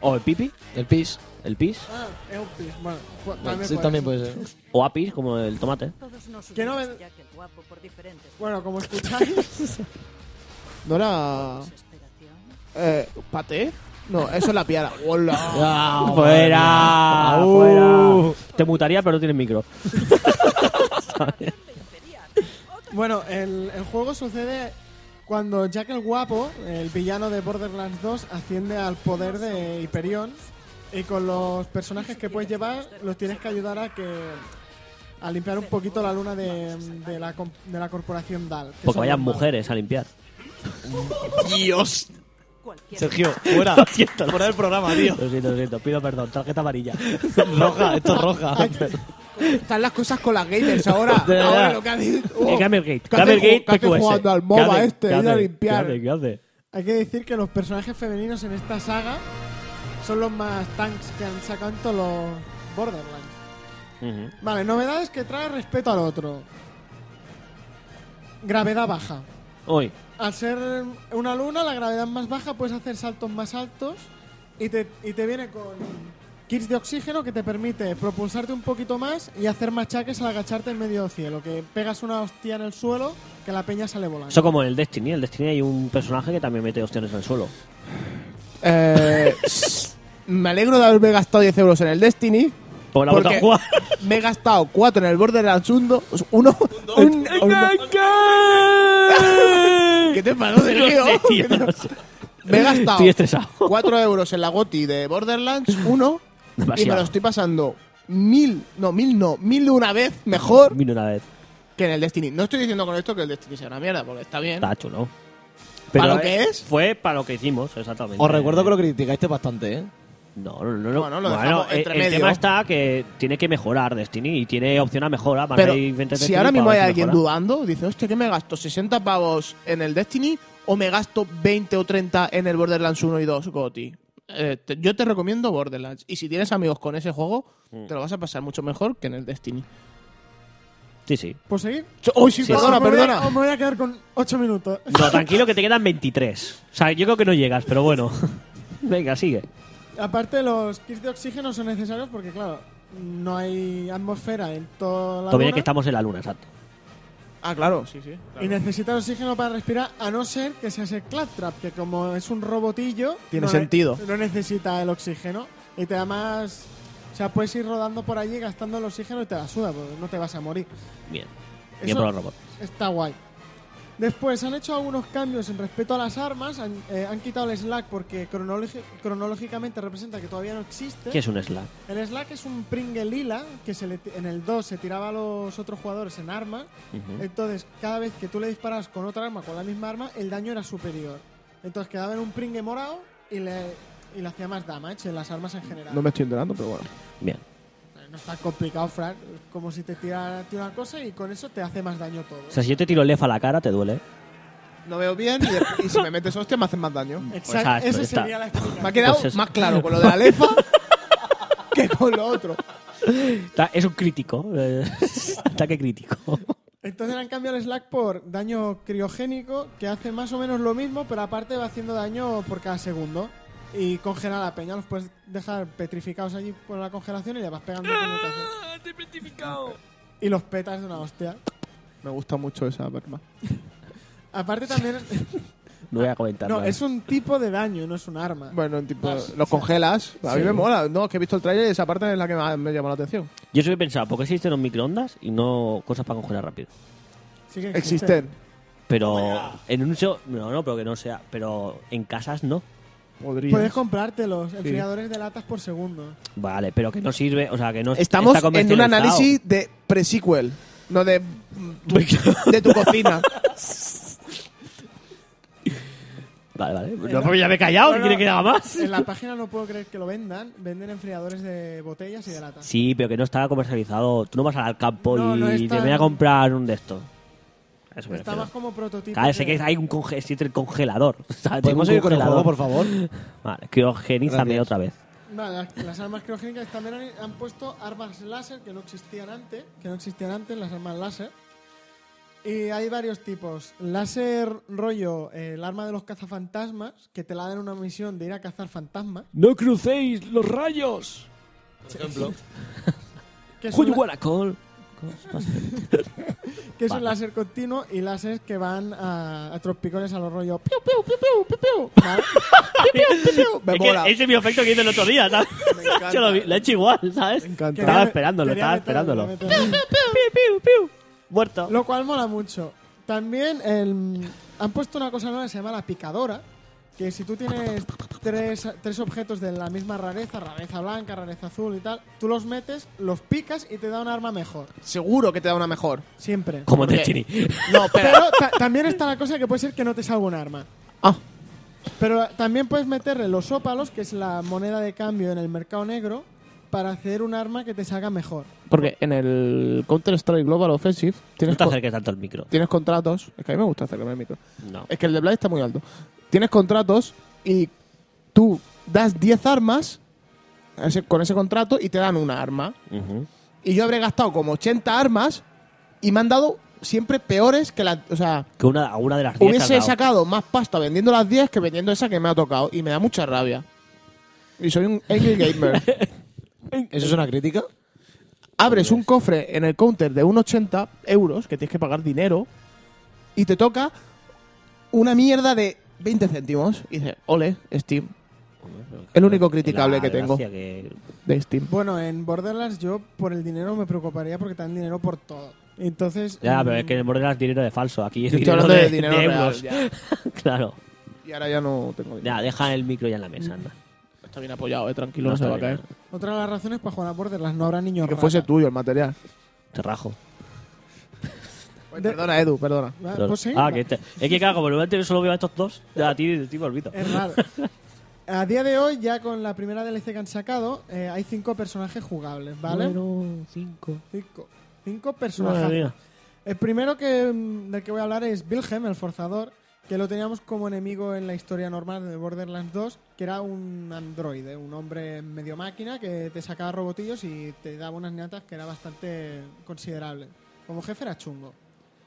O el Pipi, El PIS. el Pis, ah, Elpis, bueno, pu- Sí, puede también ser. puede ser. o Apis, como el tomate. Todos nos Que no unimos, me- ya que el guapo por diferentes Bueno, como escucháis, ¿No era. esperaciones. Eh, ¿Pate? No, eso es la piara. ¡Hola! Ah, ¡Fuera! Uh. ¡Fuera! Te mutaría, pero no tienes micro. Bueno, el, el juego sucede cuando Jack el Guapo, el villano de Borderlands 2, asciende al poder de Hyperion y con los personajes que puedes llevar los tienes que ayudar a que a limpiar un poquito la luna de, de la, com- de la corporación DAL. que Porque son vayan los malos. mujeres a limpiar. Dios. Cualquier Sergio, fuera. fuera del programa, tío. Lo siento, lo siento. Pido perdón. Tarjeta amarilla. roja, esto es roja. oh. Están las cosas con las gamers ahora. De verdad. ahora lo que ha dicho. Eh, Oh, Gamergate. ¿Qué hace Gamergate ju- qué hace PQS. jugando al MOBA ¿Qué hace? este? ¿Qué Ir a hace? limpiar. ¿Qué hace? ¿Qué hace? Hay que decir que los personajes femeninos en esta saga son los más tanks que han sacado en todos los Borderlands. Ujú. Vale, novedades que trae respeto al otro. Gravedad baja. Uy, Al ser una luna, la gravedad es más baja, puedes hacer saltos más altos y te, y te viene con kits de oxígeno que te permite propulsarte un poquito más y hacer machaques al agacharte en medio del cielo, que pegas una hostia en el suelo que la peña sale volando. eso como en el Destiny. En el Destiny hay un personaje que también mete opciones al suelo. Eh, me alegro de haberme gastado 10 euros en el Destiny. Por la vuelta a porque jugar. Me he gastado 4 en el Borderlands 1. Uno, un- un- ¿Qué te pasó, Sergio? No sé, tío, no sé. Me he gastado Estoy estresado. 4 euros en la GOTI de Borderlands 1 y me Demasiado. lo estoy pasando mil, no, mil no, mil de una vez mejor Vino una vez. que en el Destiny. No estoy diciendo con esto que el Destiny sea una mierda, porque está bien. Está chulo. Pero, ¿Para lo eh, que es? Fue para lo que hicimos, exactamente. Os recuerdo que lo criticaste bastante, ¿eh? No, no, no. no. Bueno, lo dejamos eh, entre el, medio. tema está que tiene que mejorar Destiny y tiene opción a mejora. van Pero a ir 20 si Destiny ahora mismo para hay ver si alguien mejora. dudando, dice, hostia, ¿qué me gasto? ¿60 pavos en el Destiny o me gasto 20 o 30 en el Borderlands 1 y 2, Goti? Eh, te- yo te recomiendo Borderlands. Y si tienes amigos con ese juego, te lo vas a pasar mucho mejor que en el Destiny. Sí, sí. ¿Puedo seguir? ¡Oh, sí, Sí. perdona, Os me voy a- perdona! os me voy a quedar con 8 minutos. No, tranquilo que te quedan 23. O sea, yo creo que no llegas, pero bueno. Venga, sigue. Aparte, los kits de oxígeno son necesarios porque, claro, no hay atmósfera en toda la Todavía luna que estamos en la luna, exacto. Ah, claro, sí, sí. y necesitas oxígeno para respirar, a no ser que seas el Claptrap, que como es un robotillo... Tiene no ne- sentido. No necesita el oxígeno y te da más... O sea, puedes ir rodando por allí gastando el oxígeno y te la suda, porque no te vas a morir. Bien. Bien Eso- por los robots. Está guay. Después han hecho algunos cambios en respecto a las armas. Han, eh, han quitado el Slack porque cronológi- cronológicamente representa que todavía no existe. ¿Qué es un slack? El Slack es un Pringle lila que se le ti- en el 2 se tiraba a los otros jugadores en armas. Eh, Ujú. Entonces, cada vez que tú le disparas con otra arma, con la misma arma, el daño era superior. Entonces quedaba en un Pringle morado y le, y le hacía más damage en las armas en general. No me estoy enterando, pero bueno. Bien. No está complicado, Frank. Es Como si te tirara a ti una cosa y con eso te hace más daño todo. O sea, si yo te tiro lef a la cara, te duele. No veo bien y, de- y si me metes hostia me hacen más daño. Exacto, Exacto, esa está. sería la Me ha explicación. quedado Pues es- más claro con lo de la lefa que con lo otro. Ta- Es un crítico. eh, Ataque crítico. Entonces han cambiado el Slack por daño criogénico, que hace más o menos lo mismo, pero aparte va haciendo daño por cada segundo. Y congela a la peña, los puedes dejar petrificados allí por la congelación y le vas pegando. puñetazos. Y los petas de una hostia. Me gusta mucho esa verma. Aparte también... No voy a comentar no, nada. es un tipo de daño, no es un arma. Bueno, tipo, Vas. los congelas. A mí Sí. me mola. No, es que he visto el trailer y esa parte es la que más me llamó la atención. Yo siempre he pensado, ¿por qué existen los microondas y no cosas para congelar rápido? Sí que existe. Existen. Pero en un show, no, no, pero que no sea, pero en casas no. Podría. Puedes comprártelos, enfriadores de latas por segundo. Vale, pero que no sirve, o sea, que no Estamos está en un comercializado. análisis de pre-sequel, no de, tu- de tu cocina. Vale, vale. pues No, pero ya me he callado, ¿qué No, no. quiere que haga más? En la página no puedo creer que lo vendan. Venden enfriadores de botellas y de latas. Sí, pero que no está comercializado. Tú no vas al campo No, y no te está- voy a comprar un de estos. A Eso me Está refiero. más como prototipo. Claro, sé que- que hay un conge existe el congelador. O sea, tengo un ¿Podemos seguir con el juego, congelador. por favor? Vale, criogenízame Gracias. otra vez. Vale, las- las armas criogénicas también han, han puesto armas láser que no existían antes, que no existían antes las armas láser. Y hay varios tipos. Láser rollo, eh, el arma de los cazafantasmas, que te la dan en una misión de ir a cazar fantasmas. ¡No crucéis los rayos! Que es, un, ¡Juego la- Guaracol! que es un Vale. láser continuo y láseres que van a, a tropicones a los rollos. ¡Piu, piu, piu, piu, piu, piu! Vale. Me es mola. que ese es mi efecto que hice el otro día, ¿sabes? encanta. Yo lo, vi- lo he hecho igual, ¿sabes? Me encanta. Estaba Quería- esperándolo, estaba quería meterlo, esperándolo. quería meterlo. Piu, piu, piu. Muerto. Lo cual mola mucho. También el- han puesto una cosa nueva que se llama la picadora. Que si tú tienes tres, tres objetos de la misma rareza, rareza blanca, rareza azul y tal, tú los metes, los picas y te da un arma mejor. Seguro que te da una mejor. Siempre. Como ¿Por qué? Destiny. No, pero. Pero ta- también está la cosa que puede ser que no te salga un arma. Ah, Pero también puedes meterle los ópalos, que es la moneda de cambio en el mercado negro, para hacer un arma que te salga mejor. porque en el Counter-Strike Global Offensive No tienes, te co- acerques tanto al micro. tienes contratos. Es que a mí me gusta acercarme al micro. No. Es que el de Black está muy alto. Tienes contratos y tú das 10 armas a ese- con ese contrato y te dan una arma. Ujú. Y yo habré gastado como 80 armas y me han dado siempre peores que las. O sea, Que una, a una de las diez has hubiese dado. sacado más pasta vendiendo las 10 que vendiendo esa que me ha tocado. Y me da mucha rabia. Y soy un angry gamer. ¿Eso es una crítica? Abres un cofre en el counter de 1,80 euros, que tienes que pagar dinero, y te toca una mierda de 20 céntimos. Y dices, ole, Steam. El único criticable La que tengo gracia que- de Steam. Bueno, en Borderlands yo por el dinero me preocuparía porque te dan dinero por todo. Entonces. Ya, mm, pero es que en Borderlands es dinero de falso. Aquí es Yo estoy dinero hablando de, de dinero de real, euros. claro. Y ahora ya no tengo dinero. Ya, deja el micro ya en la mesa, anda. Está bien apoyado, eh, tranquilo, No no, se está va a bien, eh. caer. Otra de las razones para jugar a Borderlands no habrá niños Que rata. fuese tuyo el material. Te rajo. de- Pues Perdona, Edu, perdona. Ah, Claro. pues sí, Ah, va. que este- es que claro, como normalmente solo veo a estos dos, a ti, ti me olvido. Eh, Es raro. A día de hoy, ya con la primera DLC que han sacado, eh, hay cinco personajes jugables, ¿vale? Bueno, cinco. Cinco. Cinco Madre personajes. mía. El primero que, mm, del que voy a hablar es Wilhelm, el forzador, que lo teníamos como enemigo en la historia normal de Borderlands 2, que era un androide, un hombre medio máquina que te sacaba robotillos y te daba unas natas que era bastante considerable. Como jefe era chungo,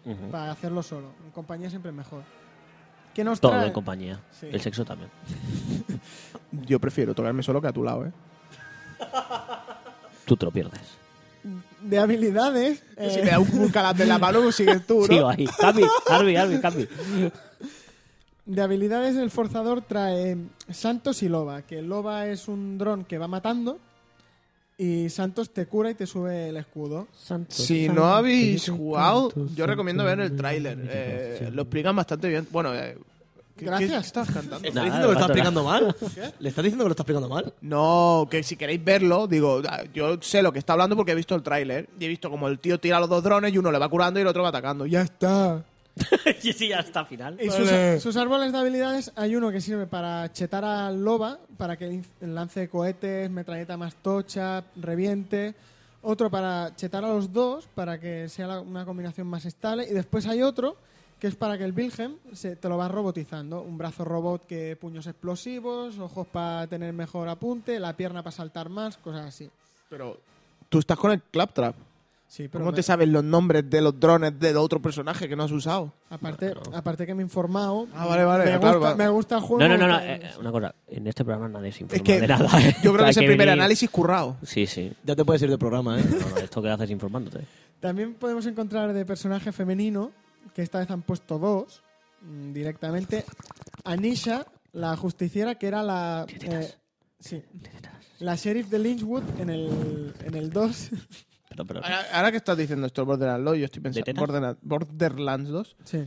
Ujú. para hacerlo solo. En compañía siempre es mejor. Que nos Todo trae- en compañía. Sí. El sexo también. Yo prefiero tocarme solo que a tu lado, ¿eh? Tú te lo pierdes. de habilidades... Que eh, Si te da un culcalap en la mano, pues sigues tú, Sigo ¿no? ahí. Cambi, Arby, Arby, Cambi. De habilidades el forzador trae Santos y Loba, que Loba es un dron que va matando y Santos te cura y te sube el escudo. Si no habéis jugado, yo recomiendo ver el tráiler. Eh, lo explican bastante bien. Bueno, eh, ¿qué- Gracias. ¿qué estás cantando? Nada, ¿Le estás diciendo que lo estás basta, explicando mal? ¿Le estás diciendo que lo estás explicando mal? No, que si queréis verlo, digo, ah, yo sé lo que está hablando porque he visto el tráiler y he visto como el tío tira los dos drones y uno le va curando y el otro va atacando. Ya está. sí, sí, hasta final. Y sus, sus árboles de habilidades hay uno que sirve para chetar a Loba, para que inf- lance cohetes, metralleta más tocha, reviente. Otro para chetar a los dos, para que sea la- una combinación más estable. Y después hay otro que es para que el Wilhelm se, te lo va robotizando. Un brazo robot que puños explosivos, ojos para tener mejor apunte, la pierna para saltar más, cosas así. Pero tú estás con el claptrap. Sí, pero ¿Cómo me- te sabes los nombres de los drones del otro personaje que no has usado? aparte, aparte que me he informado. Ah, vale, vale, Me, claro, gusta, va. me gusta el juego. No, no, no, me no. gusta- eh, una cosa. En este programa nadie se informa Es que de nada. ¿eh? yo creo Hay que es el primer venir- análisis currado. Sí, sí. Ya te puedes ir del programa, ¿eh? No, no, esto que haces informándote. También podemos encontrar de personaje femenino, que esta vez han puesto dos mm, directamente, Anisha, la justiciera, que era la... eh, sí, la sheriff de Lynchwood en el, en el 2. Pero, pero. Ahora, ahora que estás diciendo esto, Borderlands 2, yo estoy ¿De pensando tetas? Borderlands, Borderlands 2. sí.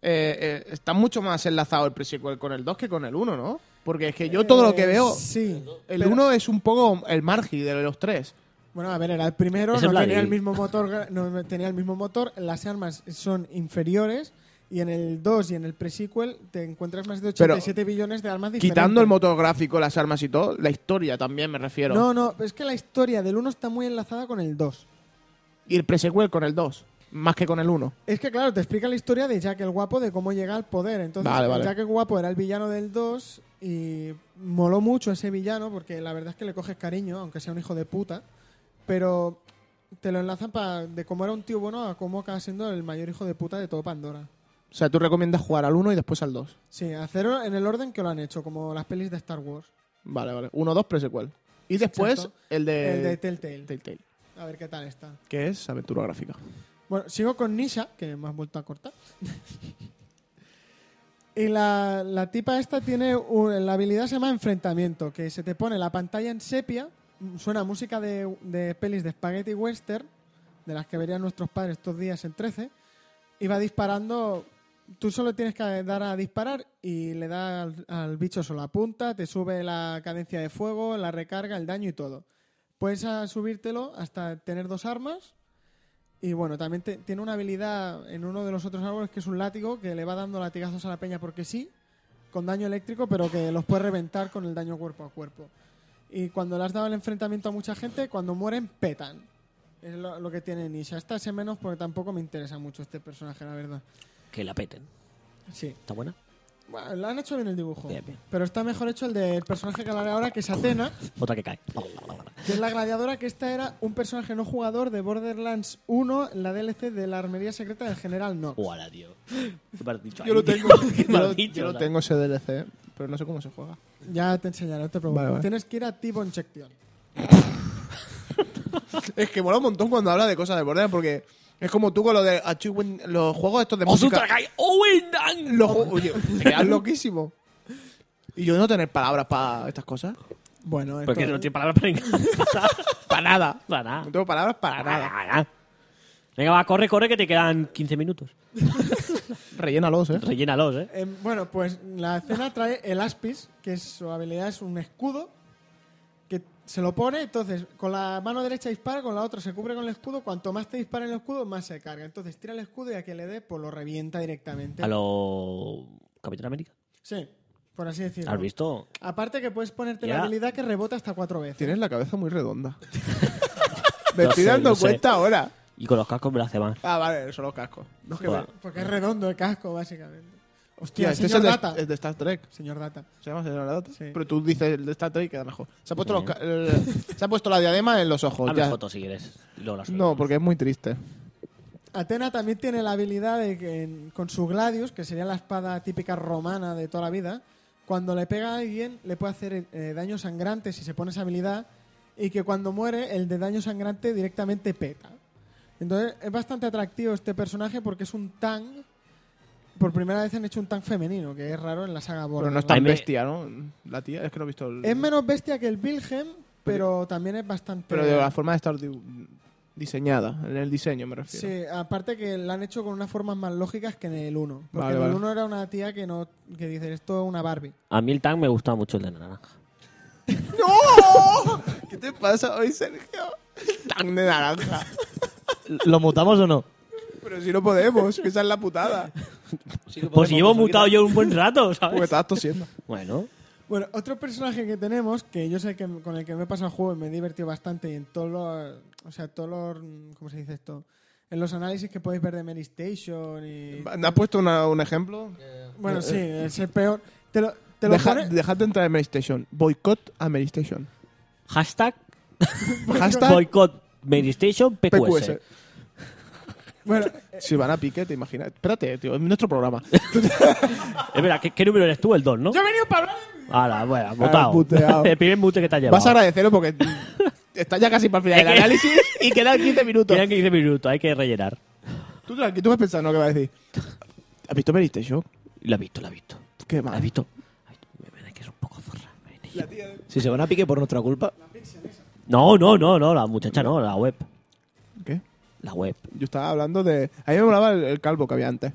eh, eh, está mucho más enlazado el pre-sequel con el 2 que con el 1, ¿no? Porque es que yo todo lo que Eh, veo, Sí. el pero- 1 es un poco el margi de los tres. Bueno, a ver, era el primero, Es no el Black tenía el Gate. mismo motor, gra- no tenía el mismo motor, las armas son inferiores y en el 2 y en el pre-sequel te encuentras más de Pero, 87 billones de armas diferentes. Quitando el motor gráfico, las armas y todo, la historia también me refiero. No, no, es que la historia del 1 está muy enlazada con el 2. Y el pre-sequel con el 2, más que con el 1. Es que claro, te explica la historia de Jack el Guapo, de cómo llega al poder. Entonces, Vale, vale. Jack el Guapo era el villano del 2 y moló mucho ese villano porque la verdad es que le coges cariño, aunque sea un hijo de puta. Pero te lo enlazan pa- de cómo era un tío bueno a cómo acaba siendo el mayor hijo de puta de todo Pandora. O sea, tú recomiendas jugar al 1 y después al 2. Sí, hacerlo en el orden que lo han hecho, como las pelis de Star Wars. Vale, vale. 1, 2, pre-sequel. Y después Exacto. el de... el de Telltale. Telltale, A ver qué tal está. Que es aventura gráfica. Bueno, sigo con Nisha, que me has vuelto a cortar. y la, la tipa esta tiene un- la habilidad se llama enfrentamiento, que se te pone la pantalla en sepia, mm, suena música de, de pelis de spaghetti western, de las que verían nuestros padres estos días en 13, y va disparando. Tú solo tienes que dar a disparar y le da al, al bicho solo la punta, te sube la cadencia de fuego, la recarga, el daño y todo. Puedes a, subírtelo hasta tener dos armas y bueno, también te- tiene una habilidad en uno de los otros árboles que es un látigo que le va dando latigazos a la peña porque sí, con daño eléctrico, pero que los puede reventar con el daño cuerpo a cuerpo. Y cuando le has dado el enfrentamiento a mucha gente, cuando mueren, petan. Es lo, lo que tiene Nisha. Esta sé menos porque tampoco me interesa mucho este personaje, la verdad. Que la peten. Sí. ¿Está buena? Bueno, le han hecho bien el dibujo. Bien, bien. Pero está mejor hecho el del personaje que hablaré ahora, que es Atena. Otra que cae. Que es la gladiadora, que esta era un personaje no jugador de Borderlands 1, la DLC de la armería secreta del general Knox. Ojalá, tío. ¿Qué me has dicho ahí, Yo lo tío? tengo. ¿Qué me yo, has lo- dicho? yo lo O sea, tengo ese DLC, pero no sé cómo se juega. Ya te enseñaré, no te preocupes. Vale, vale. Tienes que ir a T-Bone Checktion. Es que mola un montón cuando habla de cosas de Borderlands porque es como tú con lo de Achievement- los juegos estos de música. ¡Oh, Los ju- oye, te quedas loquísimo. Y yo no tener palabras para estas cosas. Bueno, Porque esto- no tiene palabras para nada. Para nada. Para nada. No tengo palabras para nada. Para nada. Venga, va, corre, corre, que te quedan 15 minutos. Rellénalos, eh. Rellénalos, ¿eh? eh, bueno, pues la escena trae el Aspis, que es su habilidad es un escudo que se lo pone, entonces con la mano derecha dispara, con la otra se cubre con el escudo, cuanto más te dispara el escudo, más se carga. Entonces tira el escudo y a quien le dé, pues lo revienta directamente. A lo. Capitán América. Sí, por así decirlo. ¿Has visto? Aparte que puedes ponerte Ya. la habilidad que rebota hasta cuatro veces. Tienes la cabeza muy redonda. Me Lo estoy sé, dando lo sé. cuenta ahora. Y con los cascos me lo hace más. Ah, vale, son los cascos. No es que Joder. me- Porque es redondo el casco, básicamente. Tía, Hostia, este es señor el de, Data. el de Star Trek. Señor Data. ¿Se llama Señor Data? Sí. Pero tú dices el de Star Trek y queda mejor. Se ha puesto, Bien. los ca- el- se ha puesto la diadema en los ojos. Hazme ya. fotos si quieres. y luego las No, subimos. porque es muy triste. Atena también tiene la habilidad de que en- con su Gladius, que sería la espada típica romana de toda la vida, cuando le pega a alguien le puede hacer eh, daño sangrante si se pone esa habilidad y que cuando muere el de daño sangrante directamente peta. Entonces es bastante atractivo este personaje porque es un tank. Por primera vez han hecho un tank femenino, que es raro en la saga Pero Borderlands. no es tan Ahí me- bestia, ¿no? La tía, es que no he visto el. Es menos bestia que el Wilhelm, pero también es bastante... Pero de la forma de estar di- diseñada, en el diseño me refiero. Sí, aparte que la han hecho con unas formas más lógicas que en el 1. Porque Vale, en el vale. 1 era una tía que no que dice, esto es una Barbie. A mí el tank me gustaba mucho el de naranja. ¡No! ¿Qué te pasa hoy, Sergio? Tan de naranja. ¿Lo mutamos o no? Pero si no podemos, que esa es la putada. Pues si llevo mutado yo un buen rato, Porque ¿sabes? estás tosiendo. Bueno, Bueno, otro personaje que tenemos, que yo sé que con el que me he pasado el juego y me he divertido bastante y en todos los... O sea, todos los... ¿Cómo se dice esto? En los análisis que podéis ver de Mary Station y... ¿Me has puesto una- un ejemplo? Bueno, sí, es el peor. Te lo, te lo eh, Deja, pone- Dejad de entrar en Station. Boicot a Station. hashtag Hashtag boycott Medistation PQS. PQS. Bueno, Si van a pique, te imaginas. Espérate, tío, es nuestro programa. Es verdad, ¿qué, qué número eres tú? El 2, ¿no? yo he venido para hablar... Ahora, bueno, Ah, puteado. mutado. el primer mute que te ha llevado. Vas a agradecerlo porque estás ya casi para el final del Es que- análisis y quedan 15 minutos. Quedan 15 minutos, hay que rellenar. Tú tranqui, tú vas pensando qué va a decir. ¿Has visto Station? Lo ha visto, lo ha visto. Qué Lo mal. ha visto. Ay, Me parece que es un poco zorra. Mary. Si se van a pique por nuestra culpa. No, no, no, no, la muchacha no, la web. ¿Qué? La web. Yo estaba hablando de. A mí me molaba el, el calvo que había antes.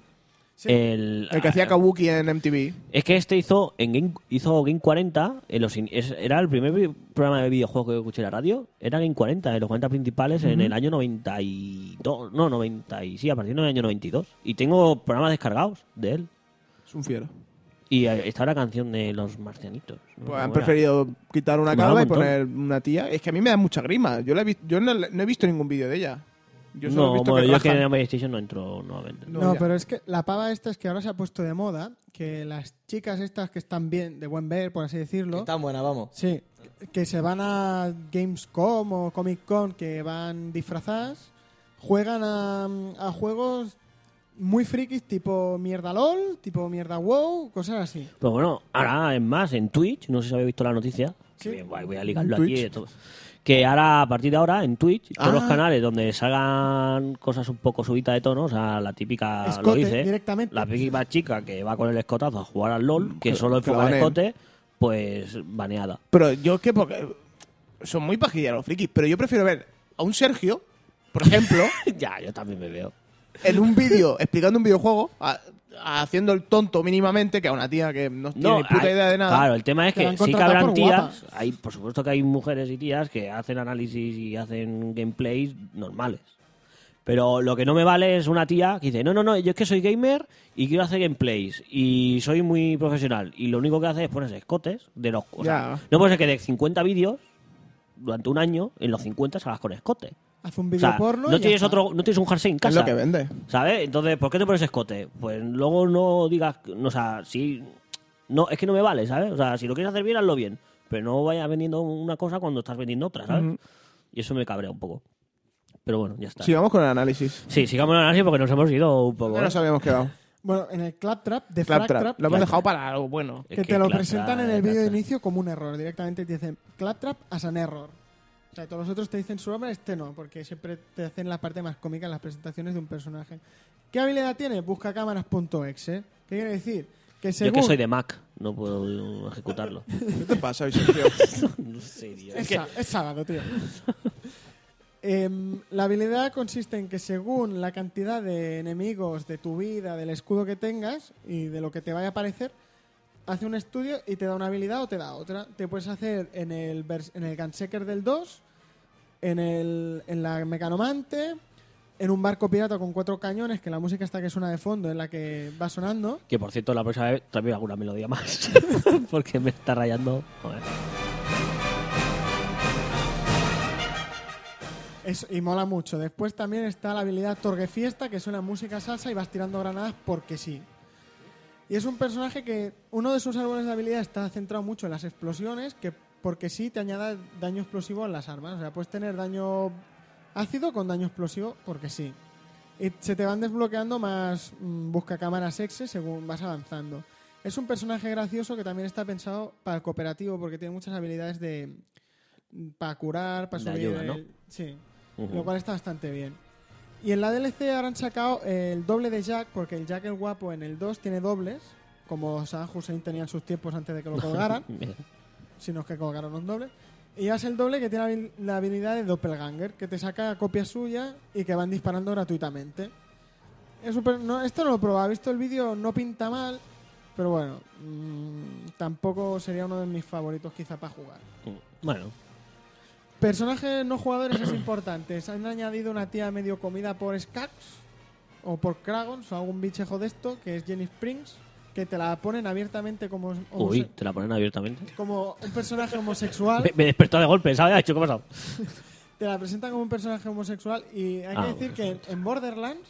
El, El que hacía Kabuki en MTV. Es que este hizo en Game, hizo Game 40, en los in- es- era el primer vi- programa de videojuegos que escuché en la radio, era Game 40, en los 40 principales en el año 92, no, 90, y sí, a partir del año 92. Y tengo programas descargados de él. Es un fiero. Y eh, estaba la canción de los marcianitos. ¿no? Pues han Era- preferido quitar una Me da calva y un montón. poner una tía. Es que a mí me da mucha grima. Yo, la he, vis- yo no, le- no he visto ningún vídeo de ella. Yo solo he No, visto bueno, que yo es que en rajan. la PlayStation no entro nuevamente. No, No, ya. pero es que la pava esta es que ahora se ha puesto de moda, que las chicas estas que están bien, de buen ver, por así decirlo, Están buenas, vamos. sí, que se van a Gamescom o Comic Con, que van disfrazadas, juegan a, a juegos muy frikis tipo mierda LOL, tipo mierda WoW, cosas así. Pero Pues bueno, ahora es más, en Twitch, no sé si habéis visto la noticia, Sí. que voy, voy a ligarlo ¿En aquí. Twitch? esto- Que ahora, a partir de ahora, en Twitch, todos los Ah. canales donde salgan cosas un poco subidas de tono, o sea, la típica, Ah, lo Escote, dice, directamente. la típica chica que va con el escotazo a jugar al LOL, que que- solo que enfoca la el baneen. escote, pues baneada. Pero yo es que porque son muy pajilleros los frikis, pero yo prefiero ver a un Sergio, por ejemplo, ya, yo también me veo. en un vídeo explicando un videojuego, a- a- haciendo el tonto mínimamente, que a una tía que no, tiene ni puta hay- idea de nada. Claro, el tema es Te la que han sí que contratado habrán por tías, hay, por supuesto que hay mujeres y tías que hacen análisis y hacen gameplays normales. Pero lo que no me vale es una tía que dice, no, no, no, yo es que soy gamer y quiero hacer gameplays y soy muy profesional. Y lo único que hace es ponerse escotes de los... o sea, Ya. no puede ser que de 50 vídeos, durante un año, en los 50 salgas con escote. Hace un O vídeo sea, porno. y no ya tienes, está. otro, no tienes un jersey en es casa. lo que vende. ¿Sabes? Entonces, ¿por qué te pones escote? Pues luego no digas, no, o sea, si no, es que no me vale, ¿sabes? O sea, si lo quieres hacer bien, hazlo bien. Pero no vayas vendiendo una cosa cuando estás vendiendo otra, ¿sabes? Y eso me cabrea un poco. Pero bueno, ya está. Sí, Sigamos con el análisis. sigamos el análisis porque nos hemos ido un poco. Ya ¿eh? nos habíamos quedado. Bueno, en el Claptrap, de Claptrap. Claptrap, Lo hemos Claptrap. dejado para algo bueno. Es que, te lo claro, presentan en claro, el vídeo de claro. inicio como un error. Directamente te dicen Claptrap as an error. O sea, todos los otros te dicen su nombre, este no, porque siempre te hacen la parte más cómica en las presentaciones de un personaje. ¿Qué habilidad tiene? Busca cámaras.exe. ¿Qué quiere decir? Que Yo según que soy de Mac, no puedo ejecutarlo. ¿Qué te pasa hoy, Sergio? no sé, tío. Es, sa- es sábado, tío. Em, la habilidad consiste en que según la cantidad de enemigos de tu vida, del escudo que tengas y de lo que te vaya a aparecer, hace un estudio y te da una habilidad o te da otra. Te puedes hacer en el, vers- en el Gunseeker del 2, en, el, en la Mecanomante, en un barco pirata con cuatro cañones, que la música esta que suena de fondo es la que va sonando. Que por cierto, la próxima vez también alguna melodía más. Porque me está rayando. Joder. Es- y mola mucho. Después también está la habilidad Torguefiesta, que suena música salsa y vas tirando granadas porque sí. Y es un personaje que uno de sus árboles de habilidad está centrado mucho en las explosiones, que porque sí te añada daño explosivo en las armas. O sea, puedes tener daño ácido con daño explosivo porque sí. Y se te van desbloqueando más mm, buscacámaras exe según vas avanzando. Es un personaje gracioso que también está pensado para el cooperativo porque tiene muchas habilidades de... mm, para curar, para De subir... ayuda, ¿no? el- Sí Ujú. lo cual está bastante bien. Y en la DLC ahora han sacado el doble de Jack, porque el Jack el guapo en el 2 tiene dobles, como San Hussein tenía en sus tiempos antes de que lo colgaran, Mira. sino que colgaron un doble. Y ya es el doble que tiene la habil- la habilidad de Doppelganger, que te saca copia suya y que van disparando gratuitamente. Es súper- no, esto no lo he probado, he visto el vídeo, no pinta mal, pero bueno, mm, tampoco sería uno de mis favoritos quizá para jugar. Bueno, Personajes no jugadores es importante. Se han añadido una tía medio comida por Skax o por Kragons o algún bichejo de esto, que es Jenny Springs, que te la ponen abiertamente como, homose- uy, te la ponen abiertamente. como un personaje homosexual. Me, me despertó de golpe, ¿sabes? Ha hecho, ¿qué ha pasado? te la presentan como un personaje homosexual y hay que Ah, decir que en Borderlands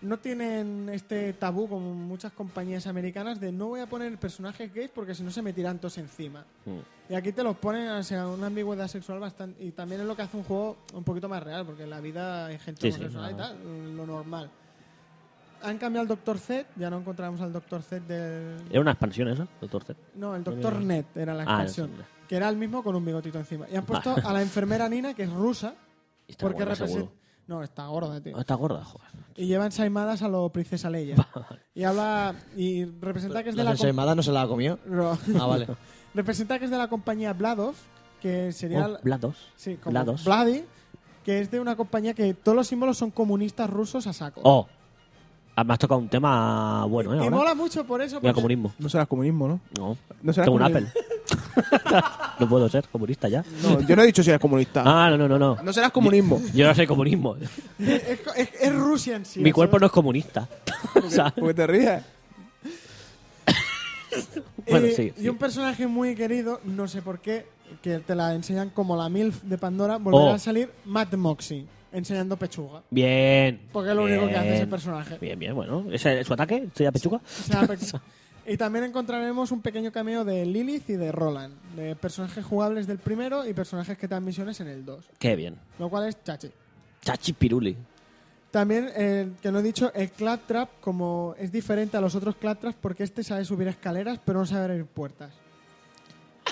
no tienen este tabú como muchas compañías americanas de no voy a poner personajes gays porque si no se me tiran todos encima. Mm. Y aquí te los ponen o sea, una ambigüedad sexual bastante. Y también es lo que hace un juego un poquito más real, porque en la vida hay gente Sí, sí, no. homosexual y tal, lo normal. Han cambiado al Doctor Z, ya no encontramos al Doctor Z del. Era una expansión esa, doctor Z. No, el Doctor Net era la Eh, Ah, expansión. no sé. que era el mismo con un bigotito encima. Y han puesto Vale. a la enfermera Nina, que es rusa, Está porque gorda, representa. seguro. No, está gorda, tío. Ah, está gorda, joder. Y lleva ensaimadas a lo Princesa Leia. Y habla. Y representa que es de Las la. com- ensaimadas no se la ha comido. No. Ah, vale. representa que es de la compañía Bladov, que sería. la- Oh, Blados. Sí, como Blados. Vladi, que es de una compañía que todos los símbolos son comunistas rusos a saco. Oh, Ah, me has tocado un tema bueno, ¿eh? y Ahora. mola mucho por eso. Mira, porque comunismo. No serás comunismo, ¿no? No, No serás tengo un Apple. comunista. no puedo ser comunista ya. No, yo no he dicho si eres comunista. Ah, no, no, no. no. No serás comunismo. Yo no soy comunismo. Es, co- es- es Rusia en sí. Mi o cuerpo sea, no es comunista. O sea, Porque te ríes. y- bueno, sí, Y sí. un personaje muy querido, no sé por qué, que te la enseñan como la MILF de Pandora, volverá Oh. a salir Matt Moxie, enseñando pechuga. Bien. Porque es lo único que hace bien. ese personaje. Bien, bien, bueno. ¿Ese es su ataque? ¿Estoy a pechuga? O sea, pe- y también encontraremos un pequeño cameo de Lilith y de Roland, de personajes jugables del primero y personajes que te dan misiones en el 2, Qué bien. lo cual es chachi. Chachi Piruli. Pues También, eh, que no he dicho, el Claptrap, como es diferente a los otros Claptraps, porque este sabe subir escaleras, pero no sabe abrir puertas.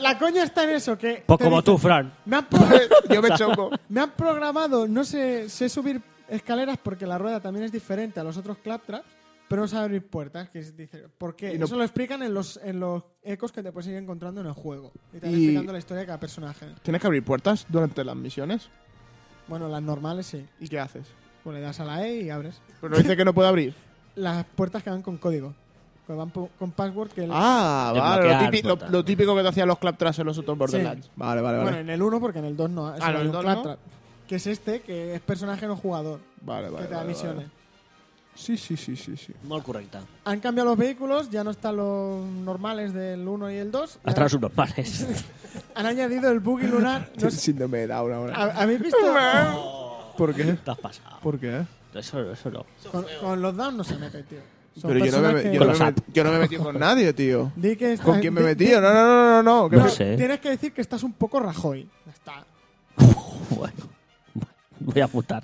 La coña está en eso, que... Pues te como dicen, tú, Fran. Me han, pro- Yo me choco. me han programado, no sé, sé subir escaleras porque la rueda también es diferente a los otros Claptraps, pero no sabe abrir puertas, que es- dice, ¿por qué? Y no- Eso lo explican en los, en los ecos que te puedes ir encontrando en el juego. Y te van Y- explicando la historia de cada personaje. ¿Tienes que abrir puertas durante las misiones? Bueno, las normales sí. ¿Y qué haces? Pues le das a la E y abres. Pero dice que no puedo abrir. las puertas que van con código. Que van po- con password que... el- Ah, De vale. Lo bloquear típico, lo, puertas. lo típico que te hacían los claptras en los otros Borderlands. Vale, vale, vale. bueno, en el 1 porque en el 2 no. eso Ah, no, hay en el un dos claptrap, Que es este, que es personaje no jugador. vale, vale. que te da vale, misiones. vale. Sí, sí, sí, sí, sí. Muy correcta. Han cambiado los vehículos, ya no están los normales del 1 y el 2. y Hasta los subnormales. ahora Han añadido el buggy lunar. no Tiene sé- Ah. Síndrome de Down ahora. ¿ha- ¿Habéis visto? ¿Por qué? Te has pasado. ¿Por qué? Eso, no, eso no. con, con los down no se mete, tío. Son Pero yo no, me, personas que- yo, Con no me los met- yo no me metí con nadie, tío. Di que está- ¿Con quién me di- metí? di- No, no, no, no, no. que No me- sé. Tienes que decir que estás un poco Rajoy. Ya está. Bueno, voy a putar.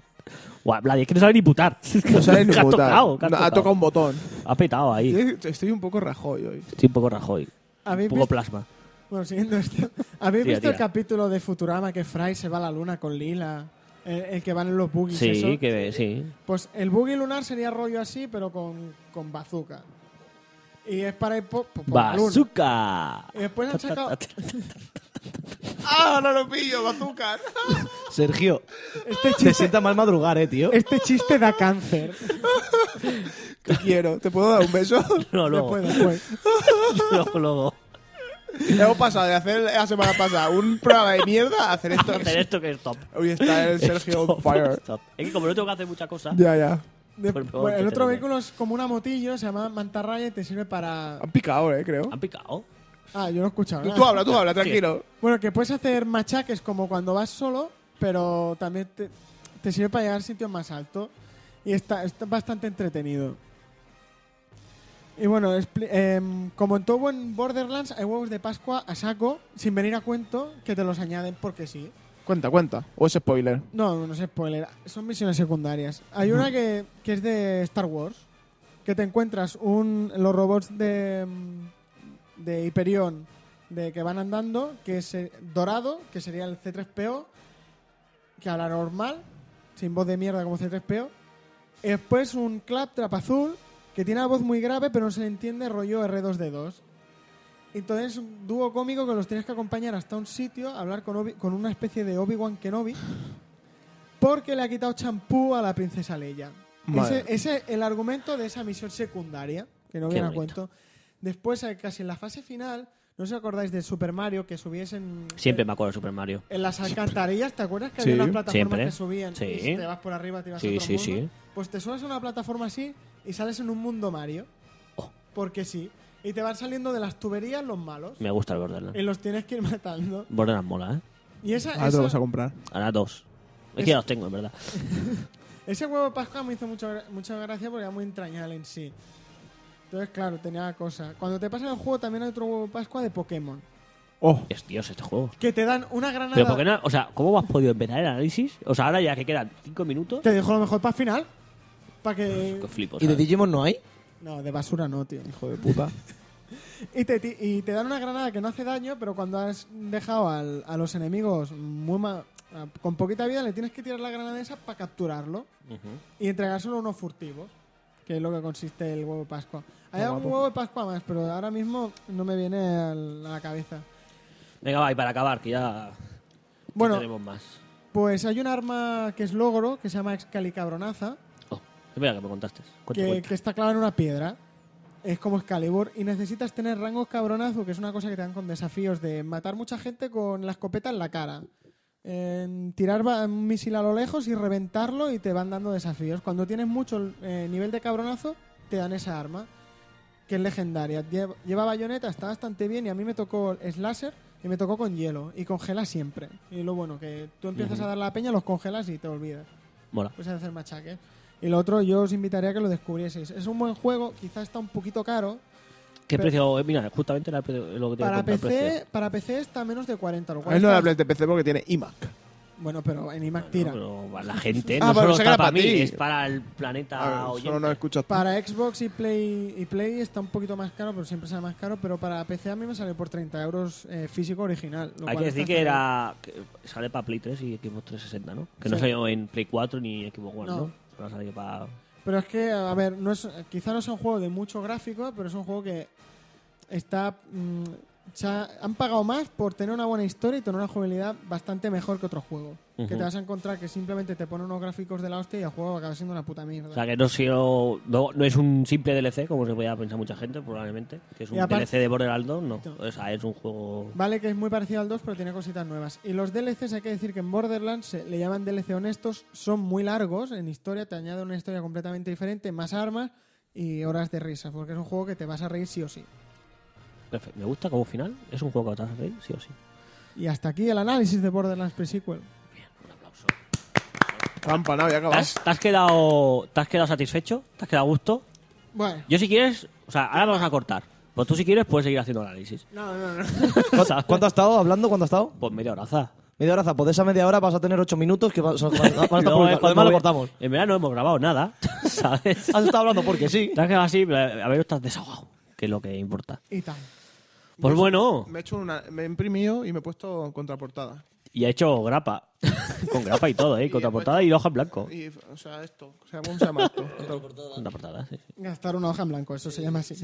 Guau, Vladi, es que no sabe ni putar. No sabes ni Que has votar. tocado, que has No, ha tocado. tocado un botón. Ha petado ahí. Estoy- Estoy un poco rajoy hoy. Estoy un poco Rajoy. Un ¿Habéis poco visto, plasma. Bueno, siguiendo esto. ¿Habéis Tira, visto el tira. capítulo de Futurama que Fry se va a la luna con Lila? El, el que van en los buggies. Sí, eso? que sí. Pues el buggy lunar sería rollo así, pero con, con bazooka. Y es para ir po- po- por la luna. Eh, Bazooka. Y después han sacado. ¡Ah, no lo pillo, bazooka! Sergio, Este te chiste, sienta mal madrugar, eh, tío. este chiste da cáncer. ¿Qué quiero? ¿Te puedo dar un beso? No, luego. Después, Pues después. luego, luego. Hemos pasado de hacer la semana pasada un programa de mierda a hacer esto. Hacer esto que es top. Hoy está el Sergio Stop, on fire. stop. Es que como no tengo que hacer muchas cosas. Ya, ya. De- Por favor, bueno, el que otro te- vehículo es como una motillo, se llama mantarraya y te sirve para... Han picado, eh, creo. ¿Han picado? Ah, yo no he escuchado Tú, nada. tú habla, tú habla, tranquilo. Bueno, que puedes hacer machaques como cuando vas solo, pero también te, te sirve para llegar a sitios más altos. Y está, está bastante entretenido. Y bueno, expli- em, como en todo buen Borderlands, hay huevos de Pascua a saco, sin venir a cuento, que te los añaden porque sí. Cuenta, cuenta. O es spoiler. No, no es spoiler, son misiones secundarias. Hay una que, que es de Star Wars, que te encuentras un, los robots de, mm, de Hyperion de que van andando, que es eh, dorado, que sería el C3PO, que habla normal, sin voz de mierda como C3PO. Y después pues, un Claptrap azul, que tiene la voz muy grave, pero no se le entiende rollo R2D2. Entonces es un dúo cómico que los tienes que acompañar hasta un sitio, hablar con, Obi- con una especie de Obi-Wan Kenobi, porque le ha quitado champú a la princesa Leia. Madre. Ese, ese es el argumento de esa misión secundaria, que no Qué viene a bonito. cuento. Después, eh, casi en la fase final, ¿no os acordáis de Super Mario que subiesen eh, Siempre me acuerdo de Super Mario. en las alcantarillas? ¿Te acuerdas que Sí. había unas plataformas Siempre. que subían Sí. y si te vas por arriba te vas a Sí, otro sí, mundo? sí. Pues te subes a una plataforma así y sales en un mundo Mario. Oh. Porque sí. Y te van saliendo de las tuberías los malos Me gusta el Borderlands. y los tienes que ir matando. Borderlands mola, ¿eh? Y esa, Ahora te esa- lo vas a comprar. Ahora dos. Es Es- que ya los tengo, en verdad. Ese huevo de Pascua me hizo mucho, gra- mucha gracia porque era muy entrañable en sí. Entonces, claro, tenía cosa. Cuando te pasan el juego también hay otro huevo de Pascua de Pokémon. Oh, Es Dios, este juego. Que te dan una granada. Pero ¿por qué no? O sea, ¿cómo has podido empezar el análisis? O sea, ahora ya que quedan cinco minutos. Te dejo lo mejor para final. Para que. Que flipo, ¿Y de ¿sabes? Digimon no hay? No, de basura no, tío. hijo de puta. Y te, ti- y te dan una granada que no hace daño, pero cuando has dejado al- a los enemigos muy ma- a- con poquita vida, le tienes que tirar la granada esa para capturarlo Ujú. y entregárselo a unos furtivos, que es lo que consiste el huevo de Pascua. Hay Qué algún guapo. huevo de Pascua más, pero ahora mismo no me viene al- a la cabeza. Venga, va, y para acabar, que ya Bueno, tenemos más. pues hay un arma que es logro, que se llama Excalicabronaza, Oh, espera que me contaste. Cuenta, que, cuenta. que está clavada en una piedra. Es como Excalibur y necesitas tener rangos cabronazo, que es una cosa que te dan con desafíos de matar mucha gente con la escopeta en la cara. En tirar ba- un misil a lo lejos y reventarlo y te van dando desafíos. Cuando tienes mucho eh, nivel de cabronazo, te dan esa arma, que es legendaria. Lle- Lleva bayoneta, está bastante bien y a mí me tocó slasher y me tocó con hielo y congela siempre. Y lo bueno, que tú empiezas a dar la peña, los congelas y te olvidas Mola. pues hacer machaque. Y lo otro, yo os invitaría a que lo descubrieseis. Es un buen juego, quizás está un poquito caro. ¿Qué Pe- precio? Eh, mira, justamente era el precio- lo que te iba a Para contar, precio. PC, para PC está a menos de 40. Lo A cual mí no está- le hables de PC porque tiene iMac. Bueno, pero en Bueno, IMAX tira. pero la gente Ah, no pero solo está sé que para era para mí, ti. es para el Ah, planeta A ver, solo oyente. no escuchas. Para Xbox y Play, y Play está un poquito más caro, pero siempre sale más caro. Pero para PC a mí me sale por 30 euros eh, físico original. lo Hay que cual decir está que genial. era que sale para Play 3 y Xbox 360, ¿no? Que no Sí. salió en Play 4 ni Xbox One, No. ¿no? Solo salió para... Pero es que, a ver, no es, quizá no sea un juego de mucho gráfico, pero es un juego que está. mm, se ha- han pagado más por tener una buena historia y tener una jugabilidad bastante mejor que otros juegos. Que Ujú. te vas a encontrar que simplemente te ponen unos gráficos de la hostia y el juego acaba siendo una puta mierda. O sea, que no, ha sido- no, no es un simple DLC, como se podía pensar mucha gente, probablemente. Que es un Y aparte- DLC de Borderlands 2, no. No. O sea, es un juego... Vale que es muy parecido al 2, pero tiene cositas nuevas. Y los DLCs, hay que decir que en Borderlands se le llaman DLC honestos, son muy largos en historia, te añade una historia completamente diferente, más armas y horas de risa, porque es un juego que te vas a reír sí o sí. Perfecto. Me gusta como final. Es un juego que vas a reír, sí o sí. Y hasta aquí el análisis de Borderlands pre-sequel. Un aplauso. Trampa, ¿no? Ya ¿Te acabas. has, te has quedado, ¿Te has quedado satisfecho? ¿Te has quedado a gusto? Bueno, Yo si quieres... O sea, ahora vamos a cortar. Pues tú si quieres puedes seguir haciendo análisis. No, no, no. ¿Sabes? ¿Cuánto has estado hablando? ¿Cuánto has estado? Pues media horaza. Media hora, pues de esa media hora vas a tener ocho minutos que vas, vas- vas a estar No, publicado. es Lo cuando demás eh, lo ve- cortamos. En verdad no hemos grabado nada, ¿sabes? Has estado hablando porque sí. Te has quedado así, pero a ver, estás desahogado, que es lo que importa. Y tal. Pues bueno, Me he hecho una. Me he imprimido y me he puesto contraportada. Y ha hecho grapa. con grapa y todo, ¿eh? Y Contraportada y hoja en blanco. Y, o sea, esto. O sea, ¿Cómo se llama esto? Contraportada, sí. sí. Gastar una hoja en blanco, eso se llama así.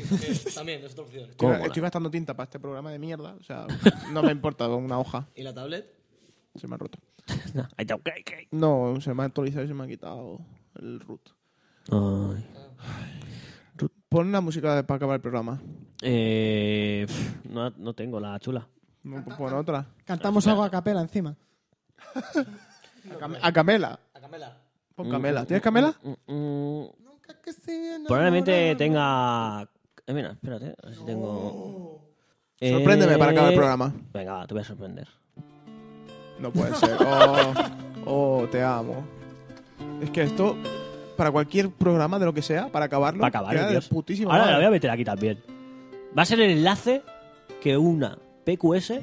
También, es otra opción. ¿Cómo Estoy, estoy mola? gastando tinta para este programa de mierda. O sea, no me importa con una hoja. ¿Y la tablet? Se me ha roto. Ahí está, ok, ok. No, se me ha actualizado y se me ha quitado el root. Ay. Pon la música para acabar el programa. Eh, pf, no, no tengo la chula. No, pon otra. Cantamos algo a capela encima. A, Cam- a Camela. La Camela. Pon Camela. ¿Tienes Camela? Mm, mm, Nunca que se enamora- probablemente tenga. Eh, mira, espérate, a ver si tengo. Eh, Sorpréndeme para acabar el programa. Venga, va, te voy a sorprender. No puede ser. Oh, oh, te amo. Es que esto, para cualquier programa de lo que sea, para acabarlo, Para acabar, queda de Dios. putísima Ahora la voy madre. a meter aquí también. Va a ser el enlace que una PQS.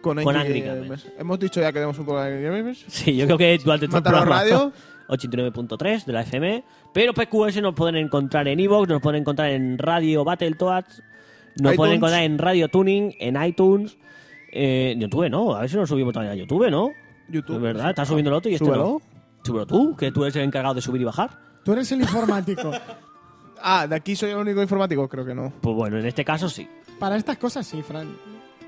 Con, con Angry Angry Gamers. Gamers. Hemos dicho ya que tenemos un poco de Angry Gamers. Sí, yo creo que durante todo el Mataron programa. Radio. 89.3 de la FM. Pero PQS nos pueden encontrar en Evox, nos pueden encontrar en Radio Battletoads, nos iTunes. pueden encontrar en Radio Tuning, en iTunes, eh, en YouTube, ¿no? A ver si nos subimos también a YouTube, ¿no? YouTube. Es verdad, estás subiendo el otro y este Súbelo. no. Súbelo tú, que tú eres el encargado de subir y bajar. Tú eres el informático. Ah, de aquí soy el único informático, creo que no. Pues bueno, en este caso sí. Para estas cosas sí, Fran.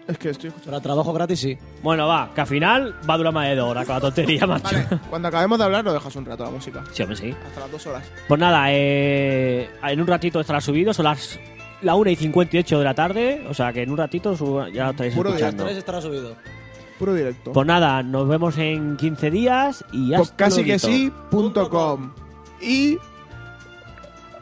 Es que estoy escuchando. Para trabajo gratis, sí. Bueno, va, que al final va a durar más de dos horas con la tontería, macho. Vale, cuando acabemos de hablar, lo dejas un rato la música. Sí, hombre, sí. Hasta las dos horas. Pues nada, eh, en un ratito estará subido, son las la 1 y 58 de la tarde, o sea que en un ratito suba- ya lo estáis Puro día, escuchando. Tres estará subido. Puro directo. Pues nada, nos vemos en 15 días y ya Por Pues casi que sí.com y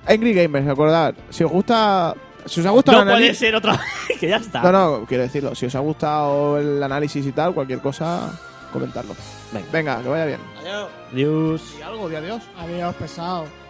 Angry Gamers, recordad, si os gusta, si os ha gustado No el análisis- puede ser otra vez, que ya está. No, no, quiero decirlo, si os ha gustado el análisis y tal, cualquier cosa, comentarlo. Venga. Venga, que vaya bien. Adiós. Adiós. algo de adiós. Adiós, pesado.